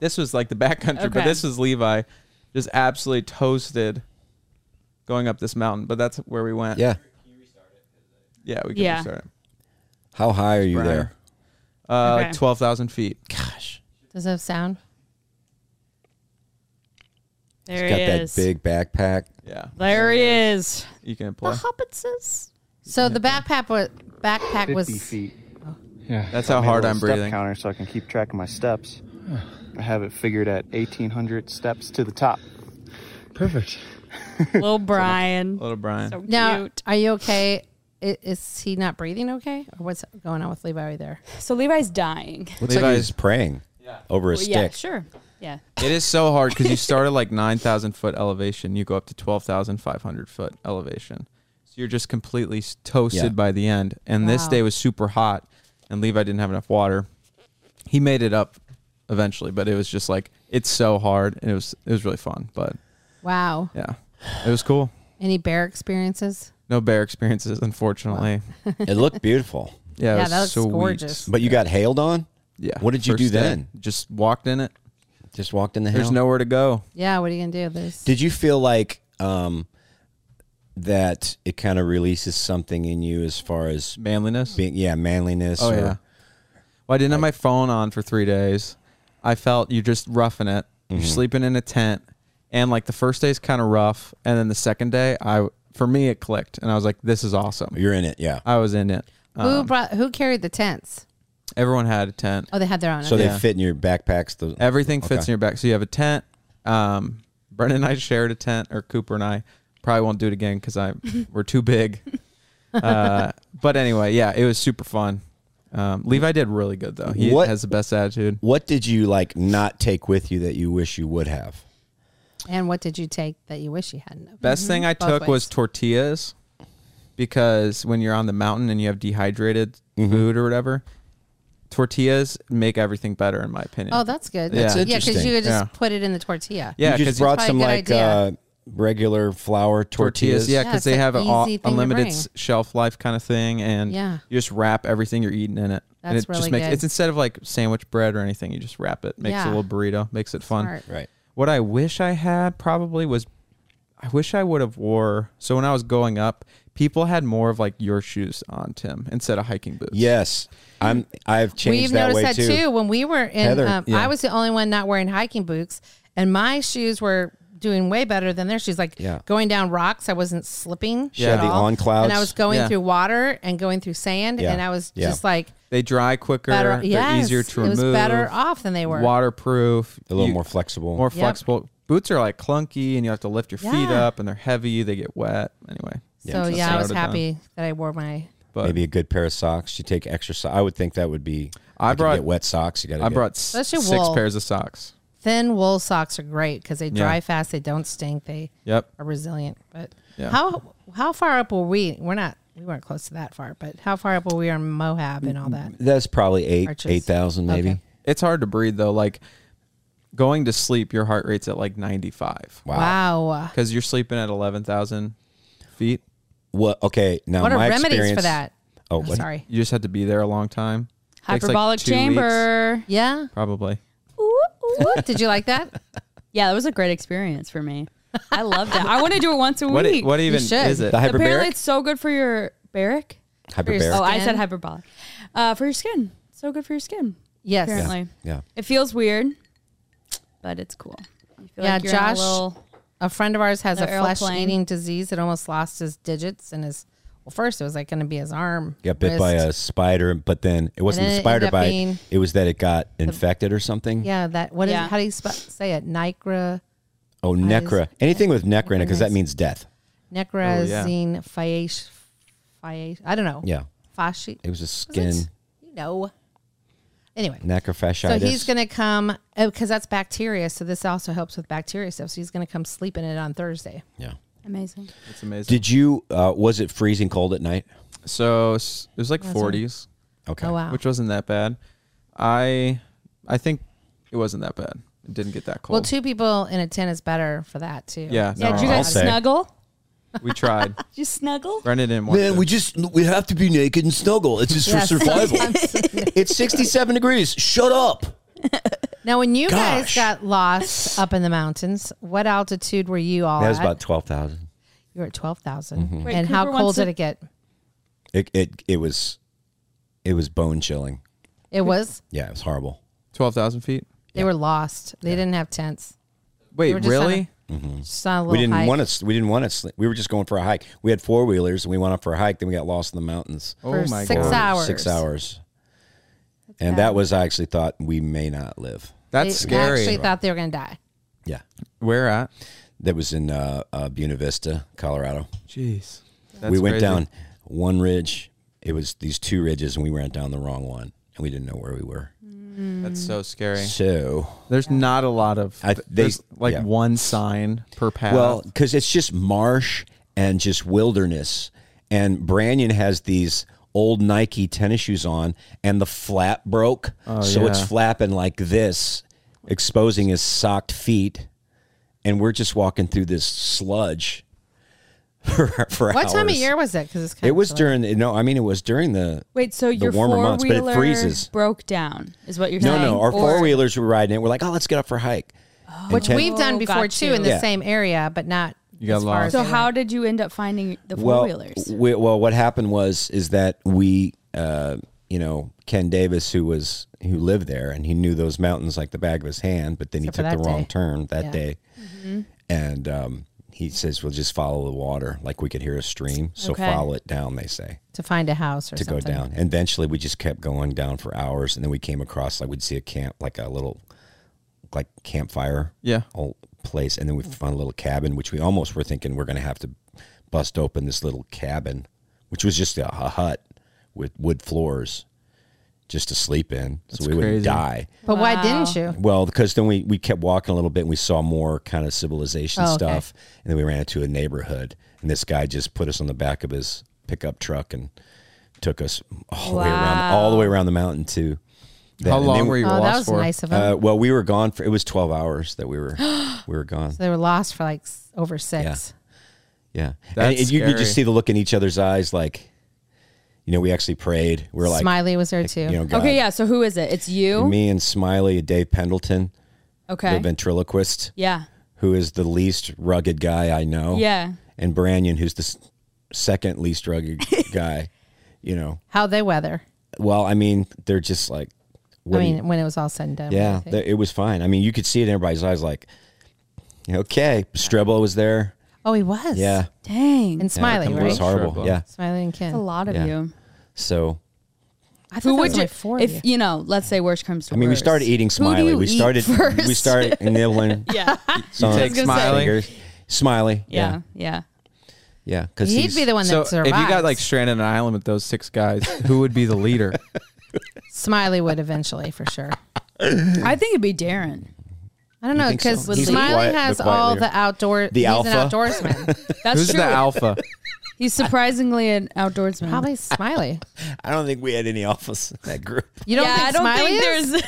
[SPEAKER 1] This was like the backcountry, but
[SPEAKER 4] Okay.
[SPEAKER 1] this was Levi, just absolutely toasted, going up this mountain. But that's where we went.
[SPEAKER 3] yeah.
[SPEAKER 1] yeah, we can
[SPEAKER 4] Yeah.
[SPEAKER 1] restart it.
[SPEAKER 3] How high are you
[SPEAKER 1] Brian.
[SPEAKER 3] there?
[SPEAKER 1] Uh,
[SPEAKER 4] Okay.
[SPEAKER 1] 12,000 feet.
[SPEAKER 3] Gosh,
[SPEAKER 2] Does it have sound?
[SPEAKER 3] he's
[SPEAKER 4] There he
[SPEAKER 3] got that
[SPEAKER 4] is.
[SPEAKER 3] big backpack.
[SPEAKER 1] Yeah,
[SPEAKER 4] there he is.
[SPEAKER 1] you can
[SPEAKER 4] The
[SPEAKER 1] play.
[SPEAKER 4] hobbitses.
[SPEAKER 2] So the backpack was backpack
[SPEAKER 5] 50
[SPEAKER 2] was
[SPEAKER 5] feet. Yeah.
[SPEAKER 1] That's how hard I'm
[SPEAKER 5] Step
[SPEAKER 1] breathing.
[SPEAKER 5] counter so I can keep track of my steps. I have it figured at 1,800 steps to the top.
[SPEAKER 6] Perfect.
[SPEAKER 4] Little Brian.
[SPEAKER 1] Little Brian.
[SPEAKER 4] So
[SPEAKER 2] now.
[SPEAKER 4] cute.
[SPEAKER 2] Are you okay? I- Is he not breathing okay, or what's going on with Levi right there?
[SPEAKER 4] So Levi's dying.
[SPEAKER 3] Looks like
[SPEAKER 1] Levi's-
[SPEAKER 3] he's praying over a
[SPEAKER 4] Well,
[SPEAKER 3] stick.
[SPEAKER 4] yeah, sure. Yeah.
[SPEAKER 1] It is so hard because you start at like 9,000 foot elevation, you go up to 12,500 foot elevation. So you're just completely s- toasted
[SPEAKER 3] Yeah.
[SPEAKER 1] by the end. And this
[SPEAKER 2] Wow.
[SPEAKER 1] day was super hot, and Levi didn't have enough water. He made it up eventually, but it was just like it's so hard, and it was it was really fun. But
[SPEAKER 2] Wow.
[SPEAKER 1] yeah, it was cool.
[SPEAKER 2] Any bear experiences?
[SPEAKER 1] No bear experiences, unfortunately.
[SPEAKER 3] It looked beautiful,
[SPEAKER 1] Yeah, it
[SPEAKER 2] Yeah,
[SPEAKER 1] was
[SPEAKER 2] that looks
[SPEAKER 1] sweet.
[SPEAKER 2] gorgeous.
[SPEAKER 3] but you got hailed on.
[SPEAKER 1] Yeah.
[SPEAKER 3] What did you do
[SPEAKER 1] First day,
[SPEAKER 3] then?
[SPEAKER 1] Just walked in it.
[SPEAKER 3] Just walked in the hail.
[SPEAKER 1] There's nowhere to go.
[SPEAKER 2] Yeah. What are you gonna do? There's
[SPEAKER 3] Did you feel like um, that? It kind of releases something in you as far as
[SPEAKER 1] Manliness.
[SPEAKER 3] being yeah manliness.
[SPEAKER 1] Oh
[SPEAKER 3] or,
[SPEAKER 1] yeah. Well, I didn't have my phone on for three days. I felt you just roughing it, You're sleeping in a tent, and like the first day is kind of rough, and then the second day, I for me it clicked, and I was like, "This is awesome."
[SPEAKER 3] You're in it, yeah.
[SPEAKER 1] I was in it.
[SPEAKER 2] who brought? Who carried the tents?
[SPEAKER 1] Everyone had a tent.
[SPEAKER 2] Oh, they had their own.
[SPEAKER 3] So
[SPEAKER 2] okay.
[SPEAKER 3] they fit in your backpacks. The,
[SPEAKER 1] Everything fits in your back. So you have a tent. Um, Brendan and I shared a tent, or Cooper and I probably won't do it again because I we're too big. Uh, but anyway, yeah, it was super fun. Um, Levi did really good though. He
[SPEAKER 3] What-
[SPEAKER 1] has the best attitude.
[SPEAKER 3] what did you like not take with you that you wish you would have?
[SPEAKER 2] and what did you take that you wish you hadn't?
[SPEAKER 1] Best thing I
[SPEAKER 2] Mm-hmm. Both
[SPEAKER 1] took was
[SPEAKER 2] ways.
[SPEAKER 1] tortillas because when you're on the mountain and you have dehydrated food or whatever, tortillas make everything better in my opinion.
[SPEAKER 2] Oh, that's good.
[SPEAKER 1] That's
[SPEAKER 2] yeah, because
[SPEAKER 3] interesting.
[SPEAKER 2] you could just
[SPEAKER 1] Yeah.
[SPEAKER 2] put it in the tortilla.
[SPEAKER 1] yeah,
[SPEAKER 3] you
[SPEAKER 1] 'cause
[SPEAKER 3] just brought
[SPEAKER 2] Probably a
[SPEAKER 3] some
[SPEAKER 2] good
[SPEAKER 3] like
[SPEAKER 2] idea.
[SPEAKER 3] uh, regular flour tortillas.
[SPEAKER 1] tortillas. Yeah,
[SPEAKER 2] Yeah,
[SPEAKER 1] because
[SPEAKER 2] it's
[SPEAKER 1] they
[SPEAKER 2] an
[SPEAKER 1] have an all,
[SPEAKER 2] easy thing to
[SPEAKER 1] unlimited
[SPEAKER 2] bring.
[SPEAKER 1] s- shelf life kind of thing, and
[SPEAKER 2] Yeah.
[SPEAKER 1] you just wrap everything you're eating in it. and
[SPEAKER 2] That's
[SPEAKER 1] it just
[SPEAKER 2] really
[SPEAKER 1] makes
[SPEAKER 2] good.
[SPEAKER 1] it's instead of like sandwich bread or anything, you just wrap it, makes
[SPEAKER 2] Yeah.
[SPEAKER 1] a little burrito, makes it fun.
[SPEAKER 2] Smart.
[SPEAKER 3] Right.
[SPEAKER 1] What I wish I had probably was, I wish I would have wore. So when I was going up, people had more of like your shoes on, Tim, instead of hiking boots.
[SPEAKER 3] Yes, I'm. I've changed
[SPEAKER 2] We've
[SPEAKER 3] that
[SPEAKER 2] noticed
[SPEAKER 3] way
[SPEAKER 2] that
[SPEAKER 3] too.
[SPEAKER 2] too. When we were in,
[SPEAKER 3] Heather,
[SPEAKER 2] um,
[SPEAKER 1] yeah.
[SPEAKER 2] I was the only one not wearing hiking boots, and my shoes were doing way better than their shoes. Like
[SPEAKER 3] Yeah.
[SPEAKER 2] going down rocks, I wasn't slipping.
[SPEAKER 3] She had
[SPEAKER 2] at
[SPEAKER 3] the
[SPEAKER 2] all.
[SPEAKER 3] on clouds.
[SPEAKER 2] and I was going
[SPEAKER 1] Yeah.
[SPEAKER 2] through water and going through sand,
[SPEAKER 3] Yeah.
[SPEAKER 2] and I was
[SPEAKER 3] Yeah.
[SPEAKER 2] just like
[SPEAKER 1] They dry quicker.
[SPEAKER 2] better.
[SPEAKER 1] they're
[SPEAKER 2] Yes,
[SPEAKER 1] easier to
[SPEAKER 2] it was
[SPEAKER 1] remove.
[SPEAKER 2] better off than they were.
[SPEAKER 1] Waterproof.
[SPEAKER 3] A little
[SPEAKER 1] you-
[SPEAKER 3] more flexible.
[SPEAKER 1] More flexible. Boots are like clunky, and you have to lift your feet
[SPEAKER 2] Yeah.
[SPEAKER 1] up, and they're heavy. They get wet. Anyway.
[SPEAKER 2] So
[SPEAKER 1] that's
[SPEAKER 2] yeah,
[SPEAKER 1] what
[SPEAKER 2] I was
[SPEAKER 1] would've done.
[SPEAKER 2] happy that I wore my.
[SPEAKER 1] But
[SPEAKER 3] Maybe a good pair of socks. You take extra. So- I would think that would be.
[SPEAKER 1] I
[SPEAKER 3] you could
[SPEAKER 1] brought-
[SPEAKER 3] get wet socks. You got.
[SPEAKER 1] I brought s-
[SPEAKER 2] Let's do
[SPEAKER 1] six
[SPEAKER 2] wool.
[SPEAKER 1] pairs of socks.
[SPEAKER 2] Thin wool socks are great because they dry
[SPEAKER 1] Yeah.
[SPEAKER 2] fast. They don't stink. They
[SPEAKER 1] Yep.
[SPEAKER 2] are resilient. But
[SPEAKER 1] Yeah.
[SPEAKER 2] how how far up were we? We're not. We weren't close to that far. But how far up were we on Moab and all that?
[SPEAKER 3] That's probably eight
[SPEAKER 2] Arches.
[SPEAKER 3] eight thousand maybe.
[SPEAKER 2] Okay.
[SPEAKER 1] It's hard to breathe though. Like going to sleep, your heart rate's at like 95
[SPEAKER 2] Wow.
[SPEAKER 1] because you're sleeping at 11,000 feet.
[SPEAKER 3] What? Okay. Now
[SPEAKER 2] What are
[SPEAKER 3] my
[SPEAKER 2] remedies
[SPEAKER 3] experience-
[SPEAKER 2] for that?
[SPEAKER 3] Oh,
[SPEAKER 2] I'm
[SPEAKER 3] what-
[SPEAKER 2] sorry.
[SPEAKER 1] You just have to be there a long time. Takes, like,
[SPEAKER 4] Hyperbolic
[SPEAKER 1] two weeks,
[SPEAKER 4] chamber.
[SPEAKER 2] Yeah.
[SPEAKER 1] probably.
[SPEAKER 4] Ooh, ooh.
[SPEAKER 2] What? Did you like that?
[SPEAKER 4] yeah, that was a great experience for me. I loved it. I want to do it once a
[SPEAKER 1] What?
[SPEAKER 4] week.
[SPEAKER 1] It, what even
[SPEAKER 2] should.
[SPEAKER 1] is it?
[SPEAKER 3] The
[SPEAKER 4] Apparently,
[SPEAKER 3] hyperbaric.
[SPEAKER 4] it's so good for your barrack.
[SPEAKER 3] Hyperbaric.
[SPEAKER 4] Oh, I
[SPEAKER 2] Skin.
[SPEAKER 4] said hyperbolic. Uh, for your skin, so good for your skin.
[SPEAKER 2] Yes.
[SPEAKER 4] Apparently,
[SPEAKER 3] Yeah.
[SPEAKER 4] it feels weird, but it's cool. You feel
[SPEAKER 2] Yeah,
[SPEAKER 4] like you're in a
[SPEAKER 2] Josh-
[SPEAKER 4] little-
[SPEAKER 2] A friend of ours has a
[SPEAKER 4] The
[SPEAKER 2] flesh
[SPEAKER 4] airplane.
[SPEAKER 2] eating disease that almost lost his digits and his. Well, first it was like going to be his arm.
[SPEAKER 3] Got bit by
[SPEAKER 2] wrist.
[SPEAKER 3] a spider, but then it wasn't
[SPEAKER 2] then
[SPEAKER 3] the
[SPEAKER 2] it ended
[SPEAKER 3] spider
[SPEAKER 2] up
[SPEAKER 3] bite.
[SPEAKER 2] being-
[SPEAKER 3] it was that it got infected or something.
[SPEAKER 2] Yeah. That. What is?
[SPEAKER 4] Yeah.
[SPEAKER 2] How do you sp- say it? Nigra.
[SPEAKER 3] Oh, necra. Anything with necra in it because that means death.
[SPEAKER 2] Necrozine phage, phage. I don't know.
[SPEAKER 3] Yeah.
[SPEAKER 2] Fasci.
[SPEAKER 3] It was a
[SPEAKER 2] it?
[SPEAKER 3] skin
[SPEAKER 2] You know. Anyway. So
[SPEAKER 3] necrophagitis.
[SPEAKER 2] he's going to come because that's bacteria. So this also helps with bacteria stuff. So he's going to come sleep in it on Thursday.
[SPEAKER 3] Yeah.
[SPEAKER 4] amazing.
[SPEAKER 1] It's amazing.
[SPEAKER 3] Did you? Uh, was it freezing cold at night?
[SPEAKER 1] so s- it was like 40s,
[SPEAKER 3] Okay.
[SPEAKER 2] Oh wow.
[SPEAKER 1] which wasn't that bad. I I think it wasn't that bad. It didn't get that cold.
[SPEAKER 2] Well, two people in a tent is better for that too.
[SPEAKER 1] yeah,
[SPEAKER 4] Yeah,
[SPEAKER 1] no,
[SPEAKER 4] did you guys
[SPEAKER 3] I'll say.
[SPEAKER 4] snuggle?
[SPEAKER 1] we tried.
[SPEAKER 4] Did you snuggle?
[SPEAKER 1] Brendan didn't want to.
[SPEAKER 3] just we have to be naked and snuggle. It's just
[SPEAKER 2] Yes.
[SPEAKER 3] it's sixty-seven degrees. Shut up.
[SPEAKER 2] Now, when you guys
[SPEAKER 3] Gosh.
[SPEAKER 2] got lost up in the mountains, what altitude were you all
[SPEAKER 3] That was
[SPEAKER 2] at?
[SPEAKER 3] about Mm-hmm. twelve thousand.
[SPEAKER 2] you were at twelve
[SPEAKER 4] Wait,
[SPEAKER 2] And how
[SPEAKER 4] Cooper wants
[SPEAKER 2] cold did
[SPEAKER 4] to-
[SPEAKER 2] it get?
[SPEAKER 3] It, it it was, it was bone chilling.
[SPEAKER 2] It was.
[SPEAKER 3] Yeah, it was horrible.
[SPEAKER 1] 12,000 feet.
[SPEAKER 2] They were lost. They didn't have tents.
[SPEAKER 1] Wait,
[SPEAKER 2] were just on a- Mm-hmm.
[SPEAKER 1] really?
[SPEAKER 2] Just on a little
[SPEAKER 3] We didn't
[SPEAKER 2] hike.
[SPEAKER 3] want to. We didn't want to. sleep. We were just going for a hike. We had four wheelers and we went up for a hike. Then we got lost in the mountains.
[SPEAKER 2] for
[SPEAKER 1] Oh my
[SPEAKER 2] six
[SPEAKER 1] God.
[SPEAKER 2] hours.
[SPEAKER 3] Six hours. and that was I actually thought we may not live.
[SPEAKER 2] They
[SPEAKER 1] That's scary.
[SPEAKER 2] Actually, thought they were going to die.
[SPEAKER 3] Yeah,
[SPEAKER 1] Where at?
[SPEAKER 3] that was in uh, uh, Buena Vista, Colorado.
[SPEAKER 1] Jeez.
[SPEAKER 3] we went down one ridge. It was these two ridges, and we went down the wrong one, and we didn't know where we were.
[SPEAKER 1] That's
[SPEAKER 2] Mm.
[SPEAKER 1] so scary.
[SPEAKER 3] So
[SPEAKER 1] There's not a lot of.
[SPEAKER 3] I- they-
[SPEAKER 1] there's like
[SPEAKER 3] yeah.
[SPEAKER 1] one sign per path.
[SPEAKER 3] Well, because it's just marsh and just wilderness. And Branyon has these old Nike tennis shoes on, and the flap broke. so it's
[SPEAKER 1] Oh, yeah.
[SPEAKER 3] flapping like this, exposing his socked feet. And we're just walking through this sludge for, for
[SPEAKER 2] What
[SPEAKER 3] hours.
[SPEAKER 2] time of year was it? Because it's kind
[SPEAKER 3] It
[SPEAKER 2] of
[SPEAKER 3] was
[SPEAKER 2] chilly.
[SPEAKER 3] during, the- no, I mean, it was during the.
[SPEAKER 4] Wait, so
[SPEAKER 3] the
[SPEAKER 4] your
[SPEAKER 3] warmer
[SPEAKER 4] four
[SPEAKER 3] months, but it
[SPEAKER 4] wheeler
[SPEAKER 3] freezes.
[SPEAKER 4] broke down, is what you're
[SPEAKER 3] No,
[SPEAKER 4] saying?
[SPEAKER 3] no, our
[SPEAKER 4] Or-
[SPEAKER 3] four wheelers were riding it. We're like, oh, let's get up for a hike. And
[SPEAKER 2] which
[SPEAKER 3] ten-
[SPEAKER 2] we've done
[SPEAKER 4] Oh,
[SPEAKER 2] before
[SPEAKER 4] got
[SPEAKER 2] too
[SPEAKER 4] you.
[SPEAKER 2] in the
[SPEAKER 3] Yeah.
[SPEAKER 2] same area, but not.
[SPEAKER 1] You got
[SPEAKER 2] as far
[SPEAKER 1] lost.
[SPEAKER 2] as
[SPEAKER 4] So
[SPEAKER 2] they
[SPEAKER 4] how
[SPEAKER 2] went.
[SPEAKER 4] did you end up finding the four
[SPEAKER 3] well,
[SPEAKER 4] wheelers?
[SPEAKER 3] we- well, what happened was is that we uh, you know Ken Davis, who was who lived there, and he knew those mountains like the back of his hand. But then
[SPEAKER 2] Except for
[SPEAKER 3] he took the
[SPEAKER 2] that
[SPEAKER 3] wrong
[SPEAKER 2] day.
[SPEAKER 3] turn that
[SPEAKER 2] Yeah. Mm-hmm.
[SPEAKER 3] day, and um, he says, "We'll just follow the water, like we could hear a stream. So
[SPEAKER 2] Okay.
[SPEAKER 3] follow it down." They say
[SPEAKER 2] to find a house or
[SPEAKER 3] to
[SPEAKER 2] something.
[SPEAKER 3] go down. And eventually we just kept going down for hours and then we came across like we'd see a camp like a little like campfire
[SPEAKER 1] Yeah.
[SPEAKER 3] old place and then we found a little cabin which we almost were thinking we're gonna have to bust open this little cabin, which was just a, a hut with wood floors just to sleep in. so
[SPEAKER 1] That's
[SPEAKER 3] we wouldn't
[SPEAKER 1] crazy.
[SPEAKER 3] die.
[SPEAKER 2] But why didn't you?
[SPEAKER 3] Well, because then we, we kept walking a little bit and we saw more kind of civilization
[SPEAKER 2] Oh, okay.
[SPEAKER 3] stuff. And then we ran into a neighborhood and this guy just put us on the back of his pickup truck and took us all the way around all the way around the mountain to that.
[SPEAKER 1] How
[SPEAKER 3] And
[SPEAKER 1] long
[SPEAKER 3] then-
[SPEAKER 1] were you
[SPEAKER 2] Oh, that
[SPEAKER 1] lost
[SPEAKER 2] was
[SPEAKER 1] for?
[SPEAKER 2] nice of him.
[SPEAKER 3] Uh, well, we were gone for it was twelve hours that we were we were gone.
[SPEAKER 2] they were lost for like s- over six.
[SPEAKER 3] Yeah, and
[SPEAKER 1] That's
[SPEAKER 3] it- you could
[SPEAKER 1] scary.
[SPEAKER 3] just see the look in each other's eyes, like you know, we actually prayed. We were like,
[SPEAKER 2] Smiley was there too.
[SPEAKER 3] you know, God,
[SPEAKER 4] Okay, yeah. So who is it? It's you.
[SPEAKER 3] uh, me and Smiley and Dave Pendleton,
[SPEAKER 4] okay.
[SPEAKER 3] the ventriloquist,
[SPEAKER 4] yeah.
[SPEAKER 3] who is the least rugged guy I know.
[SPEAKER 4] Yeah.
[SPEAKER 3] and Branyan, who's the s- second least rugged guy. You know,
[SPEAKER 2] How they weather?
[SPEAKER 3] well, I mean, they're just like, what
[SPEAKER 2] I
[SPEAKER 3] do you-
[SPEAKER 2] mean, when it was all said and done.
[SPEAKER 3] yeah,
[SPEAKER 2] what do you think?
[SPEAKER 3] th- it was fine. I mean, you could see it in everybody's eyes, like, okay, Strebo was there.
[SPEAKER 2] Oh, he was.
[SPEAKER 3] Yeah,
[SPEAKER 4] Dang.
[SPEAKER 2] And Smiley,
[SPEAKER 3] it
[SPEAKER 2] right?
[SPEAKER 3] was horrible.
[SPEAKER 1] Strebo.
[SPEAKER 3] Yeah,
[SPEAKER 2] Smiley and Ken.
[SPEAKER 4] That's a lot of
[SPEAKER 3] Yeah.
[SPEAKER 4] you.
[SPEAKER 3] so
[SPEAKER 2] I thought
[SPEAKER 4] Who
[SPEAKER 2] that
[SPEAKER 4] would
[SPEAKER 2] was
[SPEAKER 4] you?
[SPEAKER 2] like four of
[SPEAKER 4] if you know, let's say worst comes to
[SPEAKER 3] I mean, we
[SPEAKER 4] worst.
[SPEAKER 3] started eating
[SPEAKER 4] Who do
[SPEAKER 3] Smiley.
[SPEAKER 4] you
[SPEAKER 3] We
[SPEAKER 4] eat
[SPEAKER 3] started,
[SPEAKER 4] first?
[SPEAKER 3] we started nibbling.
[SPEAKER 4] yeah.
[SPEAKER 3] some
[SPEAKER 1] take Smiley?
[SPEAKER 3] fingers. Smiley.
[SPEAKER 4] Yeah. Yeah.
[SPEAKER 3] yeah, because
[SPEAKER 2] He'd be the one
[SPEAKER 1] So
[SPEAKER 2] that survived.
[SPEAKER 1] if you got like stranded on an island with those six guys, who would be the leader?
[SPEAKER 2] Smiley would eventually for sure.
[SPEAKER 4] I think it'd be Darren.
[SPEAKER 2] I don't know
[SPEAKER 3] think so?
[SPEAKER 2] because
[SPEAKER 3] He's the
[SPEAKER 2] Smiley
[SPEAKER 3] quiet- the
[SPEAKER 2] has
[SPEAKER 3] quiet
[SPEAKER 2] all
[SPEAKER 3] leader.
[SPEAKER 2] the outdoor. he's
[SPEAKER 3] The
[SPEAKER 2] an
[SPEAKER 3] alpha?
[SPEAKER 2] outdoorsman.
[SPEAKER 4] That's
[SPEAKER 1] Who's
[SPEAKER 4] true.
[SPEAKER 1] the alpha?
[SPEAKER 4] He's surprisingly an outdoorsman.
[SPEAKER 2] Probably Smiley.
[SPEAKER 3] I don't think we had any office in that group.
[SPEAKER 2] You don't
[SPEAKER 4] yeah,
[SPEAKER 2] think
[SPEAKER 4] I don't
[SPEAKER 2] Smiley
[SPEAKER 4] think
[SPEAKER 2] is?
[SPEAKER 4] there's.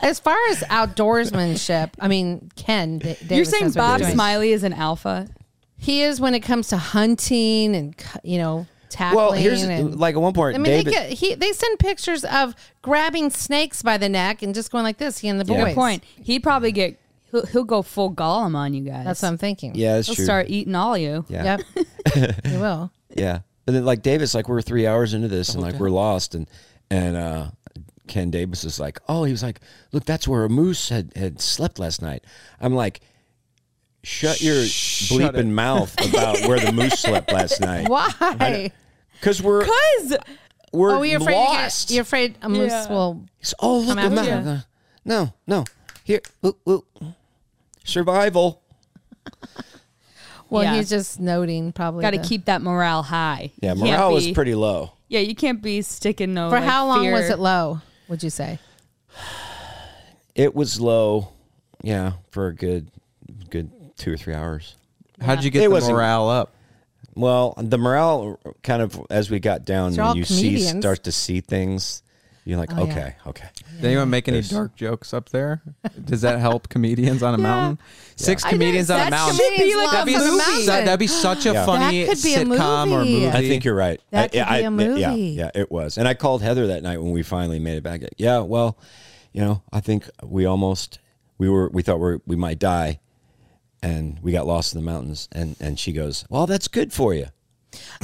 [SPEAKER 2] As far as outdoorsmanship, I mean, Ken. Da- Davis
[SPEAKER 4] You're saying
[SPEAKER 2] knows what he's
[SPEAKER 4] Bob
[SPEAKER 2] doing.
[SPEAKER 4] Smiley is an alpha?
[SPEAKER 2] He is when it comes to hunting and cu- you know tackling.
[SPEAKER 3] Well, here's
[SPEAKER 2] and,
[SPEAKER 3] like at one point,
[SPEAKER 2] I mean,
[SPEAKER 3] David.
[SPEAKER 2] they get he they send pictures of grabbing snakes by the neck and just going like this. He and the boys.
[SPEAKER 3] Yeah.
[SPEAKER 4] Good point. He'd probably get. He'll, he'll go full Gollum on you guys.
[SPEAKER 2] That's what I'm thinking.
[SPEAKER 3] yeah, that's
[SPEAKER 4] He'll
[SPEAKER 3] true.
[SPEAKER 4] start eating all you.
[SPEAKER 3] Yeah.
[SPEAKER 2] Yep. he will.
[SPEAKER 3] Yeah. And then like Davis, like we're three hours into this and like we're lost and and uh Ken Davis is like, Oh, he was like, Look, that's where a moose had, had slept last night. I'm like, Shut your bleeping mouth about where the moose slept last night.
[SPEAKER 2] Why?
[SPEAKER 3] Because we're we're
[SPEAKER 2] Oh, you're afraid. to get-
[SPEAKER 3] lost.
[SPEAKER 2] you're afraid a moose will.
[SPEAKER 3] He's, oh look
[SPEAKER 2] I'm
[SPEAKER 3] I'm
[SPEAKER 2] after
[SPEAKER 3] not- No, no. Here ooh, ooh. survival.
[SPEAKER 2] Well,
[SPEAKER 4] Yeah.
[SPEAKER 2] he's just noting probably.
[SPEAKER 4] Got to
[SPEAKER 2] the-
[SPEAKER 4] keep that morale high.
[SPEAKER 3] Yeah,
[SPEAKER 4] You can't
[SPEAKER 3] morale was
[SPEAKER 4] be-
[SPEAKER 3] pretty low.
[SPEAKER 4] Yeah, you can't be sticking no.
[SPEAKER 2] For
[SPEAKER 4] like,
[SPEAKER 2] how long was
[SPEAKER 4] fear.
[SPEAKER 2] it low? Would you say?
[SPEAKER 3] It was low, yeah, for a good good two or three hours.
[SPEAKER 1] How would you get
[SPEAKER 3] It
[SPEAKER 1] the
[SPEAKER 3] wasn't-
[SPEAKER 1] morale up?
[SPEAKER 3] Well, the morale kind of as we got down,
[SPEAKER 2] These are all
[SPEAKER 3] and you see
[SPEAKER 2] comedians.
[SPEAKER 3] start to see things. You're like,
[SPEAKER 2] Oh, yeah.
[SPEAKER 3] okay, okay.
[SPEAKER 1] Did anyone make any dark jokes up there? Does that help comedians on a mountain? Six comedians on a mountain.
[SPEAKER 2] should be like
[SPEAKER 1] that'd,
[SPEAKER 2] a
[SPEAKER 1] be
[SPEAKER 2] movie.
[SPEAKER 1] su- that'd be such a funny
[SPEAKER 2] could be a
[SPEAKER 1] sitcom or
[SPEAKER 2] movie.
[SPEAKER 1] movie.
[SPEAKER 2] I
[SPEAKER 3] I think you're right.
[SPEAKER 2] That
[SPEAKER 3] I-
[SPEAKER 2] could
[SPEAKER 3] I-
[SPEAKER 2] be a
[SPEAKER 3] I- Yeah,
[SPEAKER 2] movie.
[SPEAKER 3] yeah, it was. And I called Heather that night when we finally made it back. Like, yeah, well, you know, I think we almost we were we thought we were, we might die, and we got lost in the mountains. And and she goes, well, that's good for you.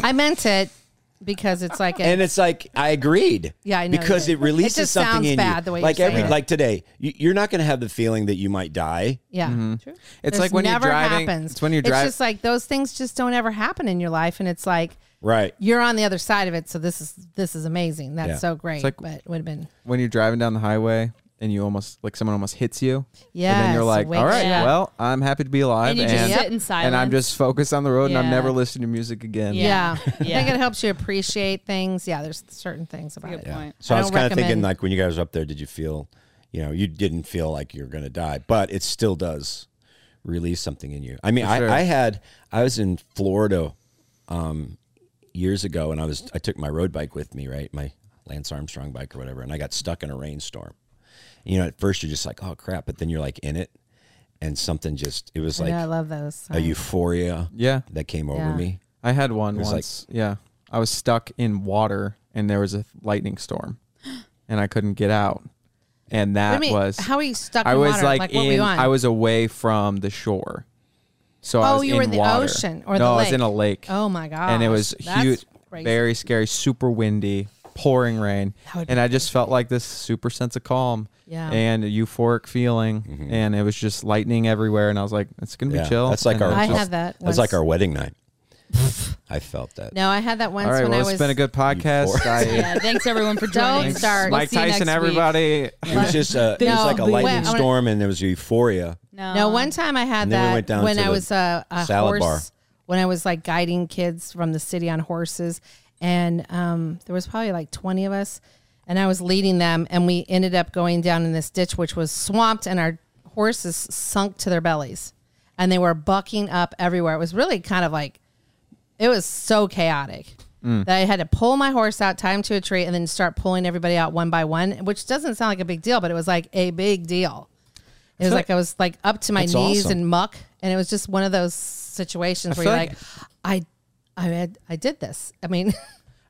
[SPEAKER 2] I meant it because it's like a,
[SPEAKER 3] And it's like I agreed.
[SPEAKER 2] Yeah, I know you
[SPEAKER 3] because
[SPEAKER 2] did.
[SPEAKER 3] it releases
[SPEAKER 2] It just
[SPEAKER 3] something
[SPEAKER 2] sounds
[SPEAKER 3] in you.
[SPEAKER 2] bad the way you're
[SPEAKER 3] like every
[SPEAKER 2] saying it.
[SPEAKER 3] like today, you, you're not going to have the feeling that you might die.
[SPEAKER 2] yeah.
[SPEAKER 1] Mm-hmm. It's
[SPEAKER 2] This
[SPEAKER 1] like when you're
[SPEAKER 2] never
[SPEAKER 1] driving.
[SPEAKER 2] Happens.
[SPEAKER 1] It's when you're
[SPEAKER 2] It's
[SPEAKER 1] driving.
[SPEAKER 2] just like those things just don't ever happen in your life, and it's like
[SPEAKER 3] Right.
[SPEAKER 2] you're on the other side of it. So this is this is amazing. That's
[SPEAKER 3] Yeah.
[SPEAKER 2] so great.
[SPEAKER 1] like-
[SPEAKER 2] but would have been
[SPEAKER 1] when you're driving down the highway and you almost like someone almost hits you. And then
[SPEAKER 2] Yes,
[SPEAKER 1] you're like,
[SPEAKER 2] wake
[SPEAKER 1] all right,
[SPEAKER 2] up.
[SPEAKER 1] well, I'm happy to be alive.
[SPEAKER 4] And you just sit in
[SPEAKER 1] And I'm
[SPEAKER 4] silence.
[SPEAKER 1] just focused on the road and I'm
[SPEAKER 4] Yeah.
[SPEAKER 1] never listening to music again.
[SPEAKER 2] yeah.
[SPEAKER 4] Yeah.
[SPEAKER 2] I
[SPEAKER 4] Yeah.
[SPEAKER 2] think it helps you appreciate things. Yeah, there's certain things about
[SPEAKER 4] Good
[SPEAKER 2] it.
[SPEAKER 4] point.
[SPEAKER 3] So I,
[SPEAKER 2] I
[SPEAKER 3] was
[SPEAKER 2] don't
[SPEAKER 3] kind of thinking,
[SPEAKER 2] recommend-
[SPEAKER 3] like, when you guys were up there, did you feel, you know, you didn't feel like you're going to die, but it still does release something in you. I mean,
[SPEAKER 1] sure.
[SPEAKER 3] I, I had, I was in Florida um, years ago and I was, I took my road bike with me, right? My Lance Armstrong bike or whatever. And I got stuck in a rainstorm. You know, at first you're just like, oh crap. But then you're like in it and something just, it was like
[SPEAKER 2] yeah, I love those.
[SPEAKER 3] a euphoria
[SPEAKER 1] Yeah.
[SPEAKER 3] that came over
[SPEAKER 2] Yeah.
[SPEAKER 3] me.
[SPEAKER 1] I had one
[SPEAKER 3] was like-
[SPEAKER 1] once. yeah. I was stuck in water and there was a lightning storm and I couldn't get out. And that
[SPEAKER 2] I mean,
[SPEAKER 1] was
[SPEAKER 2] how are you stuck?
[SPEAKER 1] I
[SPEAKER 2] in
[SPEAKER 1] was
[SPEAKER 2] water?
[SPEAKER 1] like,
[SPEAKER 2] what were
[SPEAKER 1] in
[SPEAKER 2] you on?
[SPEAKER 1] I was away from the shore. So I
[SPEAKER 2] Oh,
[SPEAKER 1] was
[SPEAKER 2] you were in the
[SPEAKER 1] water.
[SPEAKER 2] ocean or
[SPEAKER 1] no,
[SPEAKER 2] the
[SPEAKER 1] I was in
[SPEAKER 2] lake.
[SPEAKER 1] a lake.
[SPEAKER 2] Oh my god!
[SPEAKER 1] and it was
[SPEAKER 2] That's
[SPEAKER 1] huge,
[SPEAKER 2] crazy.
[SPEAKER 1] very scary, super windy, pouring rain,
[SPEAKER 2] would be
[SPEAKER 1] and I just felt like this super sense of calm,
[SPEAKER 2] Yeah.
[SPEAKER 1] and a euphoric feeling, and it was just lightning everywhere, and I was like, it's gonna
[SPEAKER 3] Mm-hmm. Yeah,
[SPEAKER 1] be chill.
[SPEAKER 3] That's like
[SPEAKER 1] And
[SPEAKER 3] our.
[SPEAKER 2] I
[SPEAKER 1] it's just-
[SPEAKER 2] had that
[SPEAKER 3] That's like
[SPEAKER 2] once.
[SPEAKER 3] our wedding night. I felt that.
[SPEAKER 2] No, I had that once
[SPEAKER 1] All right,
[SPEAKER 2] when
[SPEAKER 1] well,
[SPEAKER 2] I was
[SPEAKER 1] it's been a good podcast. I,
[SPEAKER 4] Yeah, thanks everyone for joining.
[SPEAKER 2] Don't start.
[SPEAKER 1] Mike
[SPEAKER 4] We'll see you
[SPEAKER 1] Tyson,
[SPEAKER 4] next week.
[SPEAKER 1] everybody.
[SPEAKER 3] It was just uh, it was
[SPEAKER 2] No,
[SPEAKER 3] like a
[SPEAKER 2] we-
[SPEAKER 3] lightning
[SPEAKER 2] I wanna-
[SPEAKER 3] storm, and there was euphoria.
[SPEAKER 4] No,
[SPEAKER 2] No, one time I had
[SPEAKER 3] And then we
[SPEAKER 2] that
[SPEAKER 3] went down
[SPEAKER 2] when
[SPEAKER 3] to
[SPEAKER 2] I
[SPEAKER 3] the
[SPEAKER 2] was a, a
[SPEAKER 3] salad
[SPEAKER 2] horse,
[SPEAKER 3] bar.
[SPEAKER 2] when I was like guiding kids from the city on horses, and um, there was probably like twenty of us, and I was leading them, and we ended up going down in this ditch which was swamped, and our horses sunk to their bellies, and they were bucking up everywhere. It was really kind of like it was so chaotic that I had to pull my horse out, tie him to a tree, and then start pulling everybody out one by one, which doesn't sound like a big deal, but it was like a big deal. It was like I was like up to my
[SPEAKER 3] That's
[SPEAKER 2] knees
[SPEAKER 3] awesome.
[SPEAKER 2] in muck, and it was just one of those situations where
[SPEAKER 1] feel
[SPEAKER 2] you're
[SPEAKER 1] like-
[SPEAKER 2] like, I, I, had, I did this. I mean,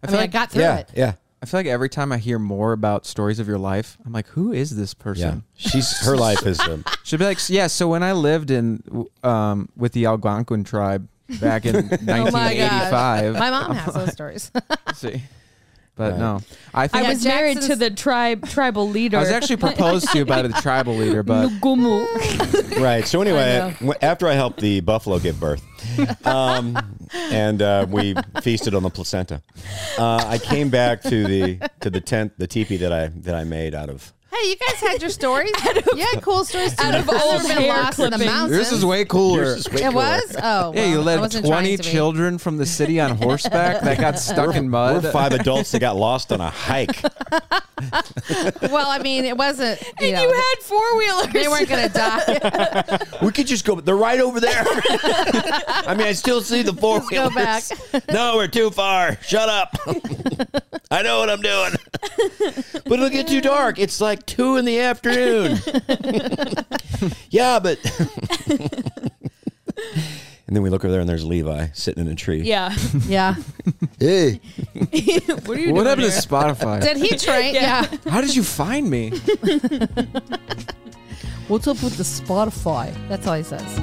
[SPEAKER 2] I,
[SPEAKER 1] feel
[SPEAKER 2] mean, I
[SPEAKER 1] like-
[SPEAKER 2] got through
[SPEAKER 3] Yeah,
[SPEAKER 2] it.
[SPEAKER 3] yeah,
[SPEAKER 1] I feel like every time I hear more about stories of your life, I'm like, who is this
[SPEAKER 3] yeah.
[SPEAKER 1] person?
[SPEAKER 3] She's her life is. Um,
[SPEAKER 1] She'd be like, yeah. So when I lived in um, with the Algonquin tribe back in
[SPEAKER 2] Oh my god!
[SPEAKER 1] 1985,
[SPEAKER 2] Oh My mom has those stories.
[SPEAKER 1] See, but no, I think
[SPEAKER 4] I
[SPEAKER 2] Yeah,
[SPEAKER 4] was married to
[SPEAKER 2] Jackson's-
[SPEAKER 4] the tribe tribal leader.
[SPEAKER 1] I was actually proposed to by the tribal leader, but
[SPEAKER 4] Ngumu.
[SPEAKER 3] right. So anyway, w- after I helped the buffalo give birth, um, and uh, we feasted on the placenta, uh, I came back to the to the tent, the teepee that I that I made out of.
[SPEAKER 2] hey, you guys had your stories. you had cool stories too.
[SPEAKER 4] out of
[SPEAKER 2] I've never
[SPEAKER 4] old
[SPEAKER 2] been
[SPEAKER 4] hair
[SPEAKER 2] lost in the
[SPEAKER 4] clippings.
[SPEAKER 2] mountains.
[SPEAKER 1] way cooler.
[SPEAKER 3] Yours is way
[SPEAKER 2] It
[SPEAKER 3] cooler.
[SPEAKER 2] was. Oh,
[SPEAKER 1] Yeah, you
[SPEAKER 2] well, I
[SPEAKER 1] led
[SPEAKER 2] wasn't trying
[SPEAKER 1] 20
[SPEAKER 2] to be.
[SPEAKER 1] children from the city on horseback that got stuck in mud.
[SPEAKER 3] We're five adults that got lost on a hike.
[SPEAKER 2] Well, I mean, it wasn't. You
[SPEAKER 4] and
[SPEAKER 2] know,
[SPEAKER 4] you had four wheelers.
[SPEAKER 2] they weren't going to die.
[SPEAKER 3] We could just go. They're right over there. I mean, I still see the four
[SPEAKER 2] go back.
[SPEAKER 3] wheelers. No, we're too far. Shut up. I know what I'm doing. But it'll get too dark. It's like two in the afternoon. yeah, but. and then we look over there, and there's Levi sitting in a tree.
[SPEAKER 4] Yeah.
[SPEAKER 2] yeah.
[SPEAKER 3] Hey,
[SPEAKER 4] what are you
[SPEAKER 1] What
[SPEAKER 4] doing?
[SPEAKER 1] happened to
[SPEAKER 4] here?
[SPEAKER 1] Spotify?
[SPEAKER 2] Did he train? Yeah.
[SPEAKER 1] How did you find me?
[SPEAKER 2] What's up with the Spotify? That's all he says.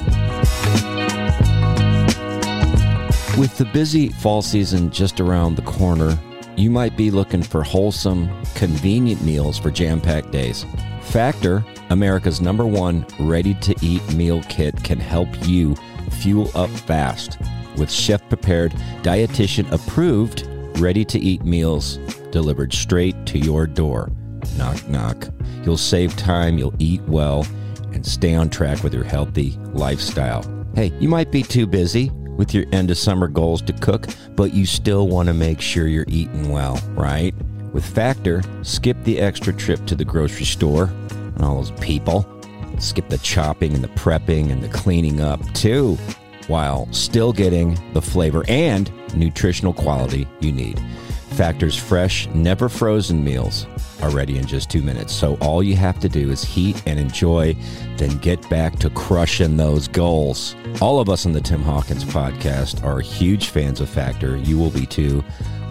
[SPEAKER 3] With the busy fall season just around the corner, you might be looking for wholesome, convenient meals for jam packed days. Factor, America's number one ready to eat meal kit, can help you fuel up fast with chef prepared, dietitian approved, ready to eat meals delivered straight to your door. Knock, knock. You'll save time, you'll eat well, and stay on track with your healthy lifestyle. Hey, you might be too busy with your end of summer goals to cook, but you still want to make sure you're eating well, right? With Factor, skip the extra trip to the grocery store and all those people. Skip the chopping and the prepping and the cleaning up, too, while still getting the flavor and nutritional quality you need. Factor's fresh, never frozen meals are ready in just two minutes. So all you have to do is heat and enjoy, then get back to crushing those goals. All of us on the Tim Hawkins podcast are huge fans of Factor. You will be too.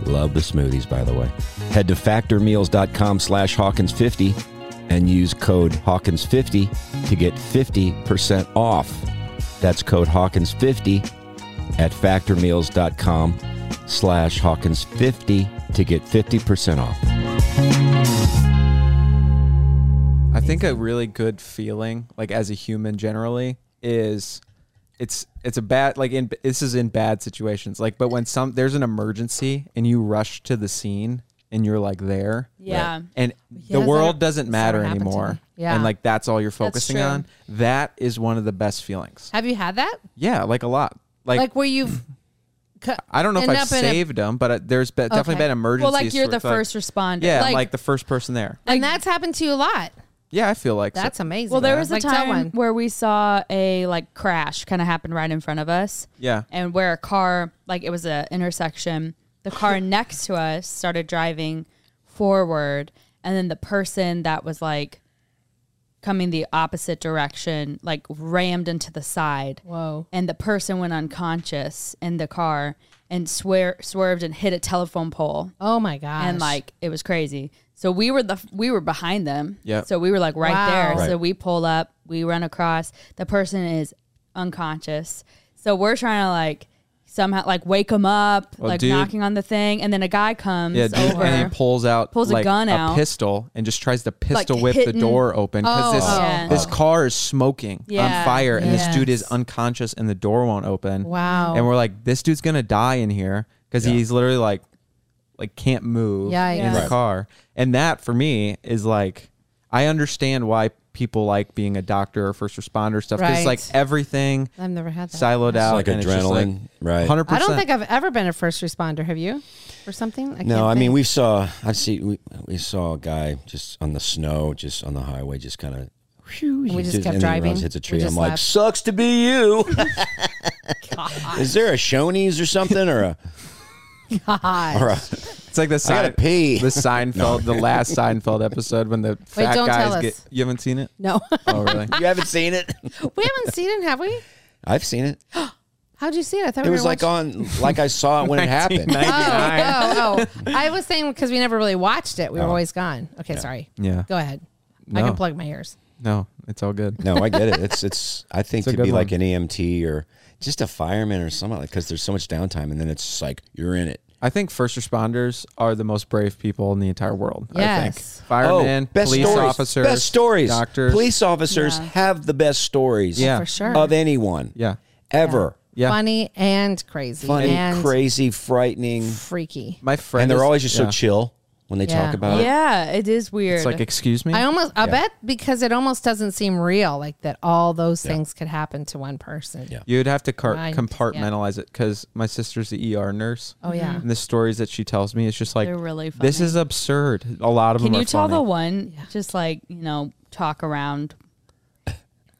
[SPEAKER 3] Love the smoothies, by the way. Head to factormeals.com slash Hawkins50 and use code Hawkins50 to get 50% off. That's code Hawkins50 at factormeals.com slash Hawkins50 to get 50% off.
[SPEAKER 1] I think a really good feeling, like as a human generally, is it's it's a bad like in this is in bad situations. Like, but when some there's an emergency and you rush to the scene and you're like there,
[SPEAKER 4] Yeah.
[SPEAKER 1] and
[SPEAKER 2] Yeah,
[SPEAKER 1] the
[SPEAKER 2] that's
[SPEAKER 1] world
[SPEAKER 2] what-
[SPEAKER 1] doesn't
[SPEAKER 2] that's
[SPEAKER 1] matter
[SPEAKER 2] what happened to
[SPEAKER 1] anymore.
[SPEAKER 2] me. Yeah.
[SPEAKER 1] and like that's all you're focusing
[SPEAKER 4] true.
[SPEAKER 1] on. That is one of the best feelings.
[SPEAKER 2] Have you had that?
[SPEAKER 1] Yeah, like a lot.
[SPEAKER 2] Like,
[SPEAKER 1] Like,
[SPEAKER 2] where you've. cu-
[SPEAKER 1] I don't know if
[SPEAKER 2] end
[SPEAKER 1] I've
[SPEAKER 2] up in a-
[SPEAKER 1] saved them, but uh, there's be- definitely
[SPEAKER 2] Okay.
[SPEAKER 1] been emergencies.
[SPEAKER 4] Well, like you're
[SPEAKER 1] where
[SPEAKER 4] the
[SPEAKER 1] it's like-
[SPEAKER 4] first responder.
[SPEAKER 1] Yeah,
[SPEAKER 4] Like,
[SPEAKER 1] like, the first person there.
[SPEAKER 2] and that's happened to you a lot.
[SPEAKER 1] Yeah, I feel like so.
[SPEAKER 2] That's amazing.
[SPEAKER 4] well, there was a
[SPEAKER 2] Like, tell
[SPEAKER 4] time
[SPEAKER 2] one.
[SPEAKER 4] where we saw a like crash kind of happen right in front of us.
[SPEAKER 1] Yeah.
[SPEAKER 4] And where a car, like it was a intersection, the car next to us started driving forward, and then the person that was like coming the opposite direction like rammed into the side.
[SPEAKER 2] Whoa.
[SPEAKER 4] And the person went unconscious in the car and swear swerved and hit a telephone pole.
[SPEAKER 2] Oh my gosh.
[SPEAKER 4] and like it was crazy. So we were the we were behind them.
[SPEAKER 1] Yep.
[SPEAKER 4] So we were like right
[SPEAKER 2] Wow.
[SPEAKER 4] there.
[SPEAKER 2] Right.
[SPEAKER 4] So we pull up, we run across. The person is unconscious. So we're trying to like somehow like wake him up,
[SPEAKER 1] Well,
[SPEAKER 4] like
[SPEAKER 1] dude-
[SPEAKER 4] knocking on the thing, and then a guy comes
[SPEAKER 1] Yeah, dude,
[SPEAKER 4] over.
[SPEAKER 1] and he pulls out
[SPEAKER 4] Pulls a
[SPEAKER 1] like,
[SPEAKER 4] gun out.
[SPEAKER 1] pistol, and just tries to pistol whip
[SPEAKER 4] hitting-
[SPEAKER 1] the door open because
[SPEAKER 2] Oh,
[SPEAKER 1] this
[SPEAKER 4] yeah.
[SPEAKER 1] this car is smoking
[SPEAKER 4] Yeah.
[SPEAKER 1] on fire, and this dude is
[SPEAKER 4] Yes.
[SPEAKER 1] unconscious, and the door won't open.
[SPEAKER 2] Wow.
[SPEAKER 1] And we're like, this dude's gonna die in here because he's literally like, like can't move
[SPEAKER 2] Yikes.
[SPEAKER 1] in the
[SPEAKER 2] Right.
[SPEAKER 1] car, and that for me is like, I understand why people like being a doctor or first responder stuff because it's like
[SPEAKER 2] Right.
[SPEAKER 1] everything
[SPEAKER 2] I've never had that.
[SPEAKER 1] siloed out,
[SPEAKER 3] like
[SPEAKER 1] and it's just like
[SPEAKER 3] adrenaline, right.
[SPEAKER 1] 100%.
[SPEAKER 2] I don't think I've ever been a first responder. Have you? Or something? I can't
[SPEAKER 3] No, I mean
[SPEAKER 2] think.
[SPEAKER 3] we saw. I've seen we, we saw a guy just on the snow, just on the highway, just kind of.
[SPEAKER 2] we just kept driving.
[SPEAKER 3] Hits a
[SPEAKER 2] We
[SPEAKER 3] tree.
[SPEAKER 2] just
[SPEAKER 3] I'm like,
[SPEAKER 2] left.
[SPEAKER 3] sucks to be you. Is there a Shoney's or something or a?
[SPEAKER 2] God.
[SPEAKER 3] Or a
[SPEAKER 1] It's like the
[SPEAKER 3] I gotta
[SPEAKER 1] Sein-
[SPEAKER 3] pee.
[SPEAKER 1] The Seinfeld, the last Seinfeld episode when the fat
[SPEAKER 2] don't
[SPEAKER 1] guys
[SPEAKER 2] tell us.
[SPEAKER 1] get. You haven't seen it?
[SPEAKER 2] No,
[SPEAKER 1] Oh, really?
[SPEAKER 3] you haven't seen it.
[SPEAKER 2] we haven't seen it, have we?
[SPEAKER 3] I've seen it.
[SPEAKER 2] How'd you see it? I thought
[SPEAKER 3] It
[SPEAKER 2] we
[SPEAKER 3] was
[SPEAKER 2] were
[SPEAKER 3] like
[SPEAKER 2] watching-
[SPEAKER 3] on, like I saw it when it happened.
[SPEAKER 2] Oh, oh, oh! I was saying because we never really watched it. We
[SPEAKER 3] Oh.
[SPEAKER 2] were always gone. Okay, sorry.
[SPEAKER 1] Yeah.
[SPEAKER 2] Go ahead. I
[SPEAKER 1] No.
[SPEAKER 2] can plug my ears.
[SPEAKER 1] No, it's all good.
[SPEAKER 3] No, I get it. It's it's. I think
[SPEAKER 1] a
[SPEAKER 3] to
[SPEAKER 1] good
[SPEAKER 3] be like
[SPEAKER 1] one.
[SPEAKER 3] an EMT or just a fireman or something like because there's so much downtime and then it's just like you're in it.
[SPEAKER 1] I think first responders are the most brave people in the entire world.
[SPEAKER 2] Yes.
[SPEAKER 1] I think. Firemen,
[SPEAKER 3] Oh, best
[SPEAKER 1] police
[SPEAKER 3] stories,
[SPEAKER 1] officers,
[SPEAKER 3] best stories.
[SPEAKER 1] doctors.
[SPEAKER 3] police officers have the best stories.
[SPEAKER 1] Yeah.
[SPEAKER 2] For sure.
[SPEAKER 3] of anyone.
[SPEAKER 1] Yeah.
[SPEAKER 3] ever.
[SPEAKER 1] Yeah.
[SPEAKER 2] Funny and crazy.
[SPEAKER 3] Funny,
[SPEAKER 2] and
[SPEAKER 3] crazy, frightening,
[SPEAKER 2] freaky.
[SPEAKER 1] My friend.
[SPEAKER 3] and they're
[SPEAKER 1] is-
[SPEAKER 3] always just
[SPEAKER 1] yeah.
[SPEAKER 3] so chill when they
[SPEAKER 2] Yeah.
[SPEAKER 3] talk about it.
[SPEAKER 4] yeah, it is weird.
[SPEAKER 1] It's like, excuse me?
[SPEAKER 2] I almost, I bet because it almost doesn't seem real, like that all those things could happen to one person.
[SPEAKER 3] Yeah.
[SPEAKER 1] You'd have to car-
[SPEAKER 2] Right, yeah.
[SPEAKER 1] compartmentalize it 'cause it because my sister's the ER nurse.
[SPEAKER 2] Oh, yeah.
[SPEAKER 4] Mm-hmm.
[SPEAKER 1] And the stories that she tells me, it's just like
[SPEAKER 4] They're really
[SPEAKER 1] this
[SPEAKER 4] funny.
[SPEAKER 1] is absurd. A lot of
[SPEAKER 4] Can
[SPEAKER 1] them.
[SPEAKER 4] you
[SPEAKER 1] are
[SPEAKER 4] tell
[SPEAKER 1] funny.
[SPEAKER 4] the one just like you know talk around?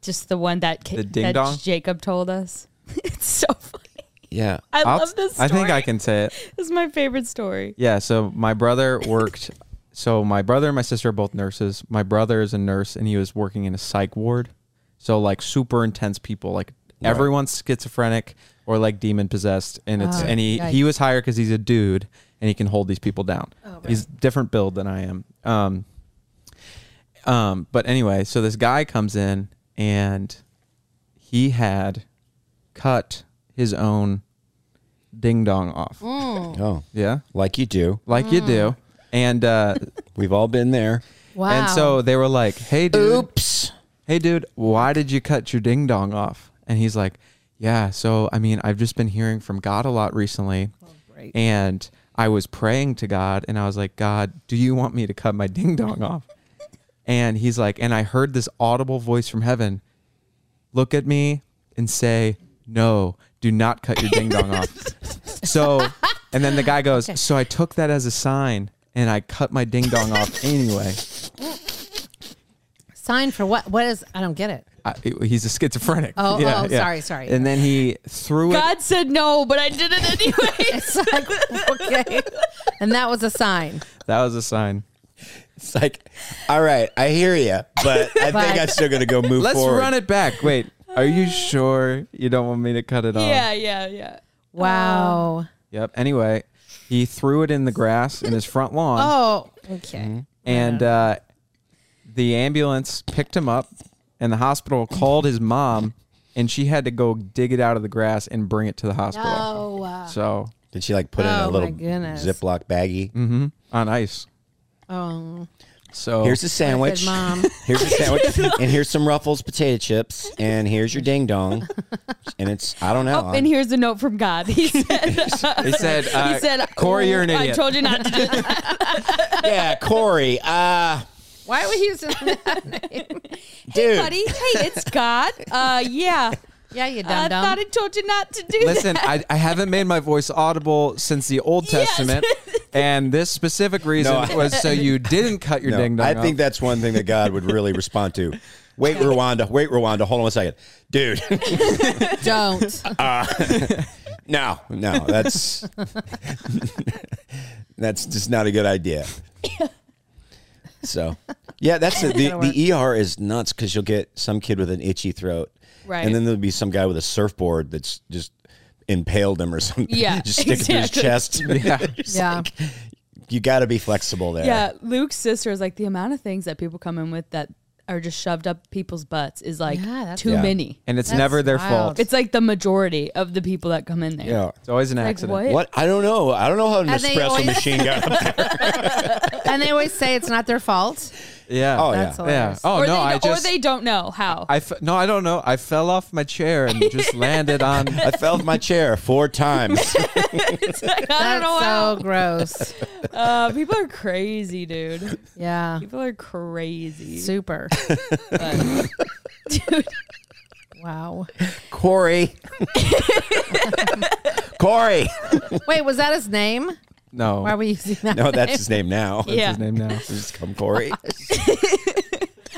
[SPEAKER 4] Just the one that Ki-
[SPEAKER 1] The ding
[SPEAKER 4] that
[SPEAKER 1] dong?
[SPEAKER 4] Jacob told us. it's so funny.
[SPEAKER 3] Yeah.
[SPEAKER 4] I
[SPEAKER 1] I'll-
[SPEAKER 4] love this.
[SPEAKER 1] I
[SPEAKER 4] Story.
[SPEAKER 1] think I can say it.
[SPEAKER 4] This is my favorite story.
[SPEAKER 1] Yeah. So my brother worked. so my brother and my sister are both nurses. My brother is a nurse, and he was working in a psych ward. So like super intense people. Like everyone's schizophrenic or like demon possessed, and it's
[SPEAKER 2] Oh,
[SPEAKER 1] and he
[SPEAKER 2] yikes. Oh,
[SPEAKER 1] he was hired because he's a dude and he can hold these people down. he's different build than I am. Um. Um. But anyway, so this guy comes in and he had cut his own ding dong off.
[SPEAKER 2] Mm.
[SPEAKER 3] Oh,
[SPEAKER 1] Yeah
[SPEAKER 3] like you do.
[SPEAKER 1] like you do. And uh,
[SPEAKER 3] We've all been there.
[SPEAKER 2] Wow.
[SPEAKER 1] and so they were like, "Hey, dude,
[SPEAKER 3] Oops.
[SPEAKER 1] hey, dude, why did you cut your ding dong off?" And he's like, "Yeah, so I mean, I've just been hearing from God a lot recently, and I was praying to God, and I was like, God, do you want me to cut my ding dong off?" And he's like, and I heard this audible voice from heaven, look at me and say, "No, do not cut your ding dong off." So, and then the guy goes, "So I took that as a sign." And I cut my ding dong off anyway.
[SPEAKER 2] sign for what? What is, I don't get it.
[SPEAKER 1] I, he's a schizophrenic.
[SPEAKER 2] Oh, oh, sorry, sorry.
[SPEAKER 1] And then he threw it.
[SPEAKER 4] God said no, but I did it anyway.
[SPEAKER 2] It's like, okay. and that was a sign.
[SPEAKER 1] That was a sign.
[SPEAKER 3] It's like, all right, I hear you, but I think I'm still gonna go move
[SPEAKER 1] Let's
[SPEAKER 3] forward.
[SPEAKER 1] run it back. Wait, are you sure you don't want me to cut it off?
[SPEAKER 4] yeah, yeah, yeah.
[SPEAKER 2] Wow.
[SPEAKER 1] Yep. Anyway, he threw it in the grass in his front lawn,
[SPEAKER 2] oh, okay.
[SPEAKER 1] and uh, the ambulance picked him up, and the hospital called his mom, and she had to go dig it out of the grass and bring it to the hospital.
[SPEAKER 2] Oh,
[SPEAKER 1] So
[SPEAKER 3] Did she like put it in
[SPEAKER 2] Oh,
[SPEAKER 3] a little
[SPEAKER 2] my goodness.
[SPEAKER 3] Ziploc baggie?
[SPEAKER 1] Mm-hmm. on ice.
[SPEAKER 2] oh,
[SPEAKER 1] So
[SPEAKER 3] Here's a sandwich.
[SPEAKER 2] good mom.
[SPEAKER 3] Here's a sandwich, and here's some Ruffles potato chips, and here's your ding dong, and it's I don't know.
[SPEAKER 4] Oh, and here's a note from God. He said,
[SPEAKER 1] he said. Uh,
[SPEAKER 4] he said,
[SPEAKER 1] Corey, you're an
[SPEAKER 4] "Ooh,
[SPEAKER 1] idiot.
[SPEAKER 4] I told you not to do that.
[SPEAKER 3] yeah, Corey. Uh,
[SPEAKER 2] Why would he use that?
[SPEAKER 3] dude.
[SPEAKER 4] buddy. Hey, it's God. Uh, yeah.
[SPEAKER 2] Yeah, you
[SPEAKER 4] I
[SPEAKER 2] dumb dumb.
[SPEAKER 4] thought I told you not to do that.
[SPEAKER 1] Listen, I, I haven't made my voice audible since the Old Testament, and this specific reason
[SPEAKER 3] No, I-
[SPEAKER 1] was so you didn't cut your
[SPEAKER 3] No,
[SPEAKER 1] ding dong.
[SPEAKER 3] I think
[SPEAKER 1] off.
[SPEAKER 3] that's one thing that God would really respond to. Wait, Rwanda. Wait, Rwanda. Hold on a second, dude.
[SPEAKER 2] Don't.
[SPEAKER 3] no, no, that's that's just not a good idea. So, yeah, that's the, the, the ER is nuts because you'll get some kid with an itchy throat,
[SPEAKER 4] Right.
[SPEAKER 3] And then there'll be some guy with a surfboard that's just impaled him or something.
[SPEAKER 4] Yeah,
[SPEAKER 3] just stick it through his chest. Yeah,
[SPEAKER 2] Yeah.
[SPEAKER 3] you got to be flexible there.
[SPEAKER 4] yeah, Luke's sister is like the amount of things that people come in with that are just shoved up people's butts is like
[SPEAKER 2] Yeah, that's-
[SPEAKER 4] too
[SPEAKER 3] Yeah.
[SPEAKER 4] many.
[SPEAKER 1] and it's
[SPEAKER 2] That's
[SPEAKER 1] never their
[SPEAKER 2] wild.
[SPEAKER 1] fault.
[SPEAKER 4] It's like the majority of the people that come in there.
[SPEAKER 3] Yeah.
[SPEAKER 1] It's always an
[SPEAKER 4] Like,
[SPEAKER 1] accident.
[SPEAKER 4] what?
[SPEAKER 3] What? I don't know. I don't know how an
[SPEAKER 2] Are they
[SPEAKER 3] espresso
[SPEAKER 2] always-
[SPEAKER 3] machine got up there.
[SPEAKER 2] and they always say it's not their fault.
[SPEAKER 1] Yeah.
[SPEAKER 3] Oh,
[SPEAKER 2] That's
[SPEAKER 3] yeah.
[SPEAKER 1] yeah.
[SPEAKER 2] hilarious.
[SPEAKER 1] Oh
[SPEAKER 4] or
[SPEAKER 1] no,
[SPEAKER 4] they,
[SPEAKER 1] I
[SPEAKER 4] or
[SPEAKER 1] just
[SPEAKER 4] they don't know how.
[SPEAKER 1] I fe- no, I don't know. I fell off my chair and just landed on.
[SPEAKER 3] I fell off my chair four times.
[SPEAKER 4] It's like, I
[SPEAKER 2] That's
[SPEAKER 4] don't know how.
[SPEAKER 2] so gross.
[SPEAKER 4] Uh, people are crazy, dude.
[SPEAKER 2] Yeah.
[SPEAKER 4] People are crazy.
[SPEAKER 2] Super.
[SPEAKER 4] but- dude,
[SPEAKER 2] Wow.
[SPEAKER 3] Corey. Corey.
[SPEAKER 2] Wait, was that his name?
[SPEAKER 1] No,
[SPEAKER 2] Why are we using that?
[SPEAKER 3] No, that's his name now.
[SPEAKER 1] What's
[SPEAKER 4] yeah.
[SPEAKER 1] his name now.
[SPEAKER 3] Just come Corey.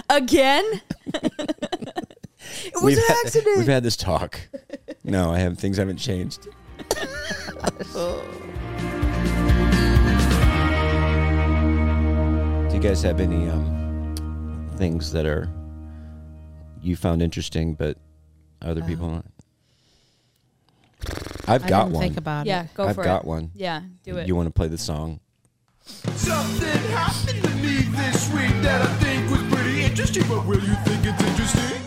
[SPEAKER 4] Again? it was
[SPEAKER 3] We've
[SPEAKER 4] an
[SPEAKER 3] had-
[SPEAKER 4] accident.
[SPEAKER 3] We've had this talk. No, I haven't. Things haven't changed. Do you guys have any um, things that are you found interesting, but other
[SPEAKER 4] Uh-huh.
[SPEAKER 3] people not? I've
[SPEAKER 2] I
[SPEAKER 3] got
[SPEAKER 2] didn't
[SPEAKER 3] one.
[SPEAKER 2] think about
[SPEAKER 4] yeah,
[SPEAKER 2] it.
[SPEAKER 4] go
[SPEAKER 3] I've
[SPEAKER 4] for it.
[SPEAKER 3] got one.
[SPEAKER 4] Yeah, do it.
[SPEAKER 3] You want to play the song?
[SPEAKER 6] Something happened to me this week that I think was pretty interesting, but will you think it's interesting?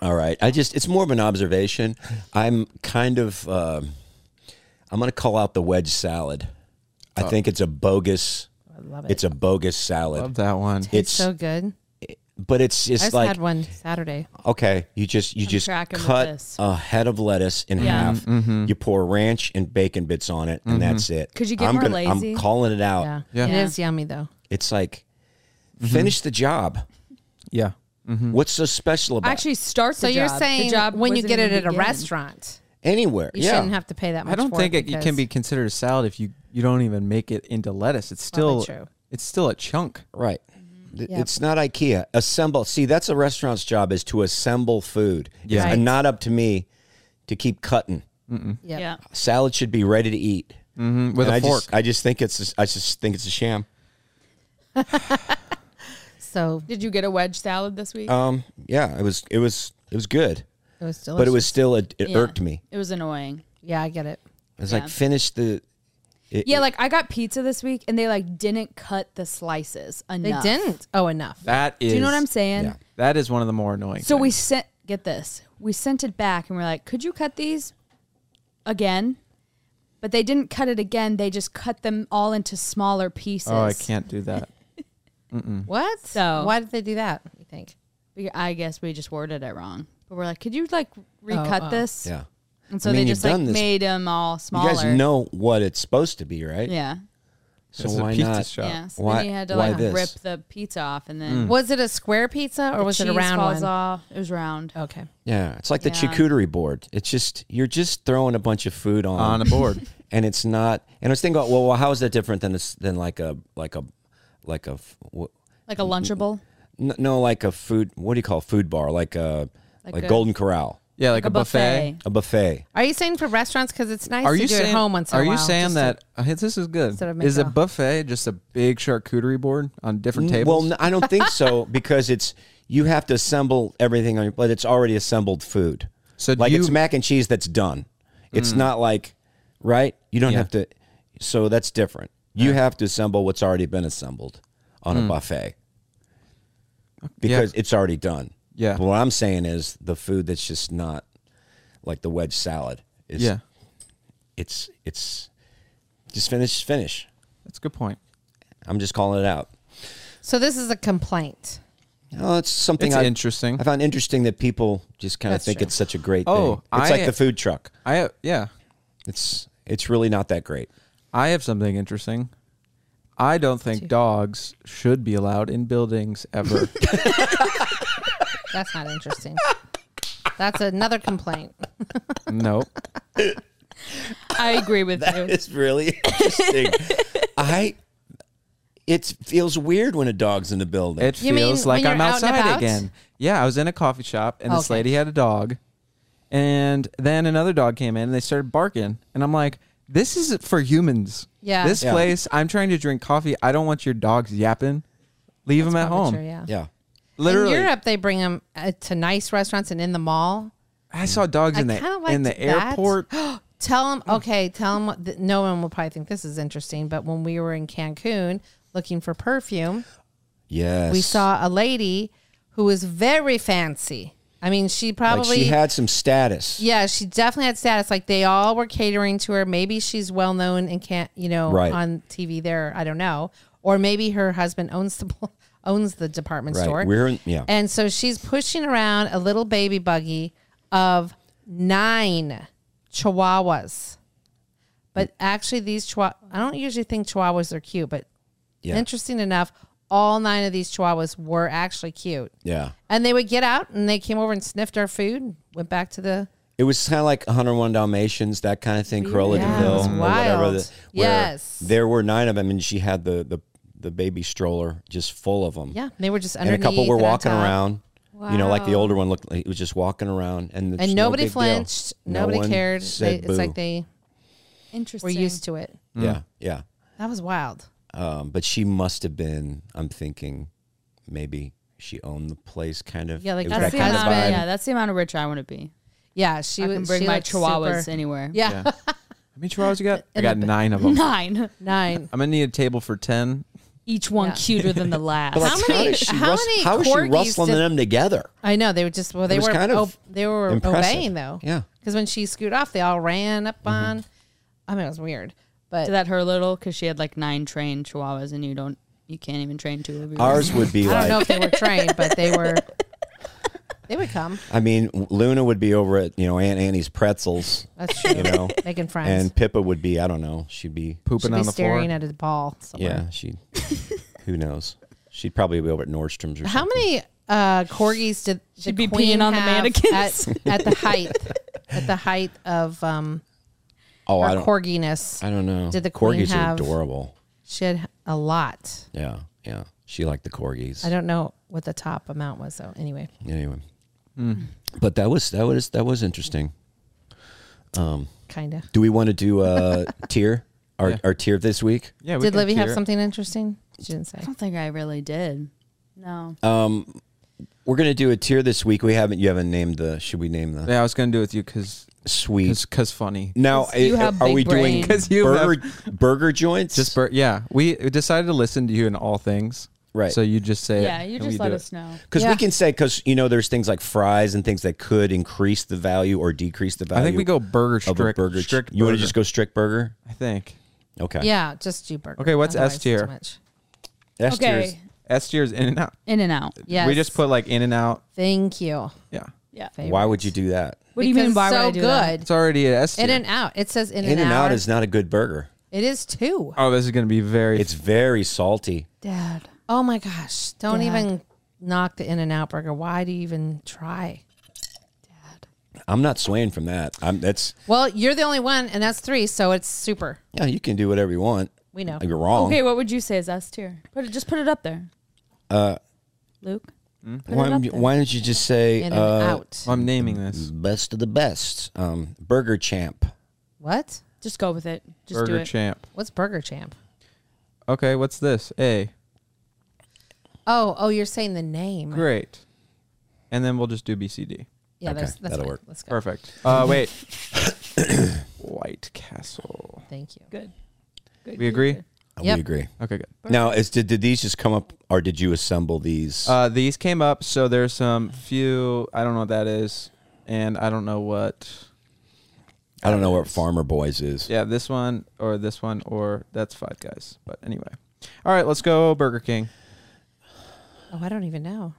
[SPEAKER 3] All right. I just it's more of an observation. I'm kind of uh, I'm going to call out the wedge salad. I
[SPEAKER 1] Oh.
[SPEAKER 3] think it's a bogus.
[SPEAKER 2] I love it.
[SPEAKER 3] It's a bogus salad.
[SPEAKER 1] Love that one.
[SPEAKER 2] it's
[SPEAKER 3] It's
[SPEAKER 2] so good.
[SPEAKER 3] but it's
[SPEAKER 2] I
[SPEAKER 3] just
[SPEAKER 2] just
[SPEAKER 3] like Oh,
[SPEAKER 2] had one Saturday.
[SPEAKER 3] okay, you just you just
[SPEAKER 4] tracking with
[SPEAKER 3] cut
[SPEAKER 4] this.
[SPEAKER 3] a head of lettuce in
[SPEAKER 4] Yeah.
[SPEAKER 3] half.
[SPEAKER 1] Mm-hmm,
[SPEAKER 3] You pour ranch and bacon bits on it, and that's it.
[SPEAKER 4] Could you get
[SPEAKER 3] I'm
[SPEAKER 4] more
[SPEAKER 3] gonna-
[SPEAKER 4] lazy?
[SPEAKER 3] I'm calling it out.
[SPEAKER 2] Yeah.
[SPEAKER 1] Yeah.
[SPEAKER 2] It is yummy though.
[SPEAKER 3] It's like
[SPEAKER 1] Mm-hmm.
[SPEAKER 3] finish the job.
[SPEAKER 1] Yeah. Mm-hmm.
[SPEAKER 3] What's so special about
[SPEAKER 4] Actually, start
[SPEAKER 2] So
[SPEAKER 4] the
[SPEAKER 2] you're
[SPEAKER 4] job. The
[SPEAKER 2] saying
[SPEAKER 4] job
[SPEAKER 2] when you
[SPEAKER 4] wasn't
[SPEAKER 2] get it
[SPEAKER 4] even
[SPEAKER 2] at a
[SPEAKER 4] begin.
[SPEAKER 2] restaurant,
[SPEAKER 3] anywhere?
[SPEAKER 2] you
[SPEAKER 3] yeah.
[SPEAKER 2] shouldn't have to pay that much.
[SPEAKER 1] I don't
[SPEAKER 2] for
[SPEAKER 1] think it, it can
[SPEAKER 2] because-
[SPEAKER 1] be considered a salad if you you don't even make it into lettuce. It's
[SPEAKER 2] Probably
[SPEAKER 1] still
[SPEAKER 2] true.
[SPEAKER 1] it's still a chunk.
[SPEAKER 3] Right.
[SPEAKER 4] Mm-hmm.
[SPEAKER 3] Th-
[SPEAKER 2] Yep.
[SPEAKER 3] It's not IKEA. Assemble. See, that's a restaurant's job is to assemble food.
[SPEAKER 1] Yeah.
[SPEAKER 3] It's
[SPEAKER 2] Right.
[SPEAKER 3] not up to me to keep cutting.
[SPEAKER 2] Yep.
[SPEAKER 4] Yeah.
[SPEAKER 3] Salad should be ready to eat
[SPEAKER 1] Mm, With
[SPEAKER 3] And
[SPEAKER 1] a
[SPEAKER 3] I
[SPEAKER 1] fork.
[SPEAKER 3] Just, I just think it's. I just think it's a sham.
[SPEAKER 2] So
[SPEAKER 4] Did you get a wedge salad this week?
[SPEAKER 3] Um. Yeah. It was. It was. It was good,
[SPEAKER 2] it was delicious.
[SPEAKER 3] but it was still. It, it
[SPEAKER 4] Yeah.
[SPEAKER 3] irked me.
[SPEAKER 4] It was annoying.
[SPEAKER 2] Yeah, I get it.
[SPEAKER 3] It was
[SPEAKER 4] Yeah.
[SPEAKER 3] like finish the. It,
[SPEAKER 4] Yeah, like I got pizza this week and they like didn't cut the slices
[SPEAKER 2] They
[SPEAKER 4] enough.
[SPEAKER 2] didn't. Oh, enough.
[SPEAKER 1] that is.
[SPEAKER 4] Do you know what I'm saying?
[SPEAKER 3] Yeah.
[SPEAKER 1] That is one of the more annoying.
[SPEAKER 4] So we
[SPEAKER 1] things.
[SPEAKER 4] sent get this. We sent it back and we're like, "Could you cut these again?" But they didn't cut it again. They just cut them all into smaller pieces.
[SPEAKER 1] Oh, I can't do that.
[SPEAKER 2] What?
[SPEAKER 4] So-
[SPEAKER 2] why did they do that? You think?
[SPEAKER 4] We- I guess we just worded it wrong. But we're like, "Could you like recut
[SPEAKER 2] oh.
[SPEAKER 4] this?"
[SPEAKER 3] Yeah.
[SPEAKER 4] And so
[SPEAKER 3] I mean,
[SPEAKER 4] they
[SPEAKER 3] you've
[SPEAKER 4] just like
[SPEAKER 3] done this-
[SPEAKER 4] made them all smaller.
[SPEAKER 3] You guys know what it's supposed to be, right?
[SPEAKER 4] Yeah.
[SPEAKER 3] So
[SPEAKER 1] This is a
[SPEAKER 3] why
[SPEAKER 1] pizza
[SPEAKER 3] not?
[SPEAKER 1] shop.
[SPEAKER 4] Yeah. So
[SPEAKER 3] Why-
[SPEAKER 4] then you had to
[SPEAKER 3] why
[SPEAKER 4] like
[SPEAKER 3] this?
[SPEAKER 4] rip the pizza off and then
[SPEAKER 2] Was it a square pizza or was it a
[SPEAKER 4] cheese
[SPEAKER 2] round
[SPEAKER 4] falls
[SPEAKER 2] one? Oh.
[SPEAKER 4] off. It was round.
[SPEAKER 2] Okay.
[SPEAKER 3] Yeah. It's like the
[SPEAKER 4] Yeah.
[SPEAKER 3] charcuterie board. It's just you're just throwing a bunch of food on
[SPEAKER 1] On a board.
[SPEAKER 3] and it's not. And I was thinking, about, well, well, how is that different than this, than like a like a like a wh-
[SPEAKER 4] Like a lunchable.
[SPEAKER 3] n- no like a food? What do you call a food bar? Like a like,
[SPEAKER 4] a-
[SPEAKER 3] Golden Corral,
[SPEAKER 1] Yeah, like, a buffet.
[SPEAKER 3] a buffet.
[SPEAKER 2] Are you saying for restaurants because it's nice
[SPEAKER 1] Are
[SPEAKER 2] to
[SPEAKER 1] you
[SPEAKER 2] do
[SPEAKER 1] saying?
[SPEAKER 2] at home once in
[SPEAKER 1] are
[SPEAKER 2] a while?
[SPEAKER 1] you saying
[SPEAKER 2] just to-
[SPEAKER 1] that uh, hey, this is good?
[SPEAKER 2] instead of
[SPEAKER 1] Is a
[SPEAKER 2] McDonald's.
[SPEAKER 1] buffet just a big charcuterie board on different
[SPEAKER 3] N-
[SPEAKER 1] tables?
[SPEAKER 3] Well, n- I don't think so because it's you have to assemble everything on your plate. It's already assembled food.
[SPEAKER 1] So do
[SPEAKER 3] like it's
[SPEAKER 1] you-
[SPEAKER 3] mac and cheese that's done. It's not like right. You don't
[SPEAKER 1] Mm. Yeah.
[SPEAKER 3] have to. So that's different. You have to assemble what's already been assembled on
[SPEAKER 1] Mm.
[SPEAKER 3] a buffet because it's already done.
[SPEAKER 1] Yeah.
[SPEAKER 3] What I'm saying is the food that's just not like the wedge salad. Is,
[SPEAKER 1] yeah,
[SPEAKER 3] It's it's just finish finish.
[SPEAKER 1] that's a good point.
[SPEAKER 3] I'm just calling it out.
[SPEAKER 2] So this is a complaint.
[SPEAKER 3] Oh, it's something
[SPEAKER 1] It's
[SPEAKER 3] I,
[SPEAKER 1] interesting.
[SPEAKER 3] I found interesting that people just kind of
[SPEAKER 2] That's
[SPEAKER 3] think
[SPEAKER 2] true.
[SPEAKER 3] it's such a great
[SPEAKER 1] Oh,
[SPEAKER 3] thing. It's
[SPEAKER 1] I-
[SPEAKER 3] like the food truck.
[SPEAKER 1] I uh, yeah,
[SPEAKER 3] It's it's really not that great.
[SPEAKER 1] I have something interesting. I don't think dogs should be allowed in buildings ever.
[SPEAKER 2] That's not interesting. That's another complaint.
[SPEAKER 1] nope.
[SPEAKER 4] I agree with you.
[SPEAKER 3] It's really interesting. I it feels weird when a dog's in the building.
[SPEAKER 1] It
[SPEAKER 2] You mean
[SPEAKER 1] feels
[SPEAKER 2] when
[SPEAKER 1] like
[SPEAKER 2] you're
[SPEAKER 1] I'm
[SPEAKER 2] out and
[SPEAKER 1] outside
[SPEAKER 2] about?
[SPEAKER 1] again. Yeah, I was in a coffee shop and this
[SPEAKER 2] Okay.
[SPEAKER 1] lady had a dog. And then another dog came in and they started barking. And I'm like, this is for humans.
[SPEAKER 2] Yeah.
[SPEAKER 1] This
[SPEAKER 3] Yeah.
[SPEAKER 1] place, I'm trying to drink coffee. I don't want your dogs yapping. Leave them at
[SPEAKER 2] Probably
[SPEAKER 1] home.
[SPEAKER 2] true, yeah.
[SPEAKER 3] yeah.
[SPEAKER 1] Literally.
[SPEAKER 2] In Europe, they bring them uh, to nice restaurants and in the mall.
[SPEAKER 1] I saw dogs
[SPEAKER 2] I
[SPEAKER 1] in the
[SPEAKER 2] kind of
[SPEAKER 1] in the airport. Oh.
[SPEAKER 2] tell them, okay, tell them. Th- no one will probably think this is interesting, but when we were in Cancun looking for perfume,
[SPEAKER 3] Yes.
[SPEAKER 2] we saw a lady who was very fancy. I mean, she probably
[SPEAKER 3] like she had some status.
[SPEAKER 2] Yeah, she definitely had status. Like they all were catering to her. Maybe she's well known and can't, you know,
[SPEAKER 3] Right.
[SPEAKER 2] on TV there. I don't know. Or maybe her husband owns the owns the department
[SPEAKER 3] Right.
[SPEAKER 2] store.
[SPEAKER 3] We're in- yeah.
[SPEAKER 2] And so she's pushing around a little baby buggy of nine chihuahuas. But
[SPEAKER 3] Mm.
[SPEAKER 2] actually, these chihuahuas, I don't usually think chihuahuas are cute, but
[SPEAKER 3] Yeah.
[SPEAKER 2] interesting enough, all nine of these chihuahuas were actually cute.
[SPEAKER 3] Yeah.
[SPEAKER 2] And they would get out and they came over and sniffed our food and went back to the
[SPEAKER 3] It was kind of like 101 Dalmatians, that kind of thing, Cruella
[SPEAKER 2] Yeah,
[SPEAKER 3] de
[SPEAKER 2] it was
[SPEAKER 3] Vil, or whatever.
[SPEAKER 2] wild.
[SPEAKER 3] The, where
[SPEAKER 2] Yes.
[SPEAKER 3] There were nine of them, and she had the, the, the baby stroller just full of them.
[SPEAKER 2] Yeah, they were just
[SPEAKER 3] And
[SPEAKER 2] underneath.
[SPEAKER 3] a couple were
[SPEAKER 2] on
[SPEAKER 3] walking
[SPEAKER 2] top.
[SPEAKER 3] around. You know, like the
[SPEAKER 2] Wow.
[SPEAKER 3] older one looked like it was just walking around. And, it's
[SPEAKER 2] and
[SPEAKER 3] no
[SPEAKER 2] nobody
[SPEAKER 3] big deal.
[SPEAKER 2] flinched.
[SPEAKER 3] No
[SPEAKER 2] Nobody
[SPEAKER 3] one
[SPEAKER 2] cared. They,
[SPEAKER 3] said
[SPEAKER 2] it's like
[SPEAKER 3] boo.
[SPEAKER 2] they were
[SPEAKER 4] Interesting.
[SPEAKER 2] used to it.
[SPEAKER 3] Yeah. Yeah.
[SPEAKER 2] That was wild.
[SPEAKER 3] Um, but she must have been, I'm thinking, maybe she owned the place kind of.
[SPEAKER 2] Yeah, like
[SPEAKER 3] it was that
[SPEAKER 4] that's the
[SPEAKER 2] kind
[SPEAKER 4] amount.
[SPEAKER 2] of vibe.
[SPEAKER 4] yeah, that's the amount of rich I want to be.
[SPEAKER 2] Yeah, she
[SPEAKER 4] I
[SPEAKER 2] was.
[SPEAKER 4] can bring
[SPEAKER 2] she
[SPEAKER 4] my
[SPEAKER 2] looked
[SPEAKER 4] chihuahuas
[SPEAKER 2] super-
[SPEAKER 4] anywhere.
[SPEAKER 2] Yeah,
[SPEAKER 1] How many chihuahuas you got? I got nine of them.
[SPEAKER 4] Nine,
[SPEAKER 2] nine.
[SPEAKER 1] I'm gonna need a table for ten.
[SPEAKER 4] each one
[SPEAKER 2] Yeah.
[SPEAKER 4] cuter than the last.
[SPEAKER 3] But like,
[SPEAKER 2] How
[SPEAKER 3] how,
[SPEAKER 2] many-
[SPEAKER 3] is she,
[SPEAKER 2] how
[SPEAKER 3] rus-
[SPEAKER 2] many
[SPEAKER 3] how is she
[SPEAKER 2] corgis
[SPEAKER 3] rustling
[SPEAKER 2] did-
[SPEAKER 3] them together?
[SPEAKER 2] I know they were just. Well, they
[SPEAKER 3] It was
[SPEAKER 2] were.
[SPEAKER 3] kind of
[SPEAKER 2] ob- they were
[SPEAKER 3] impressive.
[SPEAKER 2] obeying though.
[SPEAKER 3] Yeah. Mm-hmm.
[SPEAKER 2] because when she scooted off, they all ran up on. I mean, it was weird, but
[SPEAKER 4] Is that her little? Because she had like nine trained chihuahuas, and you don't, you can't even train two of yours.
[SPEAKER 3] Ours would be
[SPEAKER 2] I
[SPEAKER 3] like.
[SPEAKER 2] don't know if they were trained, but they were. They would come.
[SPEAKER 3] I mean, Luna would be over at you know Aunt Annie's Pretzels,
[SPEAKER 2] That's true.
[SPEAKER 3] you know,
[SPEAKER 2] Making friends.
[SPEAKER 3] and Pippa would be I don't know. She'd be
[SPEAKER 1] Pooping
[SPEAKER 2] She'd be
[SPEAKER 1] on the floor.
[SPEAKER 2] staring at his ball. Somewhere.
[SPEAKER 3] yeah. She who knows? She'd probably be over at Nordstrom's or
[SPEAKER 2] How
[SPEAKER 3] something.
[SPEAKER 2] many uh, corgis did the
[SPEAKER 4] She'd be
[SPEAKER 2] queen
[SPEAKER 4] peeing on the
[SPEAKER 2] have
[SPEAKER 4] mannequins.
[SPEAKER 2] at, at the height at the height of um,
[SPEAKER 3] Oh, I
[SPEAKER 2] her
[SPEAKER 3] don't.
[SPEAKER 2] corginess?
[SPEAKER 3] I don't know.
[SPEAKER 2] Did the
[SPEAKER 3] corgis
[SPEAKER 2] queen have-
[SPEAKER 3] are adorable?
[SPEAKER 2] She had a lot.
[SPEAKER 3] Yeah, yeah. She liked the corgis.
[SPEAKER 2] I don't know what the top amount was though. Anyway,
[SPEAKER 3] Anyway,
[SPEAKER 1] Hmm.
[SPEAKER 3] but that was that was that was interesting.
[SPEAKER 2] kind of.
[SPEAKER 3] Do we want to do uh, tier our our tier this week?
[SPEAKER 1] Yeah.
[SPEAKER 2] Did
[SPEAKER 1] can
[SPEAKER 2] Livy have
[SPEAKER 1] tier it.
[SPEAKER 2] something interesting? She didn't say.
[SPEAKER 4] I don't think I really did. No.
[SPEAKER 3] We're gonna do a tier this week. We haven't you haven't named the should we name the
[SPEAKER 1] Yeah, I was gonna do it with you because
[SPEAKER 3] sweet
[SPEAKER 1] because funny.
[SPEAKER 3] Now,
[SPEAKER 4] 'Cause you
[SPEAKER 3] i-
[SPEAKER 4] have
[SPEAKER 3] are
[SPEAKER 4] big
[SPEAKER 3] we
[SPEAKER 4] brain.
[SPEAKER 3] doing
[SPEAKER 1] 'Cause you
[SPEAKER 3] burger, burger joints?
[SPEAKER 1] Just bur- yeah, we decided to listen to you in all things.
[SPEAKER 3] Right.
[SPEAKER 1] So you just say it
[SPEAKER 4] yeah, you
[SPEAKER 1] and
[SPEAKER 4] just
[SPEAKER 1] we
[SPEAKER 4] let
[SPEAKER 1] do
[SPEAKER 4] us
[SPEAKER 1] it.
[SPEAKER 4] know.
[SPEAKER 3] because
[SPEAKER 2] Yeah.
[SPEAKER 3] we can say because you know there's things like fries and things that could increase the value or decrease the value.
[SPEAKER 1] I think we go burger
[SPEAKER 3] of a
[SPEAKER 1] strict.
[SPEAKER 3] burger.
[SPEAKER 1] strict
[SPEAKER 3] you want to
[SPEAKER 1] burger,
[SPEAKER 3] just go strict burger?
[SPEAKER 1] I think
[SPEAKER 3] Okay.
[SPEAKER 2] Yeah, just do burger.
[SPEAKER 1] Okay, what's
[SPEAKER 2] Otherwise
[SPEAKER 1] S
[SPEAKER 2] it's
[SPEAKER 1] tier?
[SPEAKER 2] too much.
[SPEAKER 3] S tier is-
[SPEAKER 4] Okay.
[SPEAKER 1] S tier is In and Out.
[SPEAKER 4] In and out.
[SPEAKER 2] Yes.
[SPEAKER 1] We just put like In and Out.
[SPEAKER 2] Thank you.
[SPEAKER 1] Yeah.
[SPEAKER 4] Yeah. What
[SPEAKER 3] Why would you do that?
[SPEAKER 4] do you mean?
[SPEAKER 2] Because
[SPEAKER 4] Why
[SPEAKER 2] so
[SPEAKER 4] would I do that?
[SPEAKER 2] good.
[SPEAKER 1] It's already an S tier.
[SPEAKER 2] In and out. It says in,
[SPEAKER 3] In and out
[SPEAKER 2] hour.
[SPEAKER 3] is not a good burger.
[SPEAKER 2] It is two.
[SPEAKER 1] oh, this is gonna be very.
[SPEAKER 3] It's very salty.
[SPEAKER 4] Dad.
[SPEAKER 2] Oh my gosh! Don't
[SPEAKER 4] Dad.
[SPEAKER 2] even knock the In and Out burger. Why do you even try?
[SPEAKER 3] I'm not swaying from that. I'm that's
[SPEAKER 2] Well, you're the only one, and that's three, so it's super.
[SPEAKER 3] yeah. You can do whatever you want.
[SPEAKER 2] We know.
[SPEAKER 3] You're wrong.
[SPEAKER 4] Okay, what would you say is S tier? Put it, just put it up there. Uh, Luke.
[SPEAKER 3] why, don't you- why don't you just say
[SPEAKER 2] In and
[SPEAKER 3] uh,
[SPEAKER 2] out.
[SPEAKER 1] I'm naming this
[SPEAKER 3] best of the best? Um, burger champ.
[SPEAKER 2] What?
[SPEAKER 4] Just go with it. Just do
[SPEAKER 1] Burger
[SPEAKER 4] it.
[SPEAKER 1] Champ.
[SPEAKER 2] What's Burger Champ?
[SPEAKER 1] Okay, what's this? A
[SPEAKER 2] Oh, oh, you're saying the name.
[SPEAKER 1] great, and then we'll just do B C D.
[SPEAKER 2] Yeah,
[SPEAKER 3] Okay,
[SPEAKER 2] that's, that's
[SPEAKER 3] that'll
[SPEAKER 2] fine.
[SPEAKER 3] work.
[SPEAKER 2] Let's go.
[SPEAKER 1] Perfect. Uh, wait. White Castle.
[SPEAKER 2] Thank you.
[SPEAKER 4] Good. Good,
[SPEAKER 1] We
[SPEAKER 4] good,
[SPEAKER 1] agree.
[SPEAKER 4] good.
[SPEAKER 2] Yep.
[SPEAKER 3] We agree.
[SPEAKER 1] Okay, good.
[SPEAKER 3] Now, is did, did these just come up, or did you assemble these?
[SPEAKER 1] Uh, these came up, so there's some few. I don't know what that is, and I don't know what.
[SPEAKER 3] I don't know what Farmer Boys is.
[SPEAKER 1] Yeah, this one or this one or that's Five Guys. But anyway, all right, let's go Burger King.
[SPEAKER 2] Oh, I don't even know.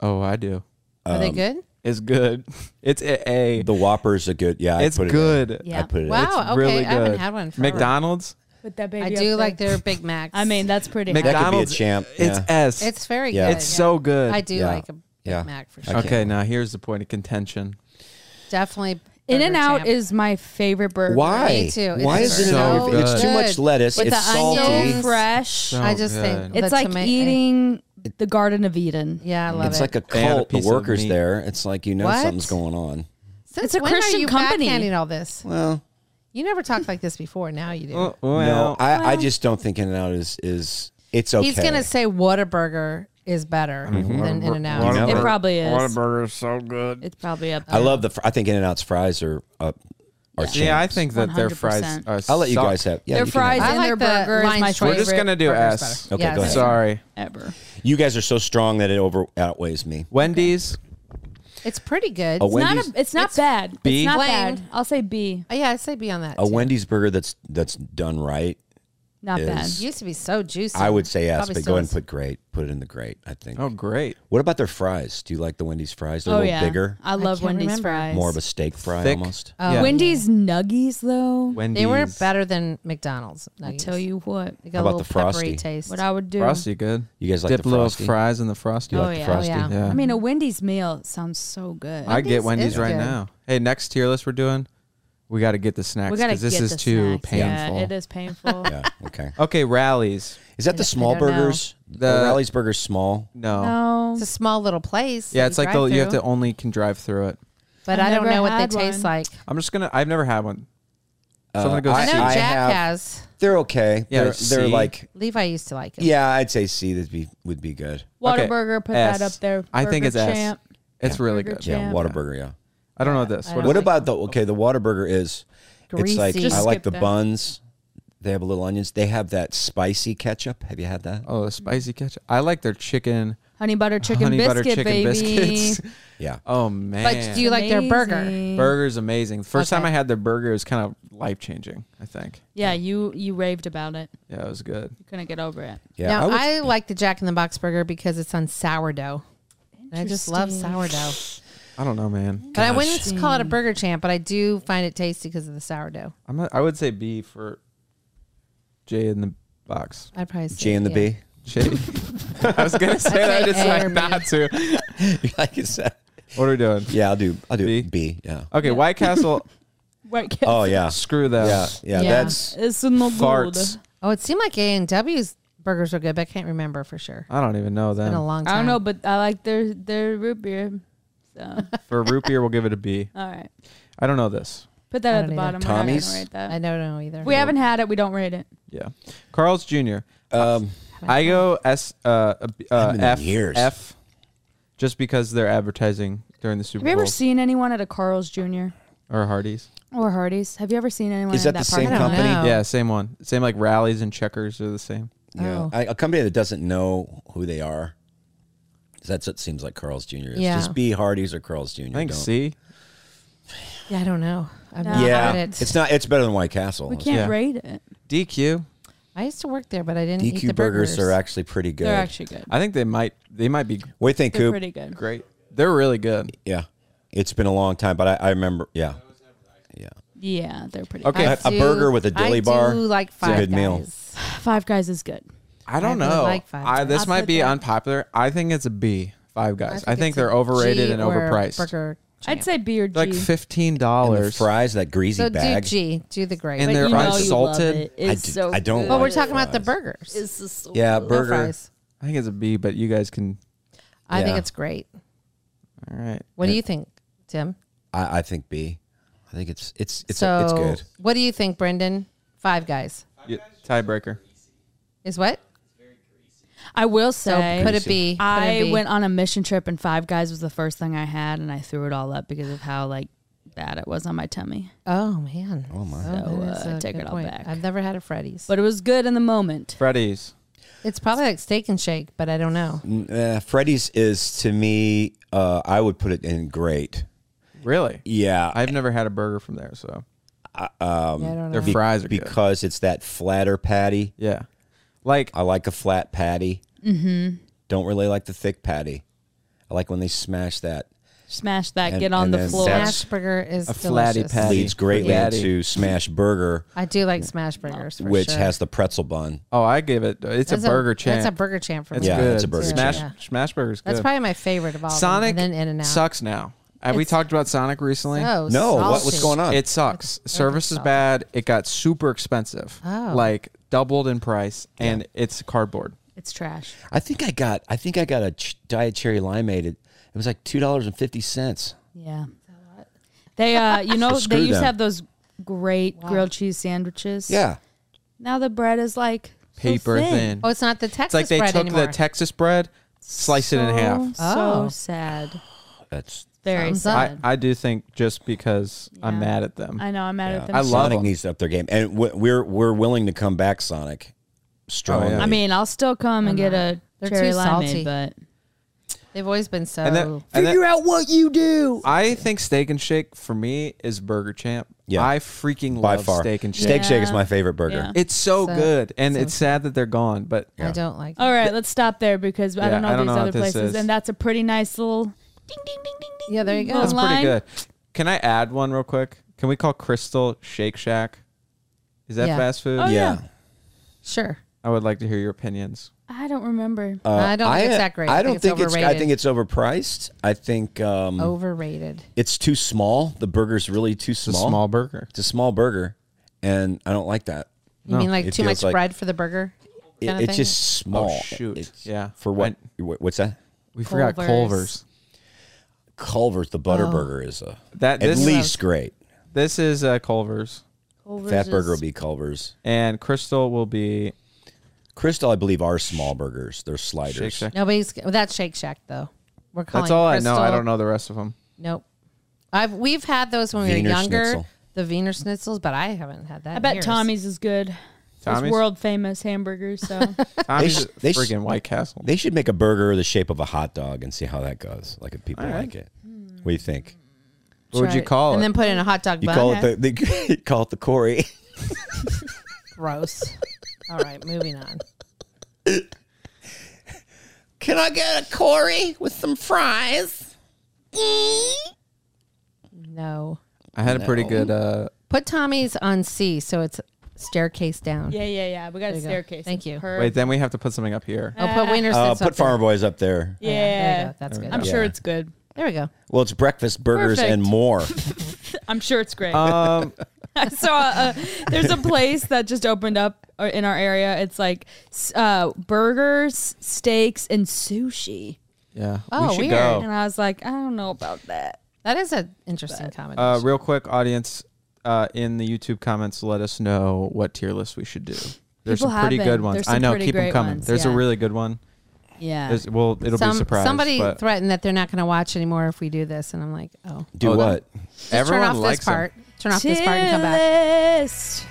[SPEAKER 1] Oh, I do.
[SPEAKER 2] Are
[SPEAKER 3] Um,
[SPEAKER 2] they good?
[SPEAKER 1] It's good. It's a. a.
[SPEAKER 3] The Whopper's a good. Yeah,
[SPEAKER 1] it's
[SPEAKER 3] I put
[SPEAKER 1] good.
[SPEAKER 3] It in. I
[SPEAKER 4] Yeah.
[SPEAKER 3] put it.
[SPEAKER 2] Wow.
[SPEAKER 3] In.
[SPEAKER 2] okay,
[SPEAKER 1] Really good.
[SPEAKER 2] I haven't had one in forever.
[SPEAKER 1] McDonald's.
[SPEAKER 4] Put that baby.
[SPEAKER 2] I
[SPEAKER 4] up
[SPEAKER 2] do
[SPEAKER 4] there.
[SPEAKER 2] like their Big Macs.
[SPEAKER 4] I mean, that's pretty.
[SPEAKER 3] could be a
[SPEAKER 4] high.
[SPEAKER 1] McDonald's.
[SPEAKER 3] champ,
[SPEAKER 1] It's
[SPEAKER 3] yeah.
[SPEAKER 1] S.
[SPEAKER 2] it's very
[SPEAKER 3] Yeah.
[SPEAKER 2] good.
[SPEAKER 1] It's so good.
[SPEAKER 2] I do
[SPEAKER 3] Yeah.
[SPEAKER 2] like a Big
[SPEAKER 3] Yeah.
[SPEAKER 2] Mac for
[SPEAKER 3] I
[SPEAKER 2] sure.
[SPEAKER 3] can't-
[SPEAKER 1] okay, now here's the point of contention.
[SPEAKER 2] Definitely.
[SPEAKER 4] In
[SPEAKER 2] Burger
[SPEAKER 4] and out
[SPEAKER 2] Champ.
[SPEAKER 4] is my favorite burger.
[SPEAKER 3] Why?
[SPEAKER 2] Me too. It's
[SPEAKER 3] Why is it
[SPEAKER 1] so
[SPEAKER 3] so
[SPEAKER 1] good.
[SPEAKER 3] It's too much
[SPEAKER 2] Good.
[SPEAKER 3] lettuce.
[SPEAKER 4] With
[SPEAKER 3] it's
[SPEAKER 4] the onions,
[SPEAKER 3] salty.
[SPEAKER 2] onion.
[SPEAKER 4] so fresh.
[SPEAKER 1] So
[SPEAKER 2] I just
[SPEAKER 1] good.
[SPEAKER 2] think
[SPEAKER 4] It's
[SPEAKER 2] the
[SPEAKER 4] like
[SPEAKER 2] toma-
[SPEAKER 4] eating the Garden of Eden.
[SPEAKER 2] Yeah, I love
[SPEAKER 3] Mm. It's
[SPEAKER 2] it.
[SPEAKER 3] like a
[SPEAKER 1] They had a
[SPEAKER 3] cult. The
[SPEAKER 1] piece of
[SPEAKER 3] workers
[SPEAKER 1] meat.
[SPEAKER 3] there. It's like you know
[SPEAKER 2] What?
[SPEAKER 3] something's going on.
[SPEAKER 2] Since
[SPEAKER 4] it's a
[SPEAKER 2] when are
[SPEAKER 4] Christian
[SPEAKER 2] you
[SPEAKER 4] company.
[SPEAKER 2] backhanding all this.
[SPEAKER 3] Well,
[SPEAKER 2] You never talked like this before. Now you do.
[SPEAKER 1] Oh,
[SPEAKER 3] no,
[SPEAKER 1] well,
[SPEAKER 3] I, I just don't think In and Out is is it's okay. Mm-hmm.
[SPEAKER 2] He's gonna say Whataburger is better than In and
[SPEAKER 3] You
[SPEAKER 2] Out.
[SPEAKER 3] know?
[SPEAKER 4] It probably is.
[SPEAKER 7] Whataburger is so good.
[SPEAKER 4] It's probably up.
[SPEAKER 3] I love the. fr- I think In and Out's fries are uh, are
[SPEAKER 4] Yeah.
[SPEAKER 3] changed.
[SPEAKER 1] Yeah, I think that their fries.
[SPEAKER 4] 100%.
[SPEAKER 1] Are
[SPEAKER 3] I'll let you
[SPEAKER 1] suck.
[SPEAKER 3] guys have. Yeah,
[SPEAKER 4] their
[SPEAKER 3] you can have
[SPEAKER 4] fries
[SPEAKER 2] I
[SPEAKER 4] and
[SPEAKER 2] like
[SPEAKER 4] their
[SPEAKER 2] the
[SPEAKER 4] burger is
[SPEAKER 2] line
[SPEAKER 4] my
[SPEAKER 2] choice.
[SPEAKER 4] favorite.
[SPEAKER 1] We're just gonna do
[SPEAKER 2] burgers
[SPEAKER 1] S.
[SPEAKER 2] better.
[SPEAKER 3] Okay,
[SPEAKER 2] Yeah,
[SPEAKER 3] go
[SPEAKER 2] same.
[SPEAKER 3] ahead.
[SPEAKER 1] Sorry,
[SPEAKER 4] that. ever.
[SPEAKER 3] it. You guys are so strong that it over outweighs me.
[SPEAKER 1] Wendy's.
[SPEAKER 2] It's pretty good.
[SPEAKER 3] A
[SPEAKER 4] It's not,
[SPEAKER 3] Wendy's-
[SPEAKER 4] a, it's not
[SPEAKER 2] It's
[SPEAKER 4] bad.
[SPEAKER 1] B?
[SPEAKER 4] It's not
[SPEAKER 2] Plain.
[SPEAKER 4] bad. I'll say B.
[SPEAKER 2] Oh, yeah, I say be on that.
[SPEAKER 3] A
[SPEAKER 2] too.
[SPEAKER 3] Wendy's burger that's that's done right.
[SPEAKER 4] Not
[SPEAKER 3] Is-
[SPEAKER 4] bad.
[SPEAKER 2] It used to be so juicy.
[SPEAKER 3] I would say yes,
[SPEAKER 2] Probably
[SPEAKER 3] but
[SPEAKER 2] still
[SPEAKER 3] go ahead and
[SPEAKER 2] is.
[SPEAKER 3] put great. Put it in the great. I think.
[SPEAKER 1] Oh, great.
[SPEAKER 3] What about their fries? Do you like the Wendy's fries? They're a
[SPEAKER 4] oh
[SPEAKER 3] little
[SPEAKER 4] yeah,
[SPEAKER 3] bigger,
[SPEAKER 4] I love
[SPEAKER 2] can't
[SPEAKER 4] Wendy's
[SPEAKER 2] remember.
[SPEAKER 4] fries.
[SPEAKER 3] more of a steak fry
[SPEAKER 1] Thick.
[SPEAKER 3] almost.
[SPEAKER 1] Yeah.
[SPEAKER 4] Uh, Wendy's nuggies though.
[SPEAKER 1] Wendy's.
[SPEAKER 2] Oh, They were better than McDonald's.
[SPEAKER 4] I
[SPEAKER 2] Nuggies.
[SPEAKER 4] tell you what,
[SPEAKER 2] They got
[SPEAKER 3] How
[SPEAKER 2] a
[SPEAKER 3] about
[SPEAKER 2] little
[SPEAKER 3] the
[SPEAKER 2] peppery
[SPEAKER 3] Frosty?
[SPEAKER 2] taste.
[SPEAKER 4] what I would do.
[SPEAKER 1] Frosty good.
[SPEAKER 3] You guys like
[SPEAKER 1] Dip
[SPEAKER 3] the
[SPEAKER 1] little
[SPEAKER 3] frosty?
[SPEAKER 1] fries in the frosty.
[SPEAKER 3] You
[SPEAKER 2] Oh,
[SPEAKER 3] like the
[SPEAKER 2] yeah.
[SPEAKER 3] frosty?
[SPEAKER 2] Oh, yeah.
[SPEAKER 1] Yeah.
[SPEAKER 4] I mean, a Wendy's meal sounds so good.
[SPEAKER 1] I get
[SPEAKER 2] Wendy's
[SPEAKER 1] Wendy's
[SPEAKER 2] is
[SPEAKER 1] right
[SPEAKER 2] good.
[SPEAKER 1] now. Hey, next tier list we're doing. We got to get the snacks
[SPEAKER 4] we gotta
[SPEAKER 1] because this
[SPEAKER 4] get
[SPEAKER 1] is
[SPEAKER 4] the
[SPEAKER 1] too
[SPEAKER 4] snacks.
[SPEAKER 1] painful.
[SPEAKER 4] Yeah, it is painful.
[SPEAKER 3] Yeah. Okay.
[SPEAKER 1] Okay, rallies.
[SPEAKER 3] Is that
[SPEAKER 2] I
[SPEAKER 3] the
[SPEAKER 2] don't-
[SPEAKER 3] small
[SPEAKER 2] I don't know.
[SPEAKER 3] burgers?
[SPEAKER 1] The-
[SPEAKER 3] Are Rally's burgers small.
[SPEAKER 1] No.
[SPEAKER 4] No,
[SPEAKER 2] It's a small little place.
[SPEAKER 1] Yeah,
[SPEAKER 2] that
[SPEAKER 1] it's
[SPEAKER 2] you
[SPEAKER 1] like the,
[SPEAKER 2] drive
[SPEAKER 1] you have
[SPEAKER 2] through,
[SPEAKER 1] to only can drive through it.
[SPEAKER 2] But
[SPEAKER 4] I've
[SPEAKER 2] I don't
[SPEAKER 4] never
[SPEAKER 2] know what they
[SPEAKER 4] had
[SPEAKER 2] taste
[SPEAKER 4] one.
[SPEAKER 2] like.
[SPEAKER 1] I'm just gonna. I've never had one. So I'm gonna go
[SPEAKER 3] Uh, I-
[SPEAKER 2] I know
[SPEAKER 1] C.
[SPEAKER 3] I-
[SPEAKER 2] Jack
[SPEAKER 3] have-
[SPEAKER 2] has.
[SPEAKER 3] They're okay.
[SPEAKER 1] Yeah,
[SPEAKER 3] they're,
[SPEAKER 1] C.
[SPEAKER 3] they're like
[SPEAKER 2] Levi used to like it.
[SPEAKER 3] yeah. I'd say C. That be would be good.
[SPEAKER 1] Okay,
[SPEAKER 4] Whataburger, put
[SPEAKER 1] S.
[SPEAKER 4] that up there.
[SPEAKER 1] I think
[SPEAKER 4] Burger
[SPEAKER 1] it's
[SPEAKER 4] Champ.
[SPEAKER 1] S. It's really
[SPEAKER 4] Burger
[SPEAKER 1] good.
[SPEAKER 4] Champ.
[SPEAKER 3] Yeah.
[SPEAKER 4] Yeah.
[SPEAKER 3] Whataburger. Yeah.
[SPEAKER 1] I don't know this. What
[SPEAKER 2] I
[SPEAKER 1] is
[SPEAKER 3] What
[SPEAKER 2] don't
[SPEAKER 3] about the okay? The Whataburger is it's like
[SPEAKER 2] Greasy. Just
[SPEAKER 3] I like
[SPEAKER 4] skip
[SPEAKER 3] the
[SPEAKER 4] that.
[SPEAKER 3] buns. They have a little onions. They have that spicy ketchup. Have you had that?
[SPEAKER 1] Oh, the spicy ketchup. I like their chicken,
[SPEAKER 4] Honey butter chicken
[SPEAKER 1] honey
[SPEAKER 4] biscuit,
[SPEAKER 1] butter chicken
[SPEAKER 4] baby.
[SPEAKER 1] biscuits.
[SPEAKER 3] Yeah.
[SPEAKER 1] oh man,
[SPEAKER 2] But do you like their burger?
[SPEAKER 4] Amazing.
[SPEAKER 1] burger's amazing. The first time
[SPEAKER 2] Okay.
[SPEAKER 1] I had their burger, it was kind of life changing. I think.
[SPEAKER 4] Yeah, you you raved about it.
[SPEAKER 1] Yeah, it was good.
[SPEAKER 4] You couldn't get over it.
[SPEAKER 3] Yeah.
[SPEAKER 2] now, I,
[SPEAKER 3] I would-
[SPEAKER 2] like the Jack in the Box burger because it's on sourdough. And I just love sourdough.
[SPEAKER 1] I don't know, man.
[SPEAKER 2] But I wouldn't call it a burger champ, but I do find it tasty because of the sourdough.
[SPEAKER 1] I'm not, I would say B for J in the box.
[SPEAKER 2] I'd probably say
[SPEAKER 3] J and the
[SPEAKER 2] yeah.
[SPEAKER 3] B.
[SPEAKER 1] J. I was gonna say that. I
[SPEAKER 2] I'd say
[SPEAKER 1] just
[SPEAKER 2] A
[SPEAKER 1] like
[SPEAKER 2] or B.
[SPEAKER 1] not to.
[SPEAKER 3] You like it, Seth?
[SPEAKER 1] What are we doing?
[SPEAKER 3] Yeah, I'll do. I'll do
[SPEAKER 1] B?
[SPEAKER 3] B. Yeah.
[SPEAKER 1] Okay, White Castle.
[SPEAKER 4] Right,
[SPEAKER 3] Oh yeah.
[SPEAKER 1] screw
[SPEAKER 3] Yeah.
[SPEAKER 1] that.
[SPEAKER 3] Yeah.
[SPEAKER 2] Yeah.
[SPEAKER 3] That's
[SPEAKER 4] it's no good.
[SPEAKER 1] Farts.
[SPEAKER 2] Oh, it seemed like A and W's burgers were good, but I can't remember for sure.
[SPEAKER 1] I don't even know
[SPEAKER 2] Been a
[SPEAKER 1] them.
[SPEAKER 2] long time.
[SPEAKER 4] I don't know, but I like their their root beer. So
[SPEAKER 1] For root beer, we'll give it a B.
[SPEAKER 4] all right,
[SPEAKER 1] I don't know this.
[SPEAKER 4] put that
[SPEAKER 2] I
[SPEAKER 4] at the
[SPEAKER 2] don't either.
[SPEAKER 4] bottom. We're not gonna
[SPEAKER 3] Tommy's?
[SPEAKER 4] rate that.
[SPEAKER 2] I don't know either.
[SPEAKER 4] If we haven't had it, we don't rate it.
[SPEAKER 1] Yeah, Carl's Jr.
[SPEAKER 3] um.
[SPEAKER 1] I go S uh, uh,
[SPEAKER 3] Haven't been
[SPEAKER 1] F
[SPEAKER 3] years.
[SPEAKER 1] F, just because they're advertising during the Super
[SPEAKER 4] Have you ever
[SPEAKER 1] Bowl
[SPEAKER 4] seen anyone at a Carl's Jr.
[SPEAKER 1] or Hardee's.
[SPEAKER 4] or Hardee's? Have you ever seen anyone
[SPEAKER 3] Is
[SPEAKER 4] at
[SPEAKER 3] that the
[SPEAKER 4] that
[SPEAKER 3] same
[SPEAKER 4] party?
[SPEAKER 2] don't
[SPEAKER 3] company?
[SPEAKER 2] know.
[SPEAKER 1] Yeah, same one. Same like rallies and checkers are the same.
[SPEAKER 3] Yeah.
[SPEAKER 2] Oh.
[SPEAKER 3] I, a company that doesn't know who they are. 'Cause That's what it seems like Carl's Jr. is.
[SPEAKER 2] Yeah.
[SPEAKER 3] Just be Hardy's or Carl's Jr.
[SPEAKER 1] I think
[SPEAKER 3] Don't-
[SPEAKER 1] C.
[SPEAKER 2] Yeah, Oh, I don't know. I've
[SPEAKER 4] No.
[SPEAKER 2] never
[SPEAKER 3] Yeah.
[SPEAKER 2] had it.
[SPEAKER 3] It's not. It's better than White Castle.
[SPEAKER 4] We can't
[SPEAKER 1] Yeah.
[SPEAKER 4] rate it.
[SPEAKER 1] DQ.
[SPEAKER 2] I used to work there, but I didn't eat the
[SPEAKER 3] DQ E burgers are actually pretty good.
[SPEAKER 4] They're actually good.
[SPEAKER 1] I think they might they might be
[SPEAKER 3] what do you think,
[SPEAKER 4] They're
[SPEAKER 3] Coop?
[SPEAKER 4] pretty good.
[SPEAKER 1] great. They're really good.
[SPEAKER 3] Yeah. It's been a long time, but I, I remember. Yeah. Yeah.
[SPEAKER 4] Yeah, they're pretty.
[SPEAKER 1] Okay.
[SPEAKER 3] A-
[SPEAKER 2] I
[SPEAKER 3] a burger with a dilly
[SPEAKER 2] I
[SPEAKER 3] bar
[SPEAKER 2] Do like
[SPEAKER 3] a
[SPEAKER 2] five
[SPEAKER 3] good meal.
[SPEAKER 2] Guys.
[SPEAKER 4] good. Five Guys is good.
[SPEAKER 1] I don't
[SPEAKER 2] I really
[SPEAKER 1] know.
[SPEAKER 2] like Five
[SPEAKER 1] I,
[SPEAKER 2] Guys.
[SPEAKER 1] this
[SPEAKER 4] I'll
[SPEAKER 1] might
[SPEAKER 4] put
[SPEAKER 1] be
[SPEAKER 4] that-
[SPEAKER 1] unpopular. I think it's a B. Five Guys. I think,
[SPEAKER 2] it's
[SPEAKER 1] they're
[SPEAKER 2] a
[SPEAKER 1] overrated
[SPEAKER 2] G
[SPEAKER 1] and
[SPEAKER 2] or
[SPEAKER 1] overpriced.
[SPEAKER 2] Burger
[SPEAKER 4] I'd
[SPEAKER 2] champ.
[SPEAKER 4] say B or G.
[SPEAKER 1] Like fifteen
[SPEAKER 3] And the
[SPEAKER 1] dollars.
[SPEAKER 3] fries, that greasy
[SPEAKER 2] so.
[SPEAKER 3] bag.
[SPEAKER 2] Do G, do the grape.
[SPEAKER 1] And
[SPEAKER 4] but
[SPEAKER 1] they're
[SPEAKER 4] you know you love
[SPEAKER 1] unsalted.
[SPEAKER 4] it.
[SPEAKER 3] I
[SPEAKER 4] It's
[SPEAKER 3] d-
[SPEAKER 4] so
[SPEAKER 3] I don't
[SPEAKER 4] good.
[SPEAKER 2] but
[SPEAKER 3] like
[SPEAKER 2] we're talking
[SPEAKER 3] fries.
[SPEAKER 2] about the burgers.
[SPEAKER 4] It's just so
[SPEAKER 3] Yeah,
[SPEAKER 4] good.
[SPEAKER 2] No
[SPEAKER 3] burger.
[SPEAKER 2] fries.
[SPEAKER 1] I think it's a B, but you guys can.
[SPEAKER 2] I
[SPEAKER 3] Yeah.
[SPEAKER 2] think it's great.
[SPEAKER 1] All right.
[SPEAKER 2] What do you think, Tim?
[SPEAKER 3] I, I think B. I think it's it's it's
[SPEAKER 2] so
[SPEAKER 3] it's good.
[SPEAKER 2] What do you think, Brendan? Five Guys
[SPEAKER 1] You- tiebreaker.
[SPEAKER 2] is what?
[SPEAKER 4] I will
[SPEAKER 2] So
[SPEAKER 4] say.
[SPEAKER 2] could it be? Could it
[SPEAKER 4] I
[SPEAKER 2] be?
[SPEAKER 4] went on a mission trip and Five Guys was the first thing I had, and I threw it all up because of how like bad it was on my tummy.
[SPEAKER 2] Oh man. Oh my.
[SPEAKER 4] So, uh, take it all back.
[SPEAKER 2] I've never had a Freddy's.
[SPEAKER 4] But it was good in the moment.
[SPEAKER 1] Freddy's.
[SPEAKER 2] It's probably like Steak and Shake, but I don't know.
[SPEAKER 3] Uh, Freddy's is to me. Uh, I would put it in great.
[SPEAKER 1] Really?
[SPEAKER 3] Yeah,
[SPEAKER 1] I've never had a burger from there, so
[SPEAKER 2] yeah, I don't
[SPEAKER 1] their
[SPEAKER 2] know.
[SPEAKER 1] fries are good.
[SPEAKER 3] because it's that flatter patty.
[SPEAKER 1] Yeah. Like
[SPEAKER 3] I like a flat patty. Mm-hmm. Don't really like the thick patty. I like when they smash that.
[SPEAKER 4] Smash that,
[SPEAKER 3] And-
[SPEAKER 4] get on
[SPEAKER 3] and
[SPEAKER 4] the
[SPEAKER 3] then
[SPEAKER 4] floor.
[SPEAKER 3] that's-
[SPEAKER 2] Smash burger is
[SPEAKER 1] a
[SPEAKER 2] delicious.
[SPEAKER 1] flatty patty.
[SPEAKER 3] Leads greatly
[SPEAKER 1] Fatty.
[SPEAKER 3] into smash burger,
[SPEAKER 2] I do like smash burgers, for
[SPEAKER 3] which
[SPEAKER 2] sure.
[SPEAKER 3] has the pretzel bun.
[SPEAKER 1] Oh, I give it. It's
[SPEAKER 2] That's
[SPEAKER 1] a burger
[SPEAKER 2] That's a
[SPEAKER 1] champ.
[SPEAKER 2] burger champ for
[SPEAKER 1] It's
[SPEAKER 2] me.
[SPEAKER 3] Yeah,
[SPEAKER 1] good.
[SPEAKER 3] it's a burger
[SPEAKER 1] Smash,
[SPEAKER 2] champ.
[SPEAKER 1] Smash burgers.
[SPEAKER 2] That's
[SPEAKER 1] good.
[SPEAKER 2] probably my favorite of all. of them.
[SPEAKER 1] Sonic
[SPEAKER 2] and then In and Out.
[SPEAKER 1] sucks now. Have we
[SPEAKER 2] It's-
[SPEAKER 1] talked about Sonic recently?
[SPEAKER 2] So
[SPEAKER 3] No, what, what's
[SPEAKER 2] salty.
[SPEAKER 3] going on?
[SPEAKER 1] It sucks. Service is
[SPEAKER 2] salty.
[SPEAKER 1] bad. It got super expensive.
[SPEAKER 2] Oh.
[SPEAKER 1] Like doubled in price, and it's cardboard.
[SPEAKER 4] It's trash.
[SPEAKER 3] I think I got. I think I got a ch- diet cherry limeade. It, it was like two dollars and fifty cents.
[SPEAKER 4] Yeah. They uh you know
[SPEAKER 3] screw
[SPEAKER 4] they used
[SPEAKER 3] them.
[SPEAKER 4] to have those great grilled cheese sandwiches.
[SPEAKER 3] Yeah,
[SPEAKER 4] Now the bread is like so
[SPEAKER 1] Paper thin.
[SPEAKER 2] Oh, it's not the
[SPEAKER 1] it's
[SPEAKER 2] Texas
[SPEAKER 1] like they
[SPEAKER 2] bread
[SPEAKER 1] took
[SPEAKER 2] anymore.
[SPEAKER 1] the Texas bread, sliced it in half.
[SPEAKER 4] So
[SPEAKER 2] Oh.
[SPEAKER 4] sad.
[SPEAKER 3] that's
[SPEAKER 7] Very
[SPEAKER 2] Thumbs
[SPEAKER 7] sad.
[SPEAKER 2] up.
[SPEAKER 1] I, I do think just because I'm
[SPEAKER 7] Yeah.
[SPEAKER 1] mad at them.
[SPEAKER 7] I know. I'm mad
[SPEAKER 3] Yeah.
[SPEAKER 7] at them.
[SPEAKER 1] I
[SPEAKER 7] too.
[SPEAKER 1] love
[SPEAKER 3] Sonic
[SPEAKER 1] them.
[SPEAKER 3] needs to up their game, and we- we're we're willing to come back, Sonic. Strong.
[SPEAKER 1] Oh, yeah.
[SPEAKER 4] I mean, I'll still come and get a
[SPEAKER 2] They're
[SPEAKER 4] cherry
[SPEAKER 2] too salty.
[SPEAKER 4] limeade, but
[SPEAKER 2] They've always been so.
[SPEAKER 1] And that- and that-
[SPEAKER 3] out what you do.
[SPEAKER 1] I think Steak and Shake for me is Burger Champ.
[SPEAKER 3] Yeah.
[SPEAKER 1] I freaking
[SPEAKER 3] By
[SPEAKER 1] love
[SPEAKER 3] far,
[SPEAKER 1] Steak and Shake.
[SPEAKER 3] Steak Shake is
[SPEAKER 4] Yeah.
[SPEAKER 3] my favorite burger.
[SPEAKER 1] It's so,
[SPEAKER 2] So-
[SPEAKER 1] good, and
[SPEAKER 2] so
[SPEAKER 1] it's sad that they're gone. But
[SPEAKER 2] I don't like.
[SPEAKER 4] Oh.
[SPEAKER 7] All right, let's stop there because I
[SPEAKER 1] Yeah,
[SPEAKER 7] don't know
[SPEAKER 1] I don't
[SPEAKER 7] these
[SPEAKER 1] know what
[SPEAKER 7] other
[SPEAKER 1] this
[SPEAKER 7] places,
[SPEAKER 1] is.
[SPEAKER 7] and that's a pretty nice little ding ding ding ding ding.
[SPEAKER 2] Yeah, there you go.
[SPEAKER 7] little
[SPEAKER 2] That's
[SPEAKER 1] pretty
[SPEAKER 7] line.
[SPEAKER 1] good. Can I add one real quick? Can we call Crystal Shake Shack? Is that
[SPEAKER 2] Yeah.
[SPEAKER 1] fast food?
[SPEAKER 7] Oh, yeah.
[SPEAKER 3] yeah.
[SPEAKER 2] Sure.
[SPEAKER 1] I would like to hear your opinions.
[SPEAKER 7] I don't remember.
[SPEAKER 3] Uh,
[SPEAKER 2] I don't think it's that great. I
[SPEAKER 3] I
[SPEAKER 2] think
[SPEAKER 3] don't
[SPEAKER 2] it's
[SPEAKER 3] think it's. I
[SPEAKER 2] overrated. Oh.
[SPEAKER 3] think it's overpriced. I think um,
[SPEAKER 2] Overrated.
[SPEAKER 3] it's too small. The burger's really too
[SPEAKER 1] It's a
[SPEAKER 3] small.
[SPEAKER 1] small burger.
[SPEAKER 3] It's a small burger, and I don't like that.
[SPEAKER 2] You mean like
[SPEAKER 3] It
[SPEAKER 2] too much
[SPEAKER 3] feels like-
[SPEAKER 2] bread for the burger?
[SPEAKER 3] It-
[SPEAKER 2] Kinda
[SPEAKER 3] it's
[SPEAKER 2] thing?
[SPEAKER 3] just small.
[SPEAKER 1] Oh, shoot.
[SPEAKER 3] It's-
[SPEAKER 1] Yeah.
[SPEAKER 3] For what? what- What's that?
[SPEAKER 1] We forgot
[SPEAKER 2] Culver's.
[SPEAKER 1] Culver's.
[SPEAKER 3] Culver's. The butter
[SPEAKER 2] Oh.
[SPEAKER 3] burger is a
[SPEAKER 1] That
[SPEAKER 3] at
[SPEAKER 1] this
[SPEAKER 3] least great.
[SPEAKER 1] this is uh, Culver's,
[SPEAKER 3] Fat burger will be Culver's.
[SPEAKER 1] and Crystal will be
[SPEAKER 3] Crystal, I believe, are small burgers. They're sliders.
[SPEAKER 1] Shake Shack.
[SPEAKER 2] Nobody's. well, That's Shake Shack though. We're calling.
[SPEAKER 1] That's all I know. I
[SPEAKER 2] Crystal-
[SPEAKER 1] don't know the rest of them.
[SPEAKER 2] Nope. I've we've had those when we were
[SPEAKER 3] Wiener
[SPEAKER 2] younger.
[SPEAKER 3] schnitzel.
[SPEAKER 2] The Wiener Schnitzels, but I haven't had that.
[SPEAKER 7] I
[SPEAKER 2] in
[SPEAKER 7] bet
[SPEAKER 2] years.
[SPEAKER 7] Tommy's is good.
[SPEAKER 1] Tommy's?
[SPEAKER 7] It's world famous hamburgers. So
[SPEAKER 1] Tommy's
[SPEAKER 3] sh- they sh-
[SPEAKER 1] friggin' White Castle.
[SPEAKER 3] They should make a burger the shape of a hot dog and see how that goes. Like if people like it. What do you think?
[SPEAKER 1] what would
[SPEAKER 7] Try
[SPEAKER 1] you
[SPEAKER 7] it.
[SPEAKER 1] call it?
[SPEAKER 2] and then put in a hot dog
[SPEAKER 3] You
[SPEAKER 2] bun.
[SPEAKER 3] call it the, the you call it the Corey.
[SPEAKER 2] Gross. all right, moving on.
[SPEAKER 3] Can I get a Corey with some fries? Uh,
[SPEAKER 2] No.
[SPEAKER 1] I had a pretty good. Uh,
[SPEAKER 2] Put Tommy's on C, so it's staircase down.
[SPEAKER 7] yeah, yeah, yeah. We got a
[SPEAKER 2] you go.
[SPEAKER 7] staircase.
[SPEAKER 2] Thank you.
[SPEAKER 7] Perfect.
[SPEAKER 1] wait, then we have to put something up here.
[SPEAKER 2] Oh, put Wiener
[SPEAKER 3] Uh,
[SPEAKER 2] Schnitzel.
[SPEAKER 3] put Farmer Boys up there.
[SPEAKER 7] yeah,
[SPEAKER 2] There you go. That's good.
[SPEAKER 7] I'm sure it's good.
[SPEAKER 2] There we go.
[SPEAKER 3] Well, it's breakfast burgers
[SPEAKER 7] Perfect.
[SPEAKER 3] and more.
[SPEAKER 7] I'm sure it's great.
[SPEAKER 1] Um,
[SPEAKER 7] I saw a, there's a place that just opened up uh, in our area. It's like s- uh, burgers, steaks, and sushi.
[SPEAKER 1] yeah.
[SPEAKER 2] Oh,
[SPEAKER 1] we should
[SPEAKER 2] weird.
[SPEAKER 1] go.
[SPEAKER 7] And I was like, I don't know about that.
[SPEAKER 2] That is an interesting combination.
[SPEAKER 1] Uh, real quick, audience, uh, in the YouTube comments, let us know what tier list we should do. There's
[SPEAKER 7] People
[SPEAKER 1] some pretty
[SPEAKER 7] have
[SPEAKER 1] good
[SPEAKER 7] been.
[SPEAKER 1] ones.
[SPEAKER 7] There's
[SPEAKER 1] I
[SPEAKER 7] some
[SPEAKER 1] know.
[SPEAKER 7] pretty
[SPEAKER 1] Keep them
[SPEAKER 7] great
[SPEAKER 1] coming.
[SPEAKER 7] ones,
[SPEAKER 1] There's a
[SPEAKER 7] yeah.
[SPEAKER 1] really good one.
[SPEAKER 4] yeah.
[SPEAKER 1] There's, well, it'll be a surprise.
[SPEAKER 2] somebody
[SPEAKER 1] but
[SPEAKER 2] threatened that they're not going to watch anymore if we do this, and I'm like, oh,
[SPEAKER 3] Do
[SPEAKER 1] Oh,
[SPEAKER 3] what?
[SPEAKER 2] Just
[SPEAKER 1] everyone
[SPEAKER 2] turn off
[SPEAKER 1] likes
[SPEAKER 2] this
[SPEAKER 1] 'em.
[SPEAKER 2] part. Turn off this part and come back.
[SPEAKER 7] Tier list.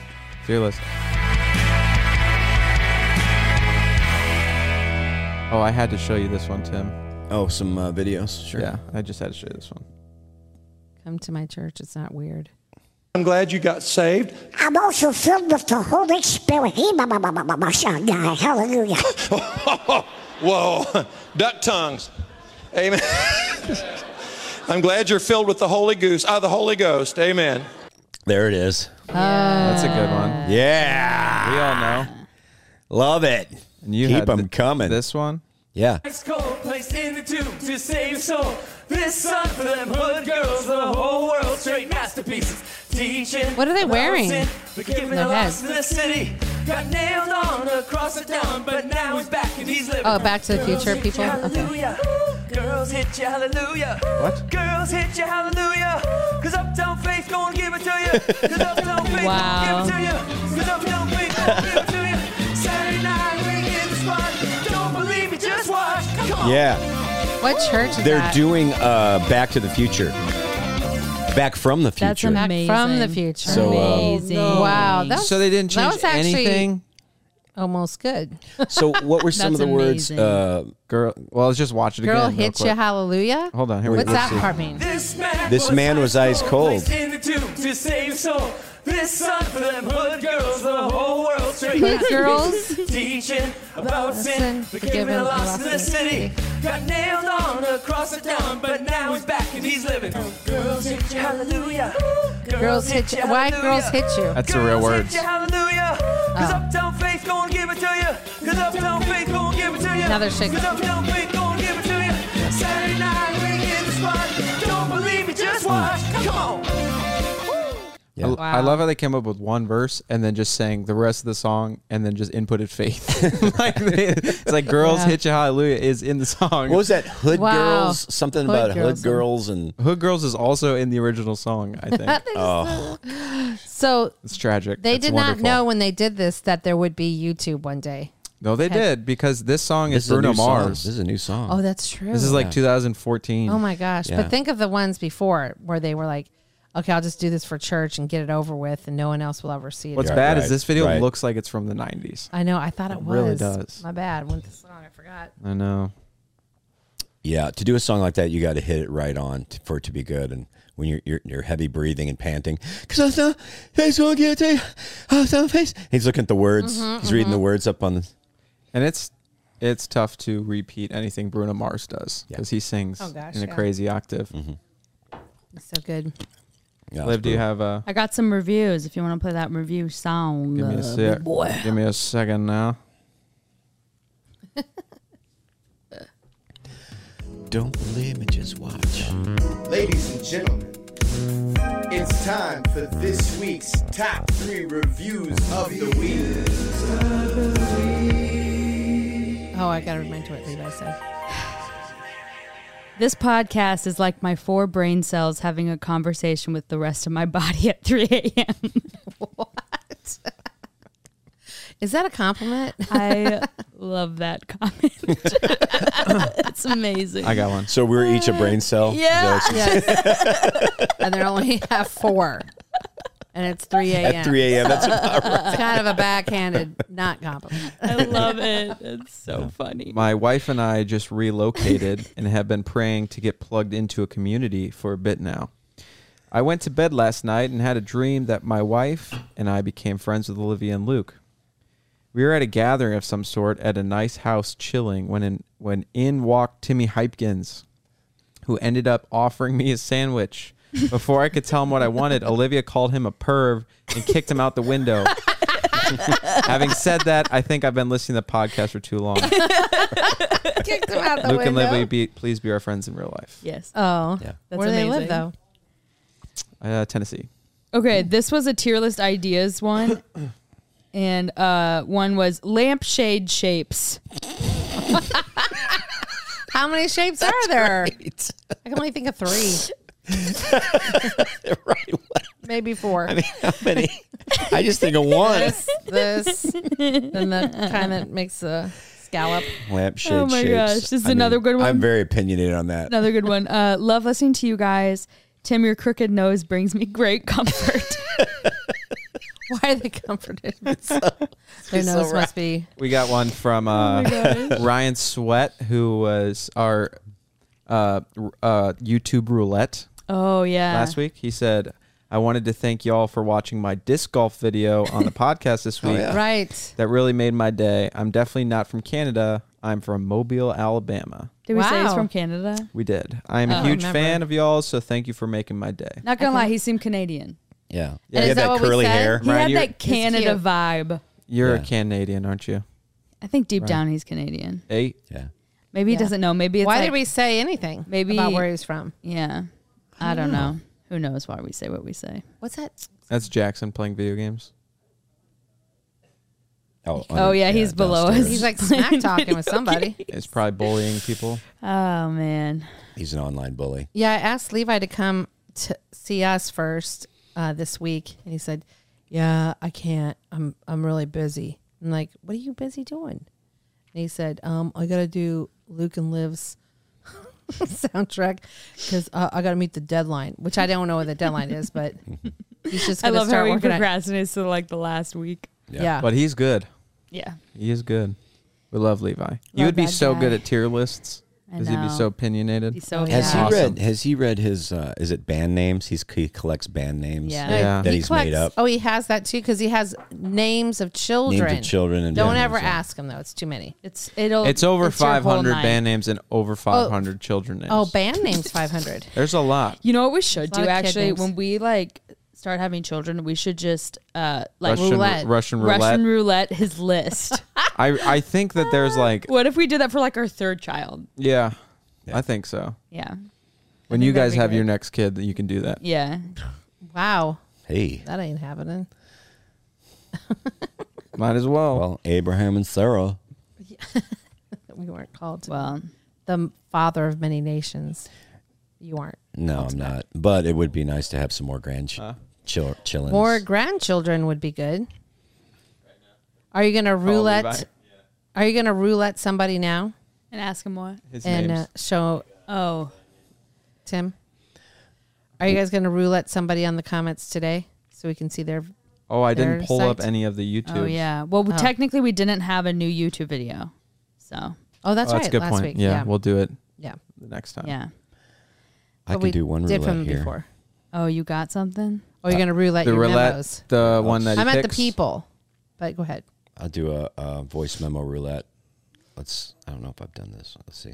[SPEAKER 1] Tier list. Oh, I had to show you this one, Tim.
[SPEAKER 3] Oh, some uh, videos. Sure.
[SPEAKER 1] Yeah, I just had to show you this one.
[SPEAKER 2] Come to my church. It's not weird.
[SPEAKER 8] I'm glad you got saved.
[SPEAKER 9] I'm also filled with the Holy Spirit. Hallelujah.
[SPEAKER 8] Whoa, duck tongues. Amen. I'm glad you're filled with the Holy Goose, ah, the Holy Ghost. Amen.
[SPEAKER 3] There it is.
[SPEAKER 1] That's a good one.
[SPEAKER 3] Yeah.
[SPEAKER 2] Uh,
[SPEAKER 1] We all know.
[SPEAKER 3] Love it.
[SPEAKER 1] And you
[SPEAKER 3] Keep
[SPEAKER 1] had
[SPEAKER 3] them
[SPEAKER 1] th-
[SPEAKER 3] coming.
[SPEAKER 1] This one.
[SPEAKER 3] Yeah.
[SPEAKER 6] Ice cold placed in the tube to save your soul. This song for them hood girls, the whole world, straight masterpieces. Teaching.
[SPEAKER 2] What are they
[SPEAKER 6] about
[SPEAKER 2] wearing?
[SPEAKER 6] sin, Forgiving
[SPEAKER 2] Their
[SPEAKER 6] the
[SPEAKER 2] heads.
[SPEAKER 6] lost in the city. Got nailed on across the town, but now he's back and he's living.
[SPEAKER 2] Oh, Back to the
[SPEAKER 6] Girls
[SPEAKER 2] Future
[SPEAKER 6] hit
[SPEAKER 2] people?
[SPEAKER 6] you
[SPEAKER 2] Okay.
[SPEAKER 6] Hallelujah. Girls hit you hallelujah.
[SPEAKER 1] What?
[SPEAKER 6] Girls hit you hallelujah. Cause uptown faith gonna give it to you. Cause uptown faith
[SPEAKER 2] Wow.
[SPEAKER 6] gonna give it to you. Cause uptown faith gonna give it to you. Saturday night, we get the spot. Don't believe it, just watch. Come on.
[SPEAKER 3] Yeah.
[SPEAKER 2] What church is
[SPEAKER 3] They're
[SPEAKER 2] that?
[SPEAKER 3] doing uh, Back to the Future. Back from the future.
[SPEAKER 4] That's
[SPEAKER 2] Back
[SPEAKER 4] Amazing.
[SPEAKER 2] from the future.
[SPEAKER 3] So, uh,
[SPEAKER 4] Amazing.
[SPEAKER 2] Oh, Wow, that was
[SPEAKER 1] So um, they didn't
[SPEAKER 2] That
[SPEAKER 1] change
[SPEAKER 2] was actually-
[SPEAKER 1] anything.
[SPEAKER 2] almost good.
[SPEAKER 3] so what were some of
[SPEAKER 4] That's
[SPEAKER 3] the words?
[SPEAKER 4] amazing.
[SPEAKER 3] Uh,
[SPEAKER 1] Girl. Well, let's just watch it
[SPEAKER 2] Girl
[SPEAKER 1] again. real
[SPEAKER 2] hits
[SPEAKER 1] quick.
[SPEAKER 2] you, hallelujah.
[SPEAKER 1] Hold on, here we
[SPEAKER 2] What's
[SPEAKER 1] go.
[SPEAKER 2] that
[SPEAKER 1] Let's see.
[SPEAKER 2] part mean?
[SPEAKER 6] This man,
[SPEAKER 3] This man was ice cold.
[SPEAKER 6] placed in the tube to save soul. This son for them hood girls, the whole world straight.
[SPEAKER 2] Hood girls?
[SPEAKER 6] Teaching about
[SPEAKER 2] Sin,
[SPEAKER 6] sin,
[SPEAKER 2] forgiving
[SPEAKER 6] forgiving the lost in the city. Got nailed on across the town, but now he's back and he's living. Girls hit you, hallelujah.
[SPEAKER 2] Girls hit you. Why girls hit you?
[SPEAKER 1] That's the real
[SPEAKER 6] Girls hit
[SPEAKER 1] words.
[SPEAKER 6] you, hallelujah. 'Cause uptown faith gonna give it to you. 'Cause uptown faith gonna give it to you.
[SPEAKER 2] Now they're shaking.
[SPEAKER 6] 'Cause uptown faith gonna give it to you. Saturday night, we in the spot. Don't believe me, just watch. Come on.
[SPEAKER 1] I, I love how they came up with one verse and then just sang the rest of the song and then just inputted faith. like they, it's like girls hit you hallelujah is in the song.
[SPEAKER 3] what was that? Hood
[SPEAKER 2] Wow.
[SPEAKER 3] girls? Something
[SPEAKER 2] Hood
[SPEAKER 3] about
[SPEAKER 2] girls.
[SPEAKER 3] hood girls and
[SPEAKER 1] Hood girls is also in the original song. I think
[SPEAKER 2] So
[SPEAKER 1] it's tragic.
[SPEAKER 2] they
[SPEAKER 1] Oh. It's
[SPEAKER 2] did not
[SPEAKER 1] wonderful.
[SPEAKER 2] know when they did this that there would be YouTube one day.
[SPEAKER 1] No, they
[SPEAKER 2] Okay.
[SPEAKER 1] did because this song
[SPEAKER 3] This
[SPEAKER 1] is
[SPEAKER 3] is a
[SPEAKER 1] Bruno
[SPEAKER 3] new song.
[SPEAKER 1] Mars.
[SPEAKER 3] This is a new song.
[SPEAKER 2] Oh, that's true.
[SPEAKER 1] This is like
[SPEAKER 3] Yeah.
[SPEAKER 1] 2014.
[SPEAKER 2] Oh my gosh.
[SPEAKER 1] Mm. Yeah.
[SPEAKER 2] But think of the ones before where they were like, okay, I'll just do this for church and get it over with and no one else will ever see it.
[SPEAKER 1] What's
[SPEAKER 2] again.
[SPEAKER 1] bad
[SPEAKER 3] right,
[SPEAKER 1] is this video
[SPEAKER 3] right.
[SPEAKER 1] looks like it's from the 90s.
[SPEAKER 2] I know. I thought it,
[SPEAKER 1] It
[SPEAKER 2] was.
[SPEAKER 1] really does.
[SPEAKER 2] My bad. Went the song. I forgot.
[SPEAKER 1] I know.
[SPEAKER 3] Yeah, to do a song like that, you got to hit it right on t for it to be good. And when you're you're, you're heavy breathing and panting, because I'm so face will get you, I'm so face. He's looking at the words.
[SPEAKER 2] Mhm,
[SPEAKER 3] He's reading the words up on the.
[SPEAKER 1] And it's it's tough to repeat anything Bruno Mars does because he sings
[SPEAKER 2] Oh gosh,
[SPEAKER 1] in a
[SPEAKER 2] yeah.
[SPEAKER 1] crazy octave. Mm-hmm.
[SPEAKER 2] It's so good.
[SPEAKER 1] Liv, do you have a?
[SPEAKER 4] I got some reviews if you want to play that review song.
[SPEAKER 1] Give me
[SPEAKER 4] uh,
[SPEAKER 1] a sec.
[SPEAKER 4] big boy.
[SPEAKER 1] Give me a second now.
[SPEAKER 3] Don't believe me, just watch.
[SPEAKER 10] Ladies and gentlemen, it's time for this week's top three reviews of the week.
[SPEAKER 2] Oh, I got to remind you what Levi said.
[SPEAKER 4] This podcast is like my four brain cells having a conversation with the rest of my body at 3 a.m. what?
[SPEAKER 2] Is that a compliment?
[SPEAKER 4] I love that comment. it's amazing.
[SPEAKER 1] I got one.
[SPEAKER 3] So we're each a brain cell.
[SPEAKER 4] Yeah.
[SPEAKER 3] Is that what she said?
[SPEAKER 2] Yes. and they only have four. And it's 3 a.m.
[SPEAKER 3] At 3 a.m., that's about
[SPEAKER 2] It's
[SPEAKER 3] right.
[SPEAKER 2] kind of a backhanded, not compliment.
[SPEAKER 4] I love it. It's so funny.
[SPEAKER 1] My wife and I just relocated and have been praying to get plugged into a community for a bit now. I went to bed last night and had a dream that my wife and I became friends with Olivia and Luke. We were at a gathering of some sort at a nice house chilling when in, when in walked Timmy Hypkins, who ended up offering me a sandwich. Before I could tell him what I wanted, Olivia called him a perv and kicked him out the window. Having said that, I think I've been listening to the podcast for too long.
[SPEAKER 2] Kicked him out the
[SPEAKER 1] Luke and
[SPEAKER 2] window.
[SPEAKER 1] Livy, be, please be our friends in real life.
[SPEAKER 4] Yes.
[SPEAKER 2] Oh. Where do they live, though?
[SPEAKER 1] Uh, Tennessee.
[SPEAKER 7] Okay, this was a tier list ideas one, and uh, one was lampshade shapes.
[SPEAKER 2] How many shapes are there? I can only think of three.
[SPEAKER 3] right. What?
[SPEAKER 2] Maybe four.
[SPEAKER 3] I mean, how many? I just think of one.
[SPEAKER 2] This, this, then that kind of makes a scallop.
[SPEAKER 3] Lampshade
[SPEAKER 7] Oh my
[SPEAKER 3] shapes.
[SPEAKER 7] gosh, this is another good one.
[SPEAKER 3] I'm very opinionated on that.
[SPEAKER 7] Another good one. Uh, love listening to you guys. Tim, your crooked nose brings me great comfort.
[SPEAKER 2] Why are they comforted? Their
[SPEAKER 7] so
[SPEAKER 2] nose
[SPEAKER 7] right.
[SPEAKER 2] must be.
[SPEAKER 1] We got one from uh,
[SPEAKER 2] gosh.
[SPEAKER 1] Ryan Sweat, who was our uh, r- uh, YouTube roulette
[SPEAKER 7] Oh
[SPEAKER 4] Uh.
[SPEAKER 7] yeah.
[SPEAKER 1] last week. He said, I wanted to thank y'all for watching my disc golf video on the podcast this week.
[SPEAKER 2] Right.
[SPEAKER 1] That really made my day. I'm definitely not from Canada. I'm from Mobile, Alabama.
[SPEAKER 4] Did we say he's
[SPEAKER 2] Wow.
[SPEAKER 4] from Canada?
[SPEAKER 1] We did. I am
[SPEAKER 4] Oh,
[SPEAKER 1] a huge
[SPEAKER 2] remember.
[SPEAKER 1] fan of y'all, so thank you for making my day.
[SPEAKER 4] Not gonna lie, he seemed Canadian.
[SPEAKER 3] Yeah.
[SPEAKER 1] Yeah.
[SPEAKER 3] He
[SPEAKER 1] is
[SPEAKER 3] had
[SPEAKER 2] that
[SPEAKER 3] that
[SPEAKER 2] what we
[SPEAKER 3] curly
[SPEAKER 2] said?
[SPEAKER 3] hair.
[SPEAKER 4] He
[SPEAKER 1] Ryan,
[SPEAKER 4] had
[SPEAKER 1] you're-
[SPEAKER 4] that Canada
[SPEAKER 2] cute.
[SPEAKER 4] vibe.
[SPEAKER 1] You're
[SPEAKER 3] Yeah.
[SPEAKER 1] a Canadian, aren't you?
[SPEAKER 4] I think deep
[SPEAKER 1] Right.
[SPEAKER 4] down he's Canadian.
[SPEAKER 1] Eight.
[SPEAKER 3] Yeah.
[SPEAKER 4] Maybe
[SPEAKER 2] Yeah.
[SPEAKER 4] he doesn't know. Maybe it's
[SPEAKER 2] Why
[SPEAKER 4] like,
[SPEAKER 2] did we say anything?
[SPEAKER 4] Maybe-
[SPEAKER 2] about where he's from.
[SPEAKER 4] Yeah. I don't know. Who knows why we say what we say?
[SPEAKER 2] What's that?
[SPEAKER 1] That's Jackson playing video games.
[SPEAKER 3] Oh,
[SPEAKER 4] Oh, yeah, he's below us.
[SPEAKER 3] downstairs.
[SPEAKER 2] He's like smack talking with somebody.
[SPEAKER 1] It's probably bullying people.
[SPEAKER 4] Oh man.
[SPEAKER 3] He's an online bully.
[SPEAKER 2] Yeah, I asked Levi to come to see us first uh, this week, and he said, "Yeah, I can't. I'm I'm really busy." I'm like, "What are you busy doing?" And he said, "Um, I gotta do Luke and Liv's soundtrack because uh, I gotta meet the deadline, which I don't know what the deadline is, but he's just
[SPEAKER 7] I
[SPEAKER 2] gonna
[SPEAKER 7] love
[SPEAKER 2] start
[SPEAKER 7] how he
[SPEAKER 2] working on-
[SPEAKER 7] procrastinates to like the last week.
[SPEAKER 2] Yeah.
[SPEAKER 1] But he's good.
[SPEAKER 7] Yeah.
[SPEAKER 1] He is good. We love Levi. you
[SPEAKER 4] Love
[SPEAKER 1] would be
[SPEAKER 4] that
[SPEAKER 1] so
[SPEAKER 4] guy.
[SPEAKER 1] good at tier lists
[SPEAKER 4] I
[SPEAKER 1] because he'd be
[SPEAKER 4] know.
[SPEAKER 1] so opinionated.
[SPEAKER 4] He's so
[SPEAKER 2] Oh,
[SPEAKER 3] Has
[SPEAKER 2] Yeah.
[SPEAKER 3] he
[SPEAKER 1] Awesome.
[SPEAKER 3] read? Has he read his? Uh, is it band names? He's he collects band names.
[SPEAKER 4] Yeah.
[SPEAKER 1] Yeah.
[SPEAKER 3] That he's made
[SPEAKER 2] collects-
[SPEAKER 3] up.
[SPEAKER 2] Oh, he has that too because he has names of children.
[SPEAKER 3] Names of children and
[SPEAKER 2] Don't
[SPEAKER 3] band
[SPEAKER 2] ever
[SPEAKER 3] names, yeah.
[SPEAKER 2] ask him though; it's too many.
[SPEAKER 4] It's it'll
[SPEAKER 1] It's over
[SPEAKER 4] your whole
[SPEAKER 1] 500
[SPEAKER 4] night.
[SPEAKER 1] band names and over 500 children names.
[SPEAKER 2] Oh, band names five hundred.
[SPEAKER 1] There's a lot.
[SPEAKER 7] You know what we should
[SPEAKER 2] There's a
[SPEAKER 7] do
[SPEAKER 2] lot of kid
[SPEAKER 7] actually
[SPEAKER 2] names.
[SPEAKER 7] when we like start having children, we should just uh like
[SPEAKER 1] Russian
[SPEAKER 2] roulette.
[SPEAKER 1] Russian roulette.
[SPEAKER 7] Russian roulette his list.
[SPEAKER 1] I, I think that there's like,
[SPEAKER 7] what if we did that for like our third child?
[SPEAKER 1] yeah, I think so.
[SPEAKER 4] Yeah.
[SPEAKER 1] When you guys have your next kid, that you can do that.
[SPEAKER 4] Yeah.
[SPEAKER 2] Wow,
[SPEAKER 3] Hey,
[SPEAKER 2] that ain't happening.
[SPEAKER 1] Might as well.
[SPEAKER 3] well, Abraham and Sarah.
[SPEAKER 2] We weren't called to
[SPEAKER 4] Well,
[SPEAKER 2] the father of many nations. You aren't.
[SPEAKER 3] No, I'm not. But it would be nice to have some more grandchildren. Chill, chillins.
[SPEAKER 2] More grandchildren would be good. Are you going to roulette?
[SPEAKER 1] Levi.
[SPEAKER 2] Are you going to roulette somebody now?
[SPEAKER 4] And ask him what?
[SPEAKER 2] His and
[SPEAKER 4] names.
[SPEAKER 2] Uh, show.
[SPEAKER 4] Oh.
[SPEAKER 2] Tim? Are you guys going to roulette somebody on the comments today so we can see their.
[SPEAKER 1] Oh, I
[SPEAKER 2] their
[SPEAKER 1] didn't pull up
[SPEAKER 2] site?
[SPEAKER 1] any of the YouTube.
[SPEAKER 4] Oh yeah. Well, we
[SPEAKER 2] Oh.
[SPEAKER 4] technically we didn't have a new YouTube video, so.
[SPEAKER 2] Oh, that's
[SPEAKER 1] Oh,
[SPEAKER 2] right.
[SPEAKER 1] that's a good
[SPEAKER 2] last
[SPEAKER 1] point.
[SPEAKER 2] week.
[SPEAKER 1] Yeah,
[SPEAKER 2] yeah.
[SPEAKER 1] we'll do it.
[SPEAKER 2] Yeah.
[SPEAKER 1] the next time.
[SPEAKER 4] Yeah.
[SPEAKER 3] I can do one
[SPEAKER 2] did
[SPEAKER 3] roulette
[SPEAKER 2] from
[SPEAKER 3] here.
[SPEAKER 2] Before.
[SPEAKER 4] Oh, you got something?
[SPEAKER 2] Oh, you're going to roulette
[SPEAKER 1] uh, the
[SPEAKER 2] your
[SPEAKER 1] roulette,
[SPEAKER 2] memos.
[SPEAKER 1] the one that he
[SPEAKER 2] I'm at the
[SPEAKER 1] picks.
[SPEAKER 2] people, but go ahead.
[SPEAKER 3] I'll do a, a voice memo roulette. Let's. I don't know if I've done this. Let's see.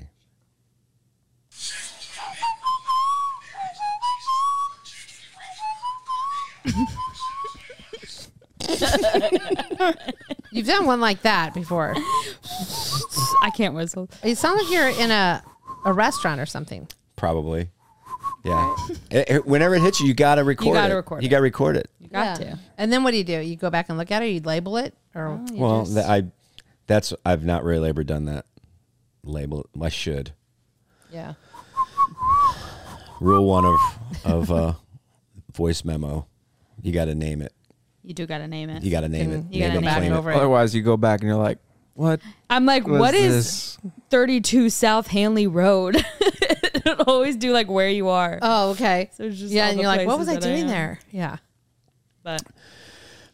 [SPEAKER 2] You've done one like that before.
[SPEAKER 4] I can't whistle.
[SPEAKER 2] You sound like you're in a, a restaurant or something.
[SPEAKER 3] Probably. Yeah. It- it- whenever it hits you, you gotta record.
[SPEAKER 2] gotta
[SPEAKER 3] it.
[SPEAKER 2] record
[SPEAKER 3] You
[SPEAKER 2] it.
[SPEAKER 3] gotta record it.
[SPEAKER 2] You
[SPEAKER 4] got to.
[SPEAKER 2] And then what do you do? You go back and look at it. You label it, or
[SPEAKER 4] Oh,
[SPEAKER 3] well, th- I. That's I've not really ever done that. Label. I should.
[SPEAKER 2] yeah.
[SPEAKER 3] Rule one of of uh, voice memo. You gotta name it.
[SPEAKER 4] You do gotta name it.
[SPEAKER 3] You gotta name it.
[SPEAKER 4] You gotta
[SPEAKER 3] Name it,
[SPEAKER 4] name
[SPEAKER 3] claim
[SPEAKER 4] it.
[SPEAKER 3] it.
[SPEAKER 1] Otherwise, you go back and you're like, what?
[SPEAKER 4] I'm like,
[SPEAKER 1] was
[SPEAKER 4] what
[SPEAKER 1] this?
[SPEAKER 4] is 32 South Hanley Road? It'll always do like where you are.
[SPEAKER 2] Oh, okay.
[SPEAKER 4] So it's just
[SPEAKER 2] yeah,
[SPEAKER 4] all
[SPEAKER 2] and
[SPEAKER 4] the
[SPEAKER 2] you're like, what was
[SPEAKER 4] places
[SPEAKER 2] I
[SPEAKER 4] that I
[SPEAKER 2] doing
[SPEAKER 4] am.
[SPEAKER 2] there? Yeah.
[SPEAKER 4] But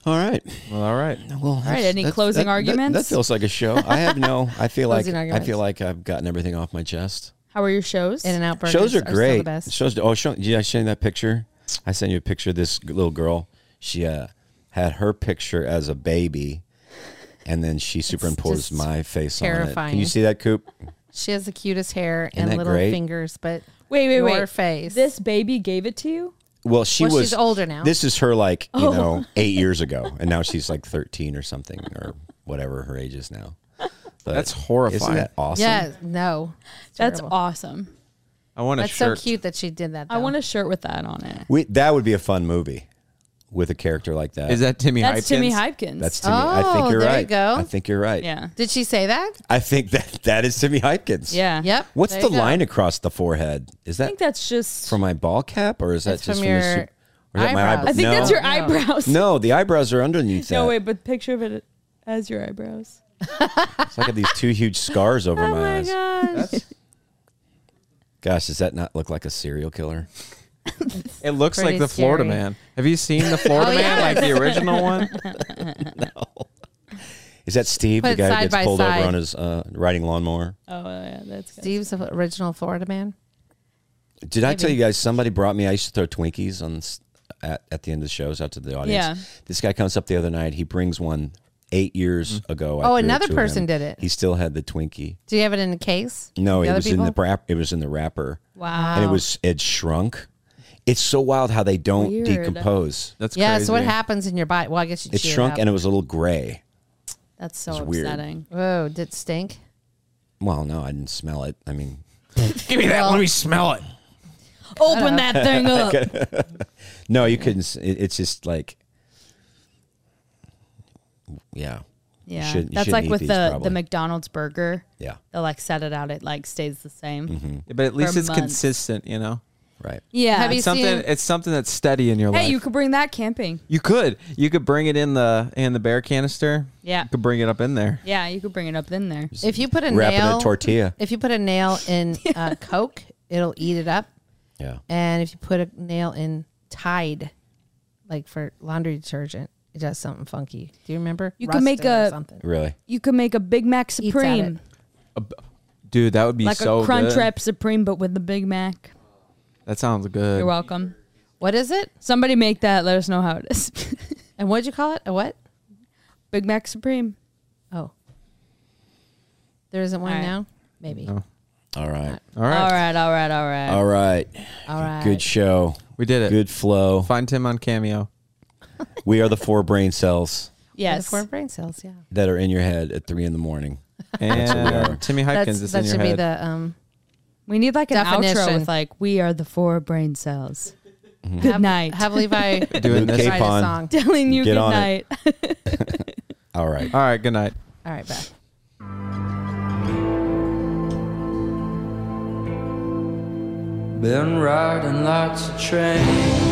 [SPEAKER 3] All right.
[SPEAKER 1] Well, all right.
[SPEAKER 3] Well, all
[SPEAKER 4] right, any closing arguments?
[SPEAKER 3] That, feels like a show. I have no. I feel like
[SPEAKER 4] Closing
[SPEAKER 3] I
[SPEAKER 4] arguments.
[SPEAKER 3] feel like I've gotten everything off my chest.
[SPEAKER 4] how are your shows?
[SPEAKER 2] In and out burgers
[SPEAKER 3] Shows are
[SPEAKER 2] still
[SPEAKER 3] great.
[SPEAKER 2] the best.
[SPEAKER 3] Shows. Oh, show, did I show you that picture? I sent you a picture of this g- little girl. She uh, had her picture as a baby, and then she
[SPEAKER 2] just
[SPEAKER 3] superimposed my face on it. Can
[SPEAKER 2] terrifying.
[SPEAKER 3] you see that, Coop?
[SPEAKER 2] She has the cutest hair
[SPEAKER 3] Isn't
[SPEAKER 2] and
[SPEAKER 3] that
[SPEAKER 2] little
[SPEAKER 3] great?
[SPEAKER 2] fingers, but
[SPEAKER 4] Wait, wait,
[SPEAKER 2] your
[SPEAKER 4] wait.
[SPEAKER 2] face.
[SPEAKER 4] This baby gave it to you?
[SPEAKER 3] Well, she
[SPEAKER 2] Well,
[SPEAKER 3] was.
[SPEAKER 2] she's older now.
[SPEAKER 3] This is her, like you
[SPEAKER 4] Oh.
[SPEAKER 3] know, eight years ago, and now she's like thirteen or something, or whatever her age is now. But
[SPEAKER 1] That's
[SPEAKER 3] Isn't
[SPEAKER 1] horrifying.
[SPEAKER 3] that awesome?
[SPEAKER 2] Yeah, no. It's
[SPEAKER 4] That's
[SPEAKER 2] terrible.
[SPEAKER 4] awesome.
[SPEAKER 1] I want a
[SPEAKER 2] That's
[SPEAKER 1] shirt.
[SPEAKER 2] so cute that she did that.
[SPEAKER 4] I
[SPEAKER 2] though.
[SPEAKER 4] want a shirt with that on it.
[SPEAKER 3] We, that would be a fun movie with a character like that.
[SPEAKER 1] Is that Timmy Hypkins?
[SPEAKER 4] That's Timmy Hypkins.
[SPEAKER 3] That's Timmy. I
[SPEAKER 2] Oh,
[SPEAKER 3] think you're
[SPEAKER 2] there you
[SPEAKER 3] right.
[SPEAKER 2] go.
[SPEAKER 3] I think you're right.
[SPEAKER 4] yeah.
[SPEAKER 2] Did she say that?
[SPEAKER 3] I think that that is Timmy Hypkins.
[SPEAKER 4] Yeah.
[SPEAKER 2] Yep.
[SPEAKER 3] What's
[SPEAKER 2] there
[SPEAKER 3] the
[SPEAKER 2] you go.
[SPEAKER 3] line across the forehead? Is
[SPEAKER 4] I
[SPEAKER 3] that
[SPEAKER 4] think that's just
[SPEAKER 3] from my ball cap, or is that
[SPEAKER 2] That's
[SPEAKER 3] just
[SPEAKER 2] from
[SPEAKER 3] the
[SPEAKER 2] your
[SPEAKER 3] sup- or is that my
[SPEAKER 2] eyebrows.
[SPEAKER 3] eyebrow?
[SPEAKER 4] I think that's
[SPEAKER 3] No.
[SPEAKER 4] your eyebrows.
[SPEAKER 3] No, the eyebrows are underneath that.
[SPEAKER 4] No, wait, but picture of it as your eyebrows.
[SPEAKER 3] It's like I have these two huge scars
[SPEAKER 2] Oh
[SPEAKER 3] over my, eyes.
[SPEAKER 4] gosh.
[SPEAKER 3] Gosh, does that not look like a serial killer?
[SPEAKER 1] It looks
[SPEAKER 2] Pretty
[SPEAKER 1] like the Florida
[SPEAKER 2] scary.
[SPEAKER 1] Man. Have you seen the Florida
[SPEAKER 2] Oh,
[SPEAKER 1] Man,
[SPEAKER 2] yes.
[SPEAKER 1] like the original one?
[SPEAKER 3] Is that Steve,
[SPEAKER 2] Put
[SPEAKER 3] the
[SPEAKER 2] it
[SPEAKER 3] guy
[SPEAKER 2] side
[SPEAKER 3] who
[SPEAKER 2] by
[SPEAKER 3] gets pulled
[SPEAKER 2] side.
[SPEAKER 3] over on his uh, riding lawnmower?
[SPEAKER 4] Oh, yeah, that's good.
[SPEAKER 2] Steve's the original Florida man.
[SPEAKER 3] Did I tell you guys somebody brought me? I used to throw Twinkies on s- at, at the end of the shows out to the audience.
[SPEAKER 4] Yeah.
[SPEAKER 3] This guy comes up the other night. He brings one eight years ago. I
[SPEAKER 2] Oh,
[SPEAKER 3] threw it
[SPEAKER 2] another
[SPEAKER 3] to
[SPEAKER 2] person
[SPEAKER 3] him.
[SPEAKER 2] did it.
[SPEAKER 3] He still had the Twinkie.
[SPEAKER 2] Do you have it in a case?
[SPEAKER 3] No,
[SPEAKER 2] The
[SPEAKER 3] it
[SPEAKER 2] other
[SPEAKER 3] was in the
[SPEAKER 2] people?
[SPEAKER 3] wrap. It was in the wrapper.
[SPEAKER 4] Wow.
[SPEAKER 3] And it was it shrunk. It's so wild how they don't
[SPEAKER 4] Weird.
[SPEAKER 3] decompose.
[SPEAKER 1] That's
[SPEAKER 2] Yeah.
[SPEAKER 1] crazy.
[SPEAKER 2] So what happens in your body? Well, I guess you
[SPEAKER 3] It shrunk and it was a little gray.
[SPEAKER 4] That's so
[SPEAKER 3] It's weird.
[SPEAKER 4] upsetting.
[SPEAKER 2] Whoa! Did it stink?
[SPEAKER 3] Well, no, I didn't smell it. I mean,
[SPEAKER 1] Give me that. Let me smell it.
[SPEAKER 4] Open that thing up.
[SPEAKER 3] no, you couldn't. s- It, it's just like, yeah,
[SPEAKER 4] Yeah,
[SPEAKER 3] shouldn't- you
[SPEAKER 4] that's
[SPEAKER 3] shouldn't
[SPEAKER 4] like
[SPEAKER 3] eat
[SPEAKER 4] with
[SPEAKER 3] these,
[SPEAKER 4] the
[SPEAKER 3] probably.
[SPEAKER 4] the McDonald's burger.
[SPEAKER 3] yeah,
[SPEAKER 4] They like set it out; it like stays the same.
[SPEAKER 3] Mm-hmm.
[SPEAKER 1] But at least
[SPEAKER 4] For
[SPEAKER 1] it's
[SPEAKER 4] months.
[SPEAKER 1] consistent, you know.
[SPEAKER 3] right.
[SPEAKER 4] Yeah.
[SPEAKER 2] Have you
[SPEAKER 1] It's something.
[SPEAKER 2] seen?
[SPEAKER 1] It's something that's steady in your
[SPEAKER 4] hey,
[SPEAKER 1] life.
[SPEAKER 4] you could bring that camping.
[SPEAKER 1] You could. You could bring it in the in the bear canister.
[SPEAKER 4] Yeah.
[SPEAKER 1] You could bring it up in there.
[SPEAKER 4] Yeah, you could bring it up in there.
[SPEAKER 2] If you put a
[SPEAKER 3] Wrapping
[SPEAKER 2] nail,
[SPEAKER 3] a tortilla.
[SPEAKER 2] if you put a nail in uh, Coke, it'll eat it up.
[SPEAKER 3] Yeah.
[SPEAKER 2] And if you put a nail in Tide, like for laundry detergent, it does something funky. Do you remember?
[SPEAKER 4] You can make
[SPEAKER 2] Rusted or
[SPEAKER 4] a-
[SPEAKER 2] something.
[SPEAKER 3] Really?
[SPEAKER 4] You could make a Big Mac
[SPEAKER 2] at it.
[SPEAKER 4] Supreme,
[SPEAKER 1] Dude, that would be
[SPEAKER 4] like
[SPEAKER 1] so
[SPEAKER 4] a Crunch
[SPEAKER 1] good.
[SPEAKER 4] Wrap Supreme, but with the Big Mac.
[SPEAKER 1] That sounds good.
[SPEAKER 4] You're welcome.
[SPEAKER 2] What is it?
[SPEAKER 4] Somebody make that. Let us know how it is.
[SPEAKER 2] And what'd you call it? A what?
[SPEAKER 4] Big Mac Supreme.
[SPEAKER 2] Oh, there isn't one
[SPEAKER 4] All right.
[SPEAKER 2] now. Maybe.
[SPEAKER 1] No.
[SPEAKER 3] All right.
[SPEAKER 1] All right.
[SPEAKER 4] All right, all right, all right.
[SPEAKER 3] All right.
[SPEAKER 2] All right.
[SPEAKER 3] Good show.
[SPEAKER 1] We did it.
[SPEAKER 3] Good flow.
[SPEAKER 1] Find Tim on Cameo.
[SPEAKER 3] We are the four brain cells
[SPEAKER 4] Yes.
[SPEAKER 2] Four brain cells. Yeah.
[SPEAKER 3] that are in your head at three in the morning.
[SPEAKER 1] And uh, Timmy Hypkins
[SPEAKER 2] That's,
[SPEAKER 1] is
[SPEAKER 2] that
[SPEAKER 1] in your
[SPEAKER 2] should
[SPEAKER 1] head.
[SPEAKER 2] be the um.
[SPEAKER 4] We need like an outro
[SPEAKER 2] Definition.
[SPEAKER 4] with like, we are the four brain cells.
[SPEAKER 3] Mm-hmm.
[SPEAKER 4] Good night.
[SPEAKER 2] Have Levi
[SPEAKER 1] Doing
[SPEAKER 3] Luke
[SPEAKER 1] this.
[SPEAKER 2] write a
[SPEAKER 3] Capon.
[SPEAKER 2] song.
[SPEAKER 4] Telling you
[SPEAKER 3] Get
[SPEAKER 4] good
[SPEAKER 3] on it.
[SPEAKER 4] night.
[SPEAKER 3] All right.
[SPEAKER 1] All right. Good night.
[SPEAKER 2] All right, bye.
[SPEAKER 6] Been riding lots of trains.